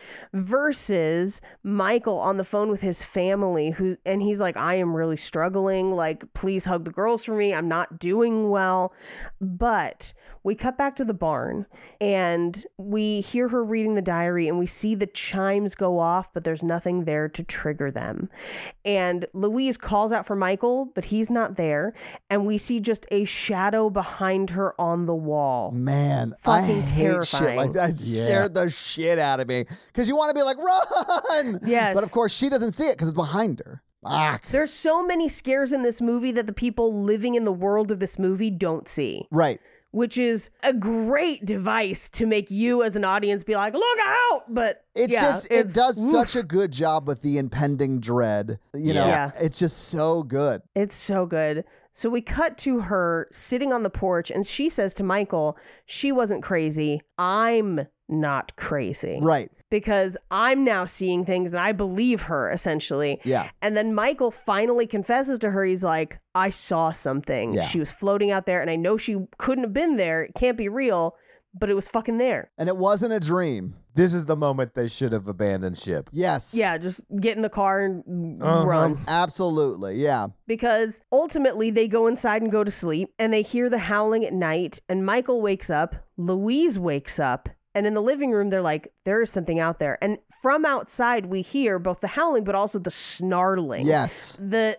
S6: versus Michael on the phone with his family who and he's like I am really struggling, like please hug the girls for me. I'm not doing well. But we cut back to the barn and we hear her reading the diary and we see the chimes go off, but there's nothing there to trigger them. And Louise calls out for Michael, but he's not there. And we see just a shadow behind her on the wall.
S4: Man, I
S6: fucking
S4: hate
S6: terrifying.
S4: shit like that. It Scared the shit out of me because you want to be like run.
S6: Yes.
S4: but of course she doesn't see it because it's behind her. Ah,
S6: There's so many scares in this movie that the people living in the world of this movie don't see.
S4: right.
S6: Which is a great device to make you as an audience be like, look out! But
S4: It's
S6: yeah,
S4: just it does
S6: oof.
S4: such a good job with the impending dread. You know,
S6: Yeah.
S4: it's just so good.
S6: It's so good. So we cut to her sitting on the porch, and she says to Michael, She wasn't crazy. I'm not crazy.
S4: Right.
S6: Because I'm now seeing things and I believe her, essentially.
S4: Yeah.
S6: And then Michael finally confesses to her, He's like, I saw something.
S4: Yeah.
S6: She was floating out there, and I know she couldn't have been there. It can't be real, but it was fucking there.
S4: And it wasn't a dream.
S8: This is the moment they should have abandoned ship.
S4: Yes.
S6: Yeah, just get in the car and
S8: Uh-huh.
S6: run.
S4: Absolutely. Yeah.
S6: because ultimately they go inside and go to sleep and they hear the howling at night and Michael wakes up, Louise wakes up, and in the living room they're like there is something out there. And from outside we hear both the howling but also the snarling.
S4: Yes.
S6: The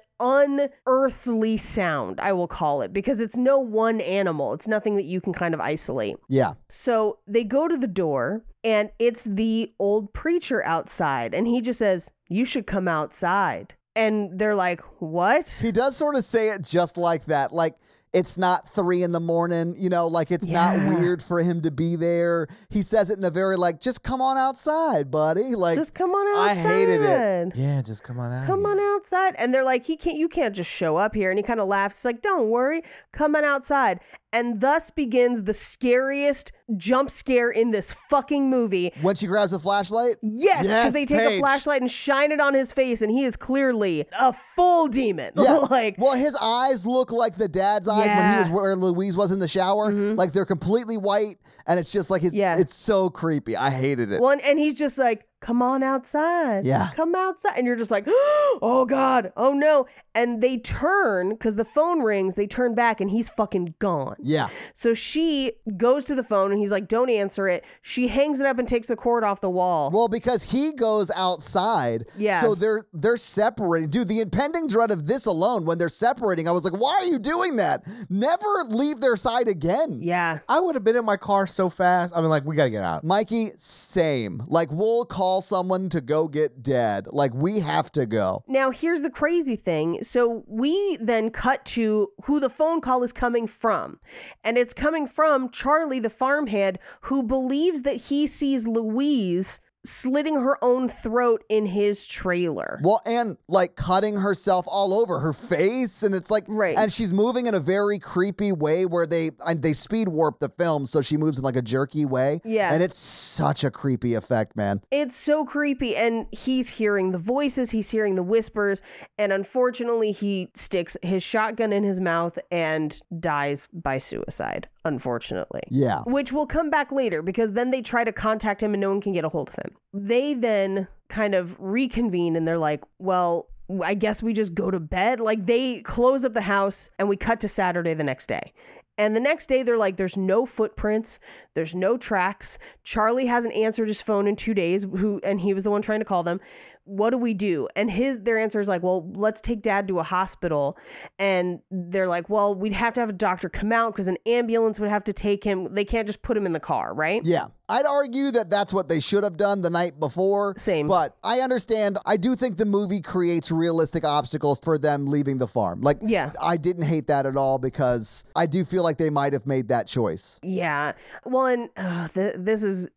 S6: unearthly sound, I will call it, because it's no one animal. It's nothing that you can kind of isolate.
S4: Yeah.
S6: So they go to the door, and it's the old preacher outside, and he just says, You should come outside. And they're like, What?
S4: He does sort of say it just like that. Like it's not three in the morning, you know, like it's
S6: Yeah.
S4: not weird for him to be there. He says it in a very like, just come on outside, buddy. Like
S6: just come on
S4: I
S6: outside.
S4: hated it.
S8: Yeah, just come on out.
S6: Come on outside. And they're like, he can't you can't just show up here. And he kind of laughs. He's like, Don't worry, come on outside. And thus begins the scariest jump scare in this fucking movie.
S4: When she grabs a flashlight?
S6: Yes, because
S4: Yes,
S6: they take a
S4: Paige.
S6: flashlight and shine it on his face, and he is clearly a full demon.
S4: Yeah.
S6: <laughs> like
S4: well, his eyes look like the dad's eyes
S6: Yeah. Mm-hmm.
S4: when he was where Louise was in the shower. Like they're completely white, and it's just like his.
S6: Yeah.
S4: It's so creepy. I hated it.
S6: One and he's just like, "Come on outside,
S4: Yeah.
S6: come outside," and you're just like, <gasps> "Oh God, oh no!" And they turn because the phone rings. They turn back and he's fucking gone.
S4: Yeah.
S6: So she goes to the phone and he's like, "Don't answer it." She hangs it up and takes the cord off the wall.
S4: Well, because he goes outside.
S6: Yeah.
S4: So they're they're separating. Dude, the impending dread of this alone when they're separating, I was like, why are you doing that? Never leave their side again.
S6: yeah,
S8: I would have been in my car so fast. I mean, like, we got to get out.
S4: Mikey, same. Like we'll call someone to go get dad. Like we have to go.
S6: Now, here's the crazy thing. So, we then cut to who the phone call is coming from. And it's coming from Charlie, the farmhand, who believes that he sees Louise slitting her own throat in his trailer.
S4: Well, and like cutting herself all over her face, and it's like,
S6: Right.
S4: And she's moving in a very creepy way where they and they speed warp the film, so she moves in like a jerky way.
S6: Yeah.
S4: and it's such a creepy effect, man.
S6: It's so creepy. And he's hearing the voices, he's hearing the whispers. And unfortunately, he sticks his shotgun in his mouth and dies by suicide, unfortunately.
S4: Yeah,
S6: Which will come back later because then they try to contact him and no one can get a hold of him. They then kind of reconvene and they're like, well, I guess we just go to bed. Like they close up the house and we cut to Saturday the next day. And the next day they're like, there's no footprints, there's no tracks. Charlie hasn't answered his phone in two days, who and he was the one trying to call them. What do we do? And his their answer is like, well, let's take dad to a hospital. And they're like, well, we'd have to have a doctor come out because an ambulance would have to take him. They can't just put him in the car, right?
S4: yeah. I'd argue that that's what they should have done the night before.
S6: Same.
S4: but I understand. I do think the movie creates realistic obstacles for them leaving the farm. Like,
S6: Yeah.
S4: I didn't hate that at all because I do feel like they might have made that choice.
S6: Yeah. Well, and ugh, th- this is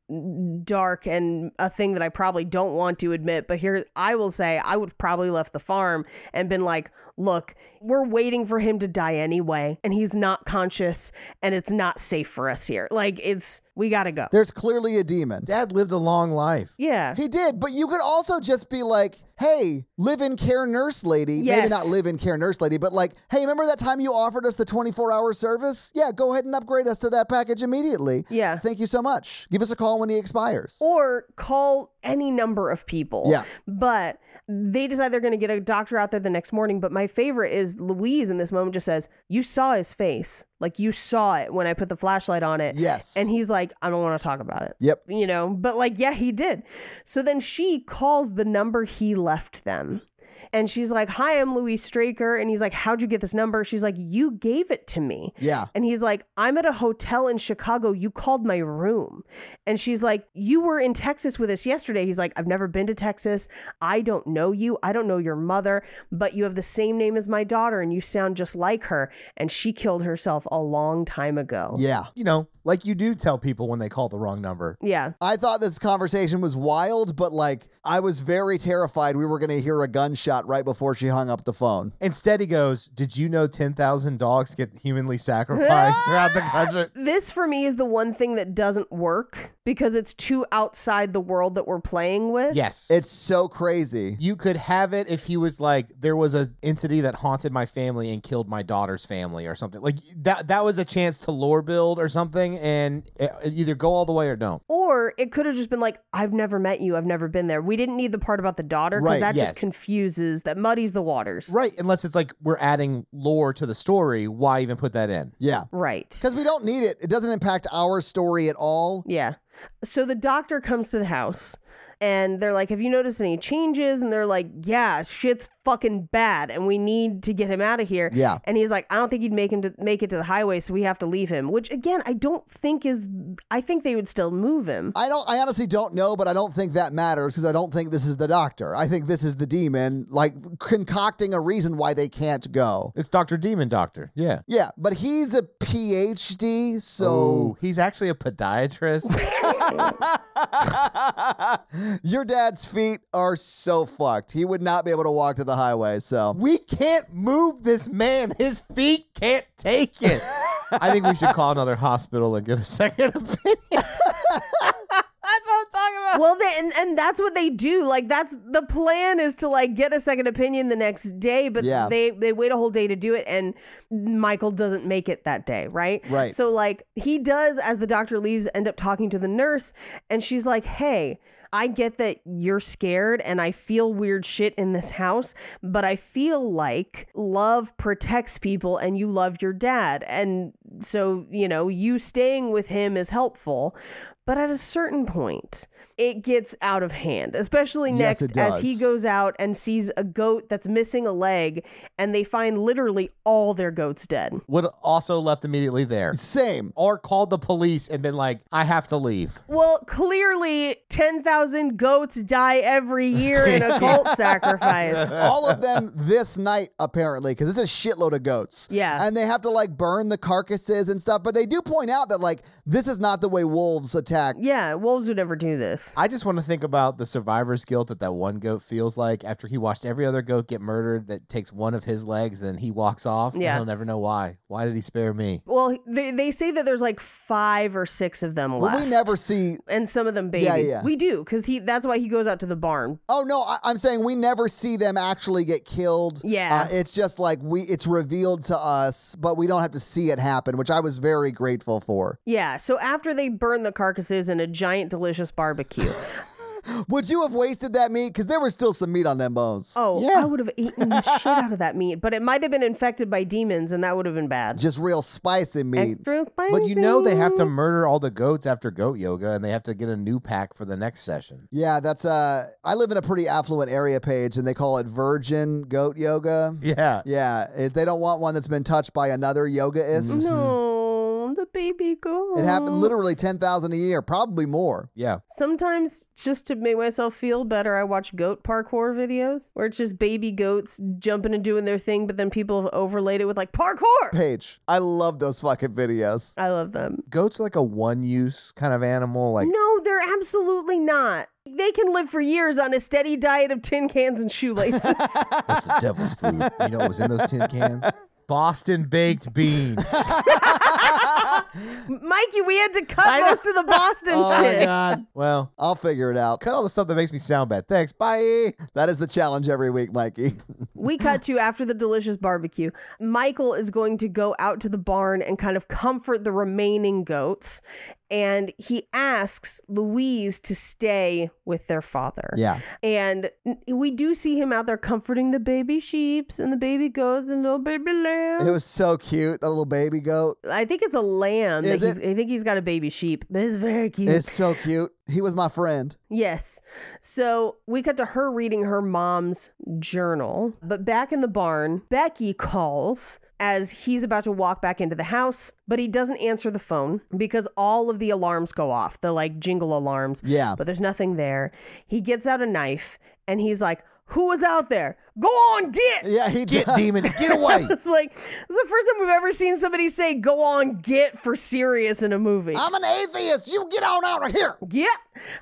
S6: dark and a thing that I probably don't want to admit, but here I will say I would have probably left the farm and been like, look, we're waiting for him to die anyway, and he's not conscious, and it's not safe for us here. Like, it's We got to go.
S4: There's clearly a demon.
S8: Dad lived a long life.
S6: Yeah.
S4: He did, but you could also just be like, hey, live in care nurse lady. Maybe
S6: Yes.
S4: not live in care nurse lady, but like, hey, remember that time you offered us the 24 hour service? Yeah, go ahead and upgrade us to that package immediately.
S6: Yeah.
S4: Thank you so much. Give us a call when he expires.
S6: Or call any number of people.
S4: Yeah.
S6: But they decide they're going to get a doctor out there the next morning. But my favorite is Louise in this moment just says, You saw his face. Like, you saw it when I put the flashlight on it.
S4: Yes.
S6: And he's like, I don't want to talk about it.
S4: Yep.
S6: You know, but like, yeah, he did. So then she calls the number he left them. And she's like, Hi, I'm Louise Straker. And he's like, How'd you get this number? She's like, You gave it to me. <laughs>
S4: Yeah.
S6: And he's like, I'm at a hotel in Chicago. You called my room. And she's like, You were in Texas with us yesterday. He's like, I've never been to Texas. I don't know you. I don't know your mother, but you have the same name as my daughter and you sound just like her. And she killed herself a long time ago.
S4: Yeah.
S8: You know, like you do tell people when they call the wrong number.
S6: Yeah.
S4: I thought this conversation was wild, but like, I was very terrified we were going to hear a gunshot right before she hung up the phone.
S8: Instead, he goes, Did you know 10,000 dogs get humanly
S4: <laughs>
S8: sacrificed throughout the country?
S6: This for me is the one thing that doesn't work because it's too outside the world that we're playing with.
S8: Yes.
S4: It's so crazy.
S8: You could have it if he was like, there was an entity that haunted my family and killed my daughter's family or something. Like that that was a chance to lore build or something and uh, either go all the way or don't.
S6: Or it could have just been like, I've never met you. I've never been there. We didn't need the part about the daughter because
S8: Right,
S6: that
S8: yes.
S6: just confuses, that muddies the waters.
S8: Right. Unless it's like we're adding lore to the story. Why even put that in?
S4: Yeah.
S6: Right.
S4: Because we don't need it. It doesn't impact our story at all.
S6: Yeah. So the doctor comes to the house and they're like, Have you noticed any changes? And they're like, Yeah, shit's fucking bad and we need to get him out of here.
S4: Yeah.
S6: And he's like, I don't think he'd make him to make it to the highway, so we have to leave him. Which again, I don't think is I think they would still move
S4: <laughs>
S6: him.
S4: I don't. I honestly don't know, but I don't think that matters because I don't think this is the doctor. I think this is the demon, like concocting a reason why they can't go.
S8: It's Dr. Demon Doctor. Yeah.
S4: Yeah, but he's a PhD, so
S8: Oh, he's actually a podiatrist. <laughs>
S4: <laughs> your dad's feet are so fucked. He would not be able to walk to the highway. So
S8: we can't move this man. His feet can't take
S4: <laughs>
S8: it. I think we should call another hospital and get a second opinion.
S4: <laughs>
S6: well they, and, and that's what they do like that's the plan is to like get a second opinion the next day but
S4: Yeah.
S6: they they wait a whole day to do it and michael doesn't make it that day right
S4: Right.
S6: so like he does as the doctor leaves end up talking to the nurse and she's like hey I get that you're scared and I feel weird shit in this house, but I feel like love protects people and you love your dad. And so, you know, you staying with him is helpful. But at a certain point, it gets out of hand, especially
S4: Yes,
S6: next
S4: it
S6: as he
S4: does.
S6: goes out and sees a goat that's missing a leg and they find literally all their goats dead.
S8: Would also left immediately there.
S4: same.
S8: Or called the police and been like, I have to leave.
S6: Well, clearly 10,000 goats die every year in a
S4: <laughs>
S6: cult sacrifice.
S4: All
S8: <laughs>
S4: of them this night, apparently, because it's a shitload of goats.
S6: Yeah.
S4: And they have to like burn the carcasses and stuff. But they do point out that like this is not the way wolves attack.
S6: Yeah, wolves would never do this.
S8: I just want to think about the survivor's guilt that that one goat feels like after he watched every other goat get murdered that takes one of his legs and he walks off. and
S6: Yeah.
S8: he'll never know why. Why did he spare me?
S6: Well, they, they say that there's like five or six of them left.
S4: Well, we never see
S6: and some of them babies.
S4: Yeah, yeah.
S6: We do, because he that's why he goes out to the barn.
S4: Oh no, I, I'm saying we never see them actually get killed.
S6: Yeah.
S4: uh, it's just like we it's revealed to us, but we don't have to see it happen, which I was very grateful for.
S6: Yeah, so after they burn the carcasses in a giant
S4: <laughs>
S6: delicious barbecue.
S4: Would you have wasted that meat? Because there was still some meat on them bones.
S6: Oh, I would have eaten the shit out of that meat, but it might have been infected by demons, and that would have been bad.
S4: just real spicy meat.
S6: Extra spicy.
S8: But you know they have to murder all the goats after goat yoga and they have to get a new pack for the next session.
S4: Yeah, that's uh. I live in a pretty affluent area, Paige, and they call it virgin goat yoga.
S8: Yeah.
S4: Yeah, it, they don't want one that's been touched by another yogaist.
S6: Mm. No, the baby goat.
S4: It happened literally ten thousand a year, probably more.
S8: Yeah.
S6: Sometimes, just to make myself feel better, I watch goat parkour videos where it's just baby goats jumping and doing their thing, but then people have overlaid it with like parkour.
S4: Paige, I love those fucking videos.
S6: I love them.
S8: Goats are like a one use kind of animal. Like
S6: No, they're absolutely not. They can live for years on a steady diet of tin cans and shoelaces.
S8: that's the devil's
S6: <laughs>
S8: food. You know what was in those tin cans? Boston baked beans.
S6: Mikey, we had to cut
S8: I know.
S6: most of the Boston
S8: Oh,
S6: shit.
S8: my God. Well,
S4: I'll figure it out.
S8: Cut all the stuff that makes me sound bad. Thanks. Bye.
S4: That is the challenge every week, Mikey. <clears throat>
S6: We cut to after the delicious barbecue. Michael is going to go out to the barn and kind of comfort the remaining goats. And he asks Louise to stay with their father.
S4: Yeah.
S6: And we do see him out there comforting the baby sheeps and the baby goats and little baby lambs.
S4: It was so cute, that little baby goat.
S6: I think it's a lamb.
S4: Is
S6: that he's- I think he's got a baby sheep. But it's very cute.
S4: It's so cute. He was my friend.
S6: Yes. So we cut to her reading her mom's journal. But back in the barn, Becky calls as he's about to walk back into the house, but he doesn't answer the phone because all of the alarms go off, the like jingle alarms.
S4: Yeah.
S6: But there's nothing there. He gets out a knife and he's like, Who was out there? Go on, get. <laughs>
S4: Yeah, he
S8: Get
S4: <laughs>
S8: demon. Get away.
S6: it's like, this is the first time we've ever seen somebody say, Go on, get for serious in a movie.
S4: I'm an atheist. You get on out of here.
S6: Yeah.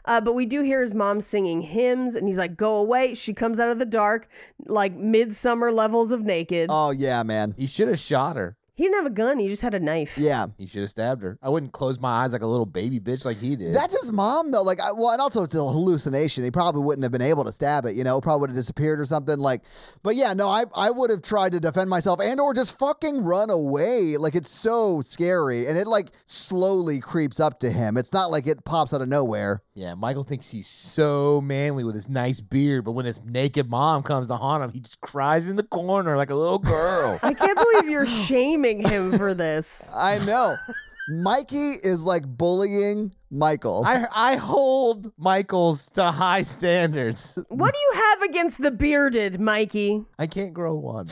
S6: Uh, but we do hear his mom singing hymns, and he's like, go away. She comes out of the dark, like midsummer levels of naked.
S4: Oh yeah, man.
S8: He should have shot her.
S6: he didn't have a gun, he just had a knife.
S4: Yeah.
S8: He should have stabbed her. I wouldn't close my eyes like a little baby bitch like he did.
S4: That's his mom though. Like, I, well, and also it's a hallucination. He probably wouldn't have been able to stab it. You know, probably would have disappeared or something. Like, but yeah, no, I I would have tried to defend myself and or just fucking run away. Like, it's so scary, and it like slowly creeps up to him. It's not like it pops out of nowhere.
S8: yeah, Michael thinks he's so manly with his nice beard, but when his naked mom comes to haunt him, he just cries in the corner like a little girl.
S6: I can't believe you're shaming him for this.
S4: <laughs> I
S8: <laughs>
S4: know. Mikey is like bullying Michael.
S8: I I hold Michael's to high standards.
S6: What do you have against the bearded, Mikey? <laughs>
S8: I can't grow
S4: <laughs>
S8: one.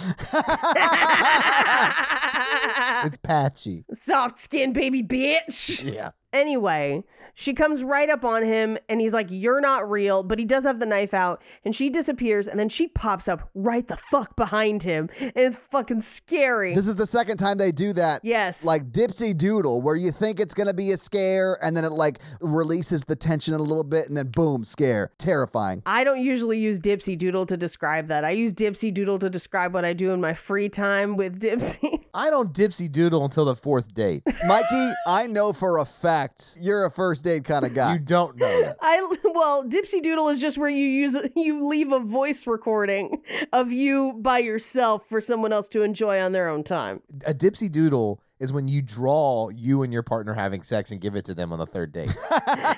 S8: It's patchy.
S6: Soft skin, baby bitch.
S8: Yeah.
S6: Anyway, she comes right up on him and he's like, You're not real, but he does have the knife out and she disappears and then she pops up right the fuck behind him and it's fucking scary.
S4: This is the second time they do that.
S6: Yes.
S4: Like Dipsy Doodle, where you think it's going to be a scare and then it like releases the tension a little bit and then boom, scare.
S6: <laughs>
S4: Terrifying.
S6: I don't usually use Dipsy Doodle to describe that. I use Dipsy Doodle to describe what I do in my free time with Dipsy. <laughs>
S8: I don't dipsy doodle until the fourth date.
S4: Mikey, I know for a fact you're a first aid kind of
S8: You
S4: guy.
S8: don't know
S6: <laughs>
S8: that.
S6: I well, Dipsy Doodle is just where you use you leave a voice recording of you by yourself for someone else to enjoy on their own time.
S8: A dipsy doodle is when you draw you and your partner having sex and give it to them on the third date.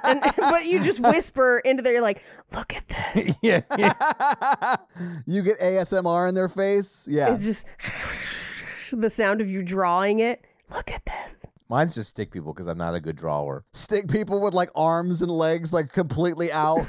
S6: And, <laughs> but you just whisper into there, you're like, "Look at this."
S8: yeah, yeah.
S4: <laughs> You get ASMR in their face. Yeah.
S6: It's just the sound of you drawing it. Look at this.
S8: Mine's just stick people because I'm not a good drawer.
S4: Stick people with like arms and legs like
S8: <laughs>
S4: completely out.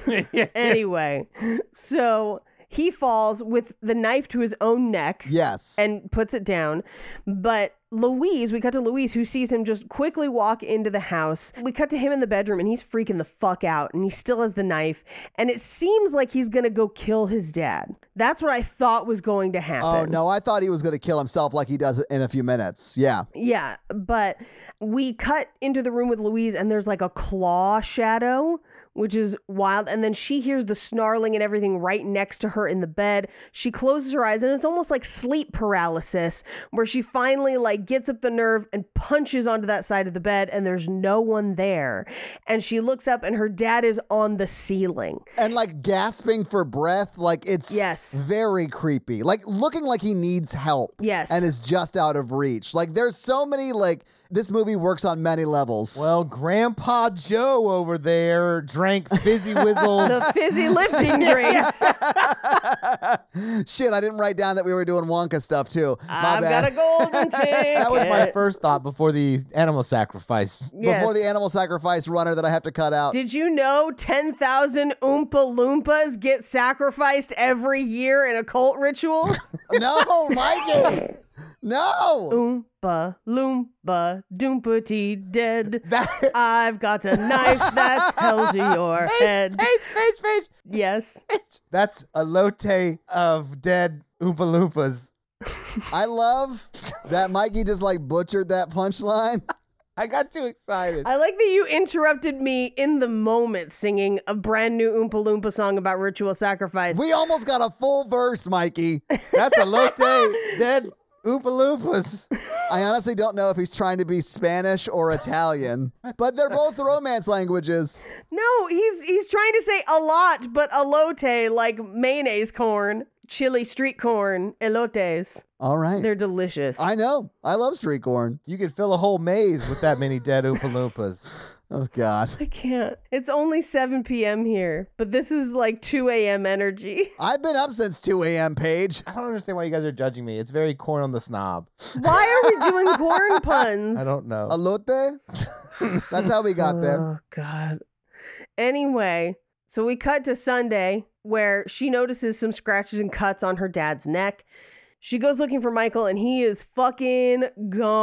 S6: Anyway, so he falls with the knife to his own neck.
S4: yes.
S6: and puts it down. But Louise, we cut to Louise, who sees him just quickly walk into the house. We cut to him in the bedroom, and he's freaking the fuck out, and he still has the knife. And it seems like he's gonna go kill his dad. That's what I thought was going to happen.
S4: Oh no! I thought he was going to kill himself, like he does in a few minutes. Yeah,
S6: Yeah, but we cut into the room with Louise, and there's like a claw shadow, which is wild. And then she hears the snarling and everything right next to her in the bed. She closes her eyes, and it's almost like sleep paralysis, where she finally like gets up the nerve and punches onto that side of the bed, and there's no one there. And she looks up, and her dad is on
S8: <laughs>
S6: the ceiling.
S4: and like gasping for breath, like it's
S6: Yes.
S4: very creepy. Like looking like he needs help.
S6: Yes.
S4: and is just out of reach. Like there's so many like this movie works on many levels.
S8: Well, Grandpa Joe over there drank fizzy whizzles.
S6: The fizzy
S8: <laughs>
S6: lifting drinks.
S4: <laughs> Shit, I didn't write down that we were doing Wonka stuff too. My
S6: I've
S4: bad.
S6: got
S4: <laughs>
S6: a golden ticket.
S8: <laughs> that was my first thought before the animal sacrifice.
S4: Before the animal sacrifice runner that I have to cut out.
S6: Did you know 10,000 Oompa Loompas get sacrificed every year in occult rituals? <laughs>
S4: no, Mikey. No.
S6: Oompa Loompa Doompity dead.
S8: That-
S6: I've got a knife that's held to your
S4: <laughs>
S6: head.
S8: Face, face, face.
S6: Yes.
S8: That's a lote of dead Oompa Loompas.
S4: I love that Mikey just like butchered that punchline.
S8: I got too excited.
S6: I like that you interrupted me in the moment singing a brand new Oompa Loompa song about ritual sacrifice.
S4: We almost got a full verse, Mikey.
S8: That's a lote dead Oompa Loompas.
S4: I honestly don't know if he's trying to be Spanish or Italian, but they're both romance languages.
S6: No, he's he's trying to say a lot, but elote like mayonnaise corn, chili street corn, elotes.
S4: All right.
S6: They're delicious.
S4: I know. I love street corn.
S8: You could fill a whole maze with that many dead Oompa Loompas.
S4: <laughs> Oh God.
S6: I can't. It's only 7 p.m. here, but this is like 2 a.m. energy. <laughs>
S4: I've been up since 2 a.m., Paige.
S8: I don't understand why you guys are judging me. It's very corn on the snob.
S6: Why are we
S4: <laughs>
S6: doing corn puns?
S8: I don't know.
S4: Elote? <laughs> That's how we got
S6: <laughs>
S4: there.
S6: Oh God. Anyway, so we cut to Sunday where she notices some scratches and cuts on her dad's neck. She goes looking for Michael and he is fucking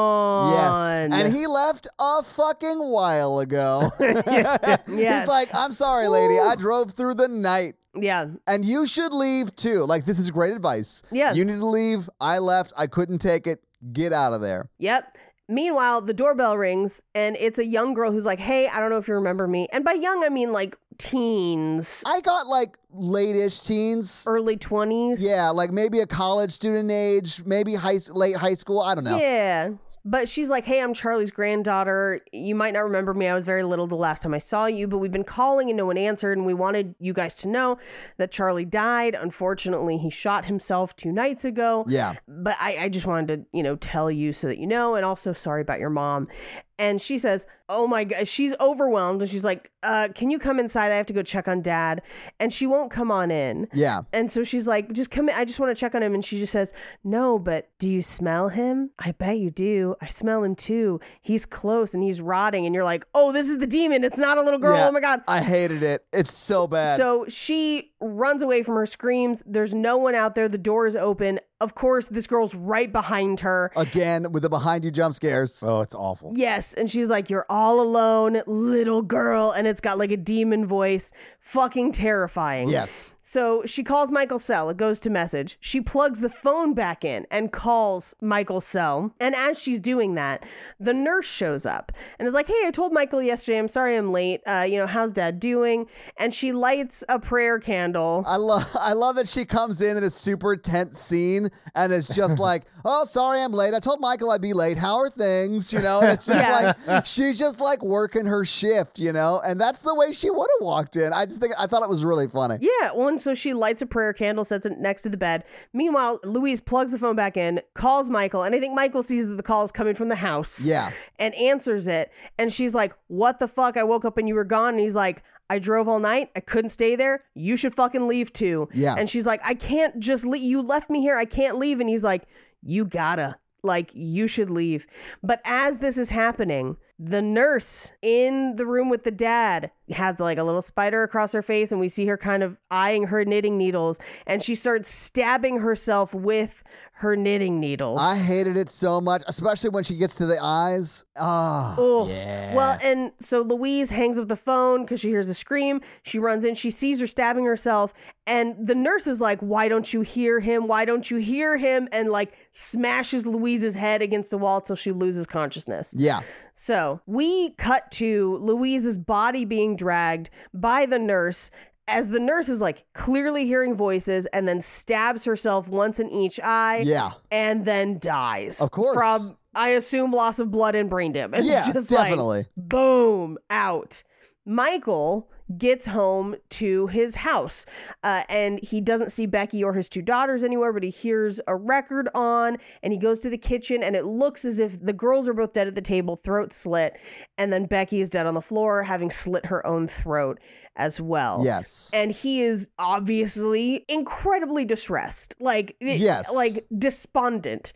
S6: gone.
S4: Yes. And he left a fucking while
S6: <laughs>
S4: ago. <laughs>
S6: Yes.
S4: He's like, I'm sorry, lady. I drove through the night.
S6: Yeah.
S4: And you should leave too. Like, this is great advice.
S6: Yeah.
S4: You need to leave. I left. I couldn't take it. Get out of there.
S6: Yep. Meanwhile, the doorbell rings and it's a young girl who's like, "Hey, I don't know if you remember me." And by young, I mean like teens,
S4: I got like late-ish teens.
S6: early 20s.
S4: Yeah, like maybe a college student age, maybe high late high school. I don't know.
S6: Yeah. But she's like, hey, I'm Charlie's granddaughter. You might not remember me. I was very little the last time I saw you, but we've been calling and no one answered. And we wanted you guys to know that Charlie died. Unfortunately, he shot himself two nights ago.
S4: Yeah.
S6: But I, I just wanted to, you know, tell you so that you know. And also, sorry about your mom. And she says, oh my God, she's overwhelmed. And she's like, uh, can you come inside? I have to go check on dad. And she won't come on in.
S4: Yeah.
S6: And so she's like, just come in. I just want to check on him. And she just says, No, but do you smell him? I bet you do. I smell him too. He's close and he's rotting. And you're like, Oh, this is the demon. It's not a little girl.
S4: Yeah.
S6: Oh my God.
S4: I hated it. It's so bad.
S6: So she runs away from her screams. There's no one out there. The door is open. Of course, this girl's right behind her.
S4: Again, with the behind you jump scares.
S8: Oh, it's awful.
S6: Yes. And she's like, You're all alone, little girl. And it's got like a demon voice. Fucking terrifying.
S4: Yes.
S6: So she calls Michael's cell. It goes to message. She plugs the phone back in and calls Michael's cell. And as she's doing that, the nurse shows up and is like, Hey, I told Michael yesterday, I'm sorry I'm late. Uh, you know, how's dad doing? And she lights a prayer candle.
S4: I love <laughs> I love that she comes in in this super tense scene and is
S6: <laughs>
S4: just like, "Oh, sorry, I'm late. I told Michael I'd be late. How are things?" You know, and it's just
S6: Yeah. <laughs>
S4: like she's just like working her shift, you know, and that's the way she would have walked in. I just think I thought it was really funny.
S6: Yeah. Well, and so she lights a prayer candle, sets it next to the bed. Meanwhile, Louise plugs the phone back in, calls Michael, and I think Michael sees that the call is coming from the house.
S4: Yeah.
S6: and answers it. And she's like, What the fuck? I woke up and you were gone. And he's like, I drove all night. I couldn't stay there. You should fucking leave too.
S4: Yeah.
S6: And she's like, I can't just leave. You left me here. I can't leave. And he's like, You gotta. Like, you should leave. But as this is happening, the nurse in the room with the dad has like a little spider across her face, and we see her kind of eyeing her knitting needles, and she starts stabbing herself with her knitting needles.
S4: I hated it so much, especially when she gets to the eyes. Ah.
S6: Oh, well, and so Louise hangs up the phone because she hears a scream. She runs in, she sees her stabbing herself, and the nurse is like, Why don't you hear him? Why don't you hear him? And like smashes Louise's head against the wall till she loses consciousness.
S4: Yeah.
S6: So we cut to Louise's body being dragged by the nurse. As the nurse is like clearly hearing voices and then stabs herself once in each eye <laughs>
S4: Yeah.
S6: and then dies.
S4: Of course.
S6: From, I assume, loss of blood and brain damage. <laughs>
S4: Yeah,
S6: Just like,
S4: definitely.
S6: boom, out. Michael gets home to his house uh, and he doesn't see Becky or his two daughters anywhere, but he hears a record on and he goes to the kitchen and it looks as if the girls are both dead at the table, throat slit. And then Becky is dead on the floor, having slit her own throat as well.
S4: Yes.
S6: oh. And he is obviously incredibly distressed. Like, it-
S4: Yes.
S6: like despondent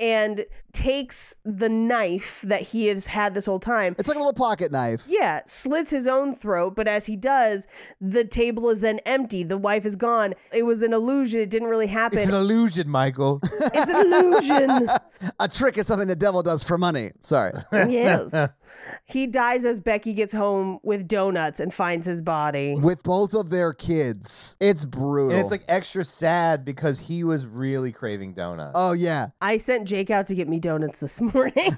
S6: and takes the knife that he has had this whole time.
S4: It's like a little pocket knife.
S6: Yeah, slits his own throat, but as he does, the table is then empty. The wife is gone. It was an illusion. It didn't really happen.
S8: It's an illusion, Michael.
S6: <laughs> It's
S8: <laughs>
S6: an illusion.
S4: A trick is something the devil does for money. Sorry.
S6: yes. He dies as Becky gets home with donuts and finds his body.
S4: With both of their kids. It's brutal.
S8: and it's like extra sad because he was really craving donuts.
S4: Oh yeah.
S6: I sent Jake out to get me donuts this
S8: <laughs>
S6: <laughs> morning.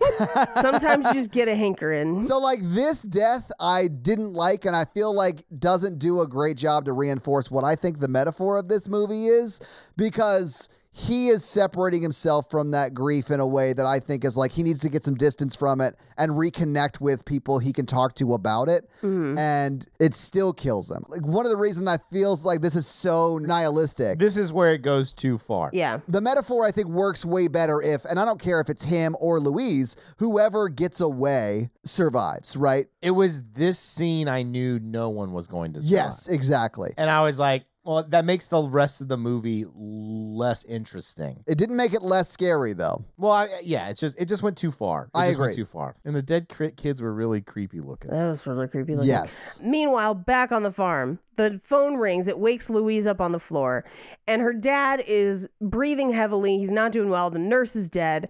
S6: Sometimes you just get a hankering.
S4: So like this death I didn't like and I feel like doesn't do a great job to reinforce what I think the metaphor of this movie is because he is separating himself from that grief in a way that I think is like he needs to get some distance from it and reconnect with people he can talk to about it.
S8: Mm-hmm.
S4: And it still kills him. Like one of the reasons I feels like this is so nihilistic.
S8: This is where it goes too far.
S6: Yeah.
S4: The metaphor I think works way better if, and I don't care if it's him or Louise, whoever gets away survives, right?
S8: It was this scene I knew no one was going to.
S4: Yes, exactly.
S8: And I was like, well, that makes the rest of the movie less interesting.
S4: It didn't make it less scary though.
S8: Well, I, yeah, it's just it just went too far. It
S4: I
S8: just went
S4: agree.
S8: too far. And the dead cri- kids were really creepy
S6: <laughs>
S8: looking.
S6: That was really creepy looking.
S4: Yes.
S6: Meanwhile, back on the farm, the phone rings. It wakes Louise up on the floor, and her dad is breathing heavily. He's not doing well. The nurse is dead,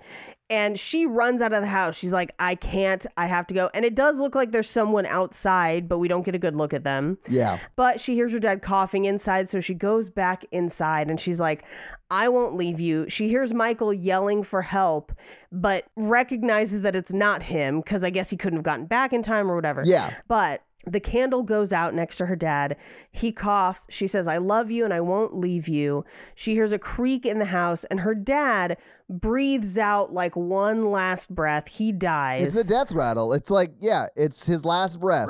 S6: and she runs out of the house. She's like, I can't. I have to go. And it does look like there's someone outside, but we don't get a good look at them.
S4: Yeah.
S6: But she hears her dad coughing inside, so she goes back inside and she's like, I won't leave you. She hears Michael yelling for help, but recognizes that it's not him because I guess he couldn't have gotten back in time or whatever.
S4: Yeah.
S6: But the candle goes out next to her dad. He coughs. She says, I love you and I won't leave you. She hears a creak in the house, and her dad breathes out like one last breath. He dies.
S4: It's the death rattle. It's like, yeah, it's his last breath.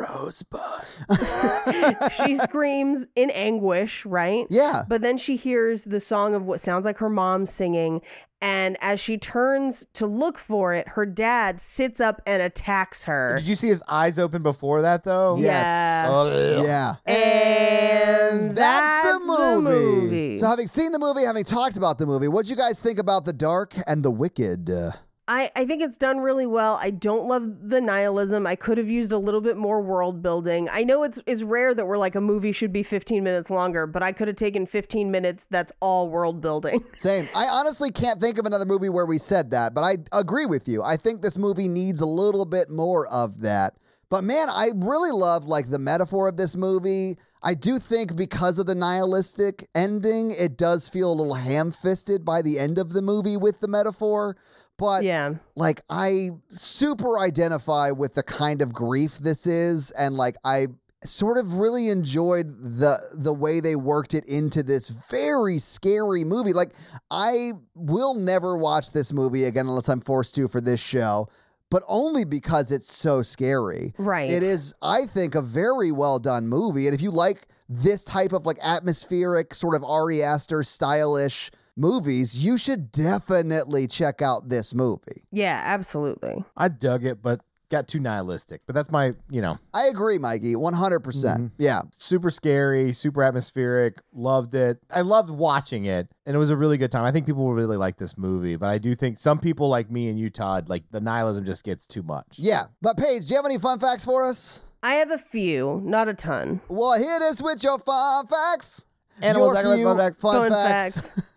S6: she screams in anguish, right?
S4: <laughs> Yeah.
S6: But then she hears the song of what sounds like her mom singing. And as she turns to look for it, her dad sits up and attacks her.
S8: Did you see his eyes open before that though?
S6: Yeah.
S8: Oh,
S4: Yeah.
S6: And
S4: That's, the,
S6: the
S4: movie.
S6: movie.
S4: So, having seen the movie, having talked about the movie, what'd you guys think about The Dark and The Wicked? Uh,
S6: I, I think it's done really well. I don't love the nihilism. I could have used a little bit more world building. I know it's it's rare that we're like a movie should be 15 minutes longer, but I could have taken 15 minutes that's all world building. <laughs>
S4: Same. I honestly can't think of another movie where we said that, but I agree with you. I think this movie needs a little bit more of that. But man, I really love like the metaphor of this movie. I do think because of the nihilistic ending, it does feel a little ham-fisted by the end of the movie with the metaphor. But
S6: Yeah.
S4: like I super identify with the kind of grief this is and like I sort of really enjoyed the the way they worked it into this very scary movie. Like I will never watch this movie again unless I'm forced to for this show, but only because it's so scary.
S6: Right.
S4: It is I think a very well done movie and if you like this type of like atmospheric sort of Ari Aster stylish movies, you should definitely check out this movie.
S6: Yeah, absolutely.
S8: I dug it, but got too nihilistic. But that's my, you know,
S4: I agree, Mikey, 100%. percent Yeah.
S8: Mm-hmm. super scary, super atmospheric. Loved it. I loved watching it, and it was a really good time. I think people will really like this movie, but I do think some people like me and you, Todd, like the nihilism just gets too much.
S4: Yeah. But Paige, do you have any fun facts for us?
S6: I have a few, not a ton.
S4: Well, here it is with your fun facts.
S8: Animals,
S4: Your
S8: animals,
S4: few
S8: fun facts.
S6: Fun
S4: <laughs>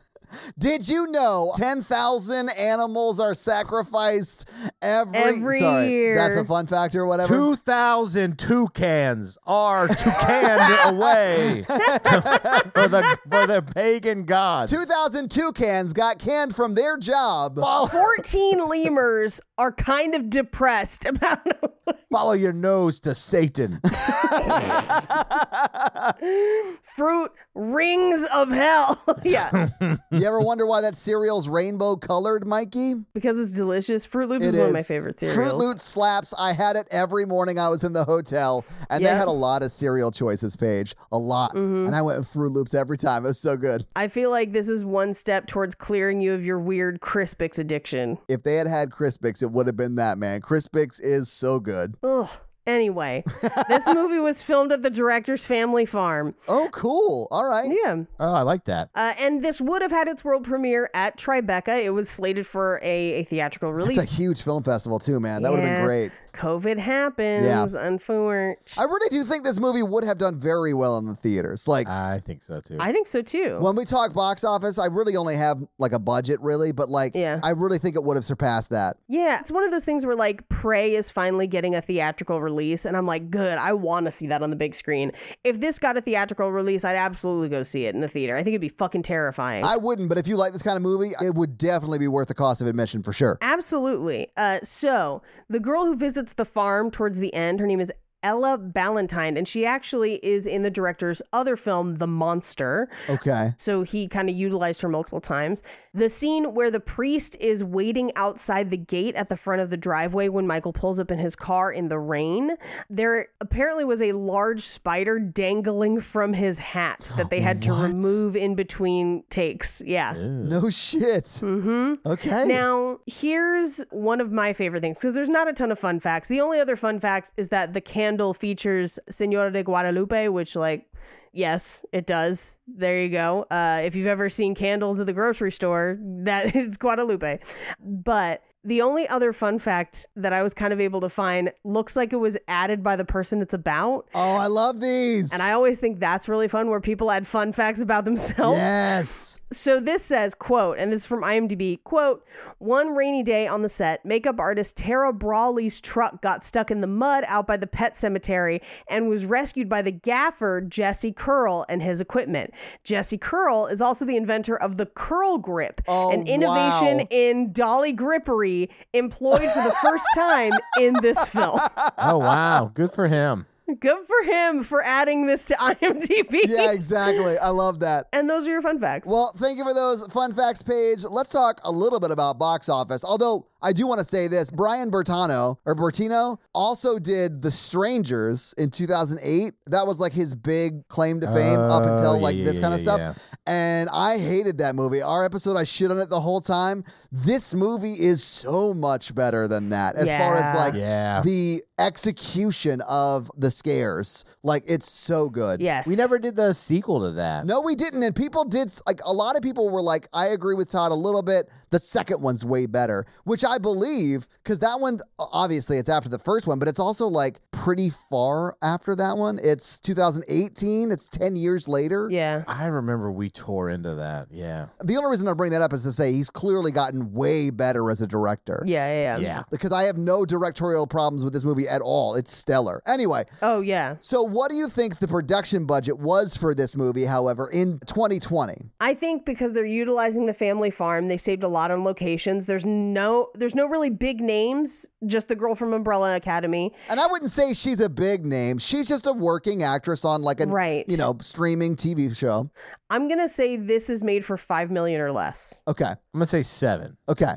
S4: Did you know 10,000 animals are sacrificed every,
S6: Every
S4: Sorry,
S6: year.
S4: That's a fun fact or whatever.
S8: Two thousand toucans are toucaned away for the for the pagan gods.
S4: 2,000 toucans got canned from their job.
S8: Follow,
S6: 14 lemurs are kind of depressed about <laughs>
S8: follow your nose to Satan.
S6: fruit rings of hell. <laughs>
S4: <laughs>
S6: yeah,
S4: <laughs> you ever wonder why that cereal's rainbow colored, Mikey?
S6: because it's delicious. Fruit Loops
S4: It
S6: is one of my
S4: is.
S6: favorite
S4: Fruit
S6: cereals.
S4: Loops slaps. I had it every morning I was in the hotel, and they
S6: Yeah. Mm-hmm.
S4: had a lot of cereal choices, Paige. A lot. And I went with Fruit Loops every time. It was so good.
S6: I feel like this is one step towards clearing you of your weird Crispix addiction.
S4: If they had had Crispix, it would have been that, man. Crispix is so good.
S6: Ugh. Anyway, this movie was filmed at the director's family farm.
S4: Oh, cool. All right.
S6: Yeah.
S8: Oh, I like that.
S6: Uh, and this would have had its world premiere at Tribeca. It was slated for a, a theatrical
S4: It's
S6: release.
S4: a huge film festival, too, man. That would have
S6: Yeah.
S4: been great.
S6: COVID happens, unfortunately.
S4: I really do think this movie would have done very well in the theaters. Like,
S8: I think so too.
S6: I think so too.
S4: when we talk box office, I really only have like a budget, really, but like,
S6: Yeah.
S4: I really think it would have surpassed that.
S6: yeah, it's one of those things where like Prey is finally getting a theatrical release, and I'm like, good, I want to see that on the big screen. If this got a theatrical release, I'd absolutely go see it in the theater. I think it'd be fucking terrifying.
S4: I wouldn't, but if you like this kind of movie, it would definitely be worth the cost of admission for sure.
S6: Absolutely. Uh, so the girl who visits the farm towards the end, her name is Ella Ballantyne, and she actually is in the director's other film, The Monster.
S4: Okay.
S6: So he kind of utilized her multiple times. The scene where the priest is waiting outside the gate at the front of the driveway when Michael pulls up in his car in the rain, there apparently was a large spider dangling from his hat that they had to remove in between takes. Yeah.
S4: No shit.
S6: Mm-hmm.
S4: Okay.
S6: Now, here's one of my favorite things because there's not a ton of fun facts. The only other fun fact is that the candle features Senora de Guadalupe, which, like, yes, it does. There you go. Uh, if you've ever seen candles at the grocery store, that <laughs> is Guadalupe. But the only other fun fact that I was kind of able to find looks like it was added by the person it's about.
S4: Oh, I love these.
S6: And I always think that's really fun where people add fun facts about themselves.
S4: Yes.
S6: So this says, quote, and this is from IMDb, quote, one rainy day on the set, makeup artist Tara Brawley's truck got stuck in the mud out by the pet cemetery and was rescued by the gaffer Jesse Curl and his equipment. Jesse Curl is also the inventor of the curl grip, an innovation
S4: Oh, wow.
S6: in dolly grippery employed for the
S4: <laughs>
S6: first time in this film.
S8: Oh wow, good for
S6: <laughs>
S8: him.
S6: Good for him for adding this to <laughs> IMDb.
S4: Yeah, exactly. I love that.
S6: And those are your fun facts.
S4: Well, thank you for those fun facts page. Let's talk a little bit about box office. Although I do want to say this, Brian Bertano or Bertino also did The Strangers in 2008. That was like his big claim to fame up
S8: Oh,
S4: until
S8: yeah,
S4: like
S8: yeah,
S4: this
S8: yeah,
S4: kind of
S8: yeah,
S4: stuff.
S8: yeah.
S4: And I hated that movie. Our episode I shit on it the whole time. This movie is so much better than that as far as
S8: Yeah.
S4: like
S8: Yeah.
S4: the execution of the scares. Like it's so good.
S6: Yes.
S8: We never did the sequel to that.
S4: No, we didn't. And people did, like, a lot of people were like, I agree with Todd a little bit. The second one's way better, which I believe, because that one, obviously, it's after the first one, but it's also like pretty far after that one. It's 2018, it's 10 years later.
S6: Yeah.
S8: I remember we tore into that. Yeah.
S4: The only reason I bring that up is to say he's clearly gotten way better as a director.
S6: Yeah, yeah, yeah.
S8: Yeah.
S4: Because I have no directorial problems with this movie at all. It's stellar. Anyway,
S6: Oh, yeah.
S4: so what do you think the production budget was for this movie, however, in 2020?
S6: I think because they're utilizing the family farm, they saved a lot on locations. There's no there's no really big names, just the girl from Umbrella Academy.
S4: And I wouldn't say she's a big name. She's just a working actress on like a
S6: Right.
S4: you know streaming TV show.
S6: I'm going to say this is made for 5 million or less.
S4: Okay,
S8: I'm gonna say seven.
S4: okay.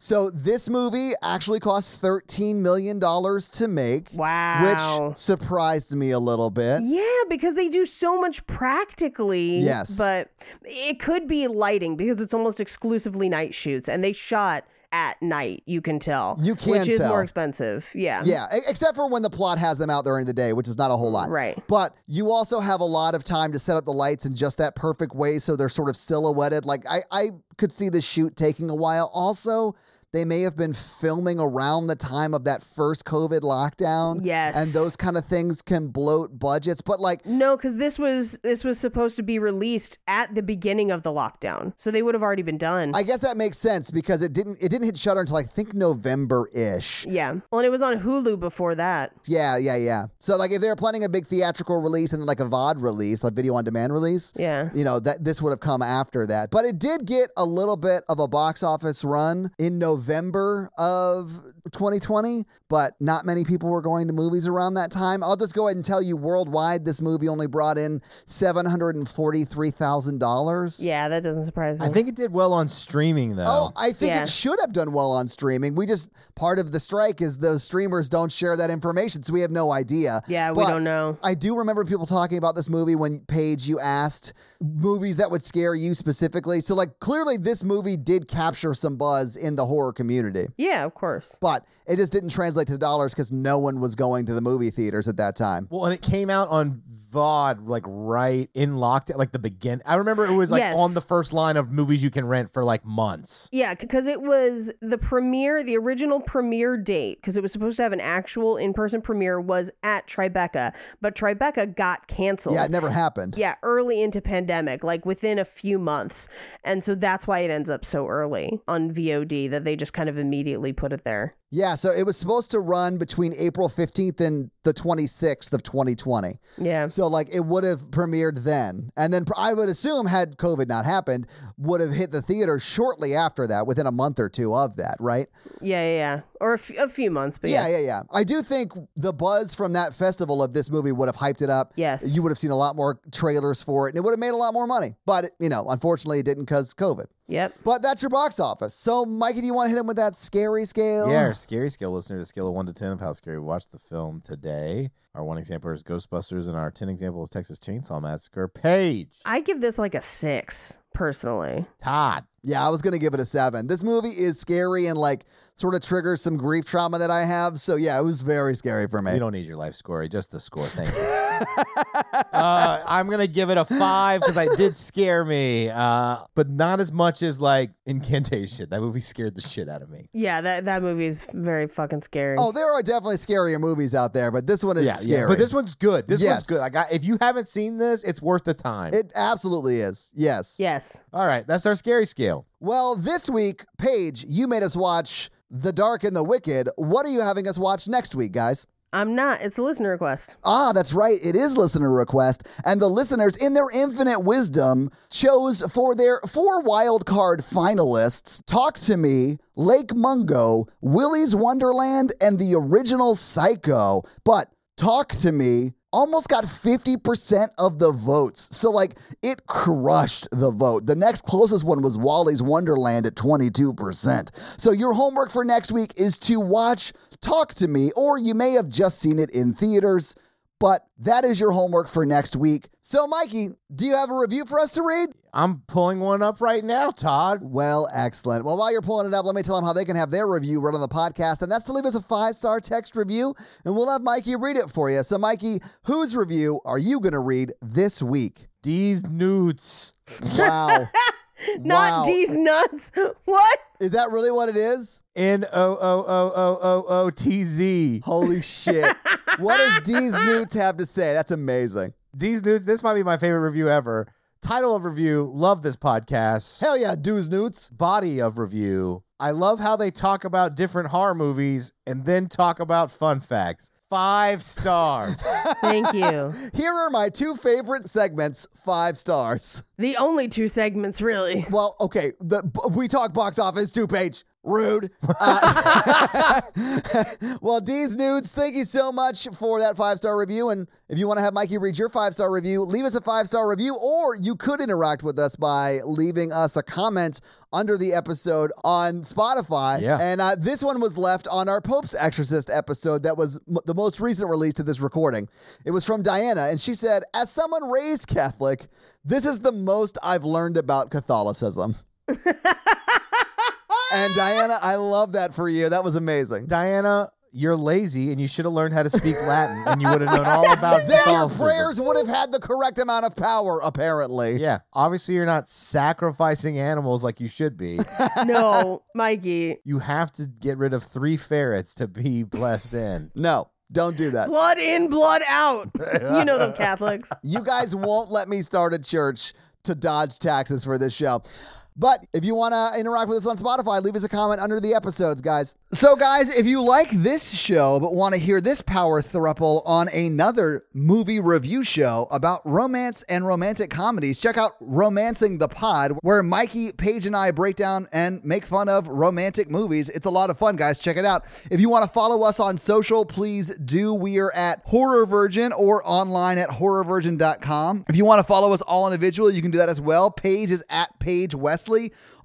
S4: So this movie actually cost thirteen million dollars to make,
S6: Wow.
S4: which surprised me a little bit.
S6: yeah, because they do so much practically.
S4: Yes.
S6: But it could be lighting because it's almost exclusively night shoots and they shot at night, you can tell.
S4: You can
S6: Which is
S4: tell.
S6: more expensive. Yeah.
S4: Yeah, e- except for when the plot has them out during the day, which is not a whole lot.
S6: Right.
S4: But you also have a lot of time to set up the lights in just that perfect way so they're sort of silhouetted. Like I, I could see the shoot taking a while. Also, they may have been filming around the time of that first COVID lockdown.
S6: Yes.
S4: And those kind of things can bloat budgets. But like
S6: No, because this was this was supposed to be released at the beginning of the lockdown, so they would have already been done.
S4: I guess that makes sense because it didn't it didn't hit shutter until I think November ish.
S6: yeah, well, and it was on Hulu before that.
S4: Yeah, yeah, yeah. So like if they were planning a big theatrical release and like a VOD release, like video on demand release,
S6: Yeah,
S4: you know that this would have come after that but it did get a little bit of a box office run in november of 2020 but not many people were going to movies around that time i'll just go ahead and tell you worldwide this movie only brought in $743000
S6: yeah, that doesn't surprise me.
S8: I think it did well on streaming
S4: Oh,
S8: though.
S4: I think
S6: Yeah.
S4: it should have done well on streaming. We just part of the strike is those streamers don't share that information, so we have no idea.
S6: yeah, we
S4: But
S6: don't know.
S4: I do remember people talking about this movie when Paige you asked movies that would scare you specifically. So like clearly this movie did capture some buzz in the horror community.
S6: Yeah, of course.
S4: But it just didn't translate to dollars because no one was going to the movie theaters at that time.
S8: Well, and it came out on VOD, like right in lockdown, like the begin. I remember it was like
S6: Yes.
S8: on the first line of movies you can rent for like months.
S6: Yeah, because it was the premiere, the original premiere date, because it was supposed to have an actual in-person premiere, was at Tribeca, but Tribeca got canceled.
S4: Yeah, it never happened.
S6: Yeah, early into pandemic, like within a few months. And so that's why it ends up so early on VOD that they just kind of immediately put it there.
S4: Yeah, so it was supposed to run between April 15th and the 26th of 2020.
S6: Yeah.
S4: So like it would have premiered then. And then pr- I would assume had COVID not happened, would have hit the theater shortly after that, within a month or two of that, right?
S6: Yeah, yeah, yeah. Or a, f- a few months, but yeah.
S4: yeah, yeah, yeah. I do think the buzz from that festival of this movie would have hyped it up.
S6: Yes.
S4: You would have seen a lot more trailers for it and it would have made a lot more money. But, you know, unfortunately it didn't cuz COVID.
S6: Yep.
S4: But that's your box office. So, Mikey, do you want to hit him with that scary scale?
S8: Yeah, our scary scale listener to scale of one to ten of how scary we watched the film today. Our one example is Ghostbusters, and our ten example is Texas Chainsaw Massacre. Page
S6: I give this like a six personally.
S8: Todd.
S4: Yeah, I was gonna give it a seven. This movie is scary and like sort of triggers some grief trauma that I have. So yeah, it was very scary for me.
S8: You don't need your life score, just the score. Thank you. uh, I'm gonna give it a five because I did scare me, uh, but not as much as like Incantation. That movie scared the shit out of me.
S6: Yeah, that that movie is very fucking scary.
S4: Oh, there are definitely scarier movies out there, but this one is
S8: yeah,
S4: scary.
S8: yeah, but this one's good. This
S4: Yes.
S8: one's good. Like, I, if you haven't seen this, it's worth the time.
S4: it absolutely is. Yes.
S6: yes.
S8: All right, that's our scary scale.
S4: Well, this week, Paige, you made us watch The Dark and the Wicked. What are you having us watch next week, guys?
S6: I'm not. It's a listener request.
S4: Ah, that's right. It is listener request. And the listeners, in their infinite wisdom, chose for their four wild card finalists Talk to Me, Lake Mungo, Willy's Wonderland, and the original Psycho. But Talk to Me almost got 50% of the votes. So, like, it crushed the vote. The next closest one was Wally's Wonderland at 22%. So, your homework for next week is to watch Talk to Me, or you may have just seen it in theaters. But that is your homework for next week. So, Mikey, do you have a review for us to read? <laughs>
S8: I'm pulling one up right now, Todd.
S4: Well, excellent. Well, while you're pulling it up, let me tell them how they can have their review run on the podcast, and that's to leave us a five star text review, and we'll have Mikey read it for you. So, Mikey, whose review are you going to read this week?
S8: These nudes.
S4: Wow. Wow.
S6: Not these nuts. <laughs> What?
S4: Is that really what it is?
S8: N O O O O O O T Z. <laughs>
S4: Holy shit. what does D's Newts have to say? That's amazing.
S8: These nudes. This might be my favorite review ever. Title of review. Love this podcast.
S4: Hell yeah, D's Newts.
S8: Body of review. I love how they talk about different horror movies and then talk about fun facts. Five stars.
S4: <laughs>
S6: Thank you.
S4: Here are my two favorite segments, five stars.
S6: <laughs> The only two segments, really.
S4: Well, okay. The b- we talk box office two page. Rude. Uh, <laughs> well, D's nudes. Thank you so much for that five star review. And if you want to have Mikey read your five star review, leave us a five star review, or you could interact with us by leaving us a comment under the episode on Spotify.
S8: Yeah.
S4: And uh, this one was left on our Pope's Exorcist episode that was m- the most recent release to this recording. It was from Diana, and she said, As someone raised Catholic, this is the most I've learned about Catholicism. and Diana, I love that for you. That was amazing.
S8: Diana, you're lazy and you should have learned how to speak Latin and you would have known all about
S4: Then your
S8: Catholicism.
S4: prayers would have had the correct amount of power, apparently.
S8: Yeah. Obviously, you're not sacrificing animals like you should
S9: <laughs>
S8: be.
S6: <laughs> No, Mikey.
S8: you have to get rid of three ferrets to be blessed in.
S4: No, don't do that.
S6: Blood in, blood out.
S8: <laughs>
S6: You know <laughs> them Catholics.
S4: You guys won't let me start a church to dodge taxes for this show. But if you want to interact with us on Spotify, leave us a comment under the episodes, guys. So, guys, if you like this show but want to hear this power thruple on another movie review show about romance and romantic comedies, check out Romancing the Pod, where Mikey, Paige, and I break down and make fun of romantic movies. It's a lot of fun, guys. Check it out. If you want to follow us on social, please do. We are at Horror Virgin or online at horrorvirgin.com. If you want to follow us all individually, you can do that as well. Paige is at Paige Wesley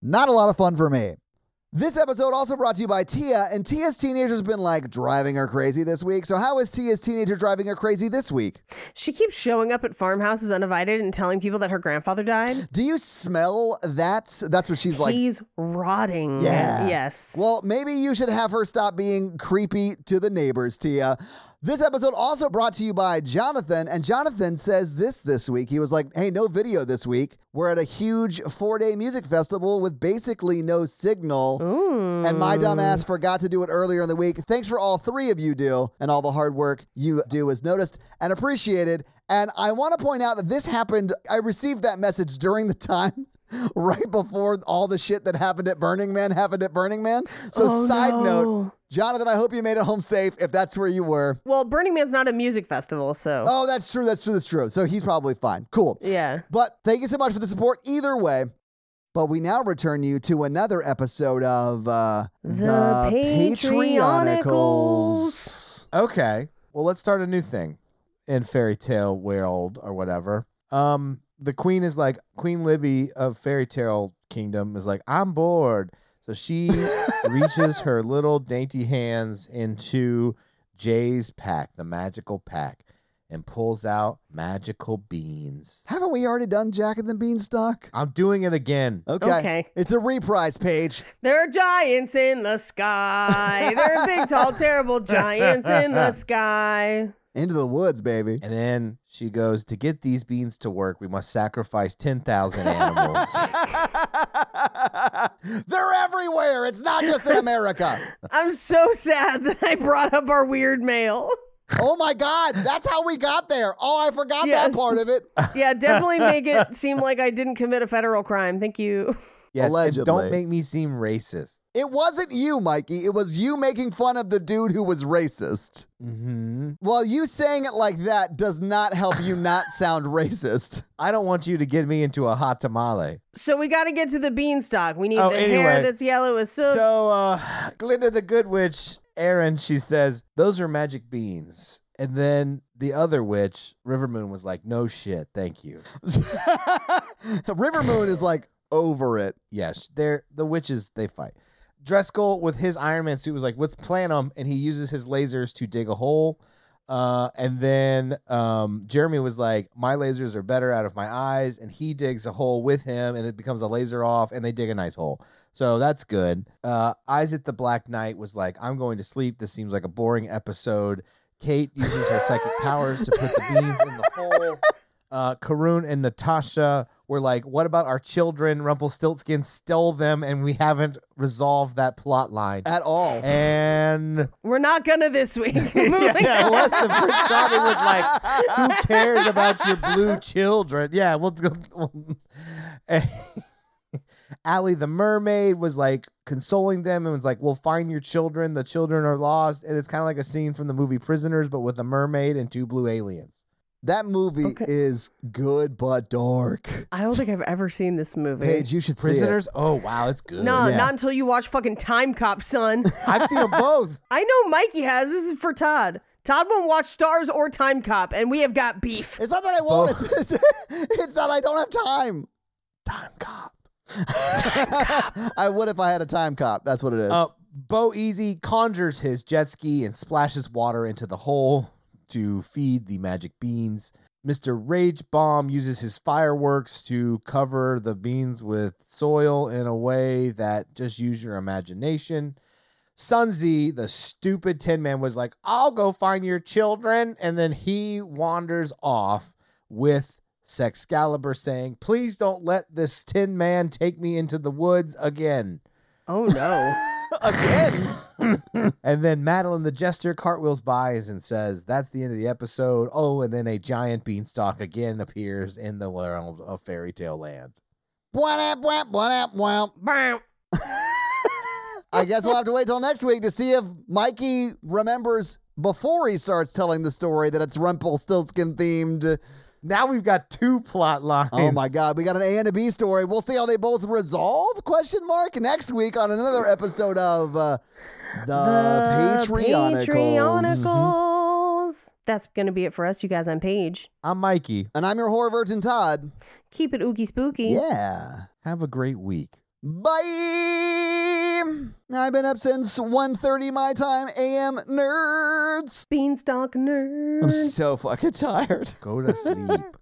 S4: not a lot of fun for me. This episode also brought to you by Tia, and Tia's teenager's been like driving her crazy this week. So, how is Tia's teenager driving her crazy this week?
S6: She keeps showing up at farmhouses uninvited and telling people that her grandfather died.
S4: Do you smell that? That's what she's like.
S6: He's rotting.
S4: Yeah.
S6: Yes.
S4: Well, maybe you should have her stop being creepy to the neighbors, Tia. This episode also brought to you by Jonathan, and Jonathan says this this week. He was like, "Hey, no video this week. We're at a huge four-day music festival with basically no signal, and my dumb ass
S6: Mm.
S4: forgot to do it earlier in the week. Thanks for all three of you do, and all the hard work you do is noticed and appreciated. And I want to point out that this happened. I received that message during the time." <laughs> Right before all the shit that happened at Burning Man happened at Burning Man. So,
S6: Oh,
S4: side
S6: no.
S4: note, Jonathan, I hope you made it home safe if that's where you were.
S6: Well, Burning Man's not a music festival, so.
S4: Oh, that's true. That's true. That's true. So he's probably fine. Cool.
S6: Yeah.
S4: But thank you so much for the support either way. But we now return you to another episode of uh,
S6: The
S4: Patreonicals.
S8: Okay. Well, let's start a new thing in fairy tale world or whatever. Um, the queen is like Queen Libby of Fairy Tale Kingdom is like, I'm bored.
S9: <laughs>
S8: So she reaches her little dainty hands into Jay's pack, the magical pack, and pulls out magical beans.
S4: Haven't we already done Jack and the Beanstalk?
S8: I'm doing it again.
S4: Okay.
S6: Okay.
S4: It's a reprise page.
S6: There are giants in the sky. there are big, tall, terrible giants in the sky.
S4: Into the woods, baby.
S8: And then she goes, To get these beans to work, we must sacrifice 10,000 animals.
S4: <laughs> They're everywhere. It's not just
S6: <laughs>
S4: in America.
S6: I'm so sad that I brought up our weird mail.
S4: oh my God. That's how we got there. Oh, I forgot
S6: Yes.
S4: that part of it.
S6: Yeah, definitely make it seem like I didn't commit a federal crime. Thank you.
S8: Yes, and don't
S4: Allegedly.
S8: make me seem racist.
S4: It wasn't you, Mikey. It was you making fun of the dude who was racist.
S8: Mm-hmm.
S4: Well, you saying it like that does not help
S8: <laughs>
S4: you not sound racist.
S8: I don't want you to get me into a hot tamale.
S6: So we got to get to the beanstalk. We need
S8: Oh,
S6: the
S8: anyway.
S6: hair that's yellow as silk.
S8: So, uh, Glinda the Good Witch, Aaron, she says, Those are magic beans. And then the other witch, River Moon, was like, No shit, thank you.
S4: <laughs> River Moon is like over it.
S8: Yes, they're the witches. They fight. Dreskel with his Iron Man suit was like, "Let's plan 'em," and he uses his lasers to dig a hole. Uh, and then um, Jeremy was like, "My lasers are better out of my eyes," and he digs a hole with him, and it becomes a laser off, and they dig a nice hole. So that's good. Uh, Isaac the Black Knight was like, "I'm going to sleep. This seems like a boring episode." Kate uses her psychic powers to put the beans in the hole uh, Karun and Natasha were like, "What about our children? Rumpelstiltskin stole them, and we haven't resolved that plot line."
S4: At all.
S8: And
S6: We're not gonna this
S8: <laughs>
S6: week. <laughs>
S8: yeah,
S6: Moving
S8: yeah,
S6: on.
S8: unless the first shot it was like, "Who cares about your blue children?" Yeah, we'll <laughs> go. And Allie the mermaid was like consoling them and was like, "We'll find your children. The children are lost." And it's kind of like a scene from the movie Prisoners, but with a mermaid and two blue aliens.
S4: <laughs> That movie
S6: Okay.
S4: is good but dark.
S6: I don't think I've ever seen this movie.
S4: Paige, you should
S8: Prisoners.
S4: see
S8: Oh wow, it's good.
S6: no,
S4: yeah.
S6: not until you watch fucking Time Cop, son.
S8: <laughs> I've seen them both.
S6: <laughs> I know Mikey has. This is for Todd. Todd won't watch Stars or Time Cop, and we have got beef.
S4: it. It's not that I won't. It's,
S8: Oh.
S4: <laughs> it's that I don't have time. <laughs>
S8: Time cop.
S4: I would if I had a time cop. That's what it is.
S8: Uh,
S4: <laughs>
S8: Bo Easy conjures his jet ski and splashes water into the hole to feed the magic beans. Mr. Rage Bomb uses his fireworks to cover the beans with soil in a way that just use your imagination. Sunzi, the stupid Tin Man, was like, I'll go find your children. And then he wanders off with Sexcalibur saying, Please don't let this Tin Man take me into the woods again.
S6: Oh,
S8: <laughs>
S6: no.
S8: again. and then Madeline the Jester cartwheels by and says, That's the end of the episode. Oh, and then a giant beanstalk again appears in the realm of fairy tale land.
S4: Wah, wah, wah, wah, wah. I guess we'll have to wait till next week to see if Mikey remembers before he starts telling the story that it's Rumpelstiltskin themed.
S8: <laughs> Now we've got two plot lines.
S4: Oh my god, we got an A and a B story. We'll see how they both resolve? Question mark next week on another episode of uh, the,
S8: Uh,
S4: the Patreonicles.
S6: Patreonicals. That's gonna be it for us, you guys. I'm Paige.
S8: I'm Mikey,
S4: and I'm your horror virgin, Todd.
S6: Keep it ooky spooky.
S4: Yeah.
S8: Have a great week.
S4: Bye. I've been up since 1.30 my time a.m. Nerds.
S6: Beanstalk nerds.
S4: I'm so fucking tired. <laughs>
S8: Go to sleep.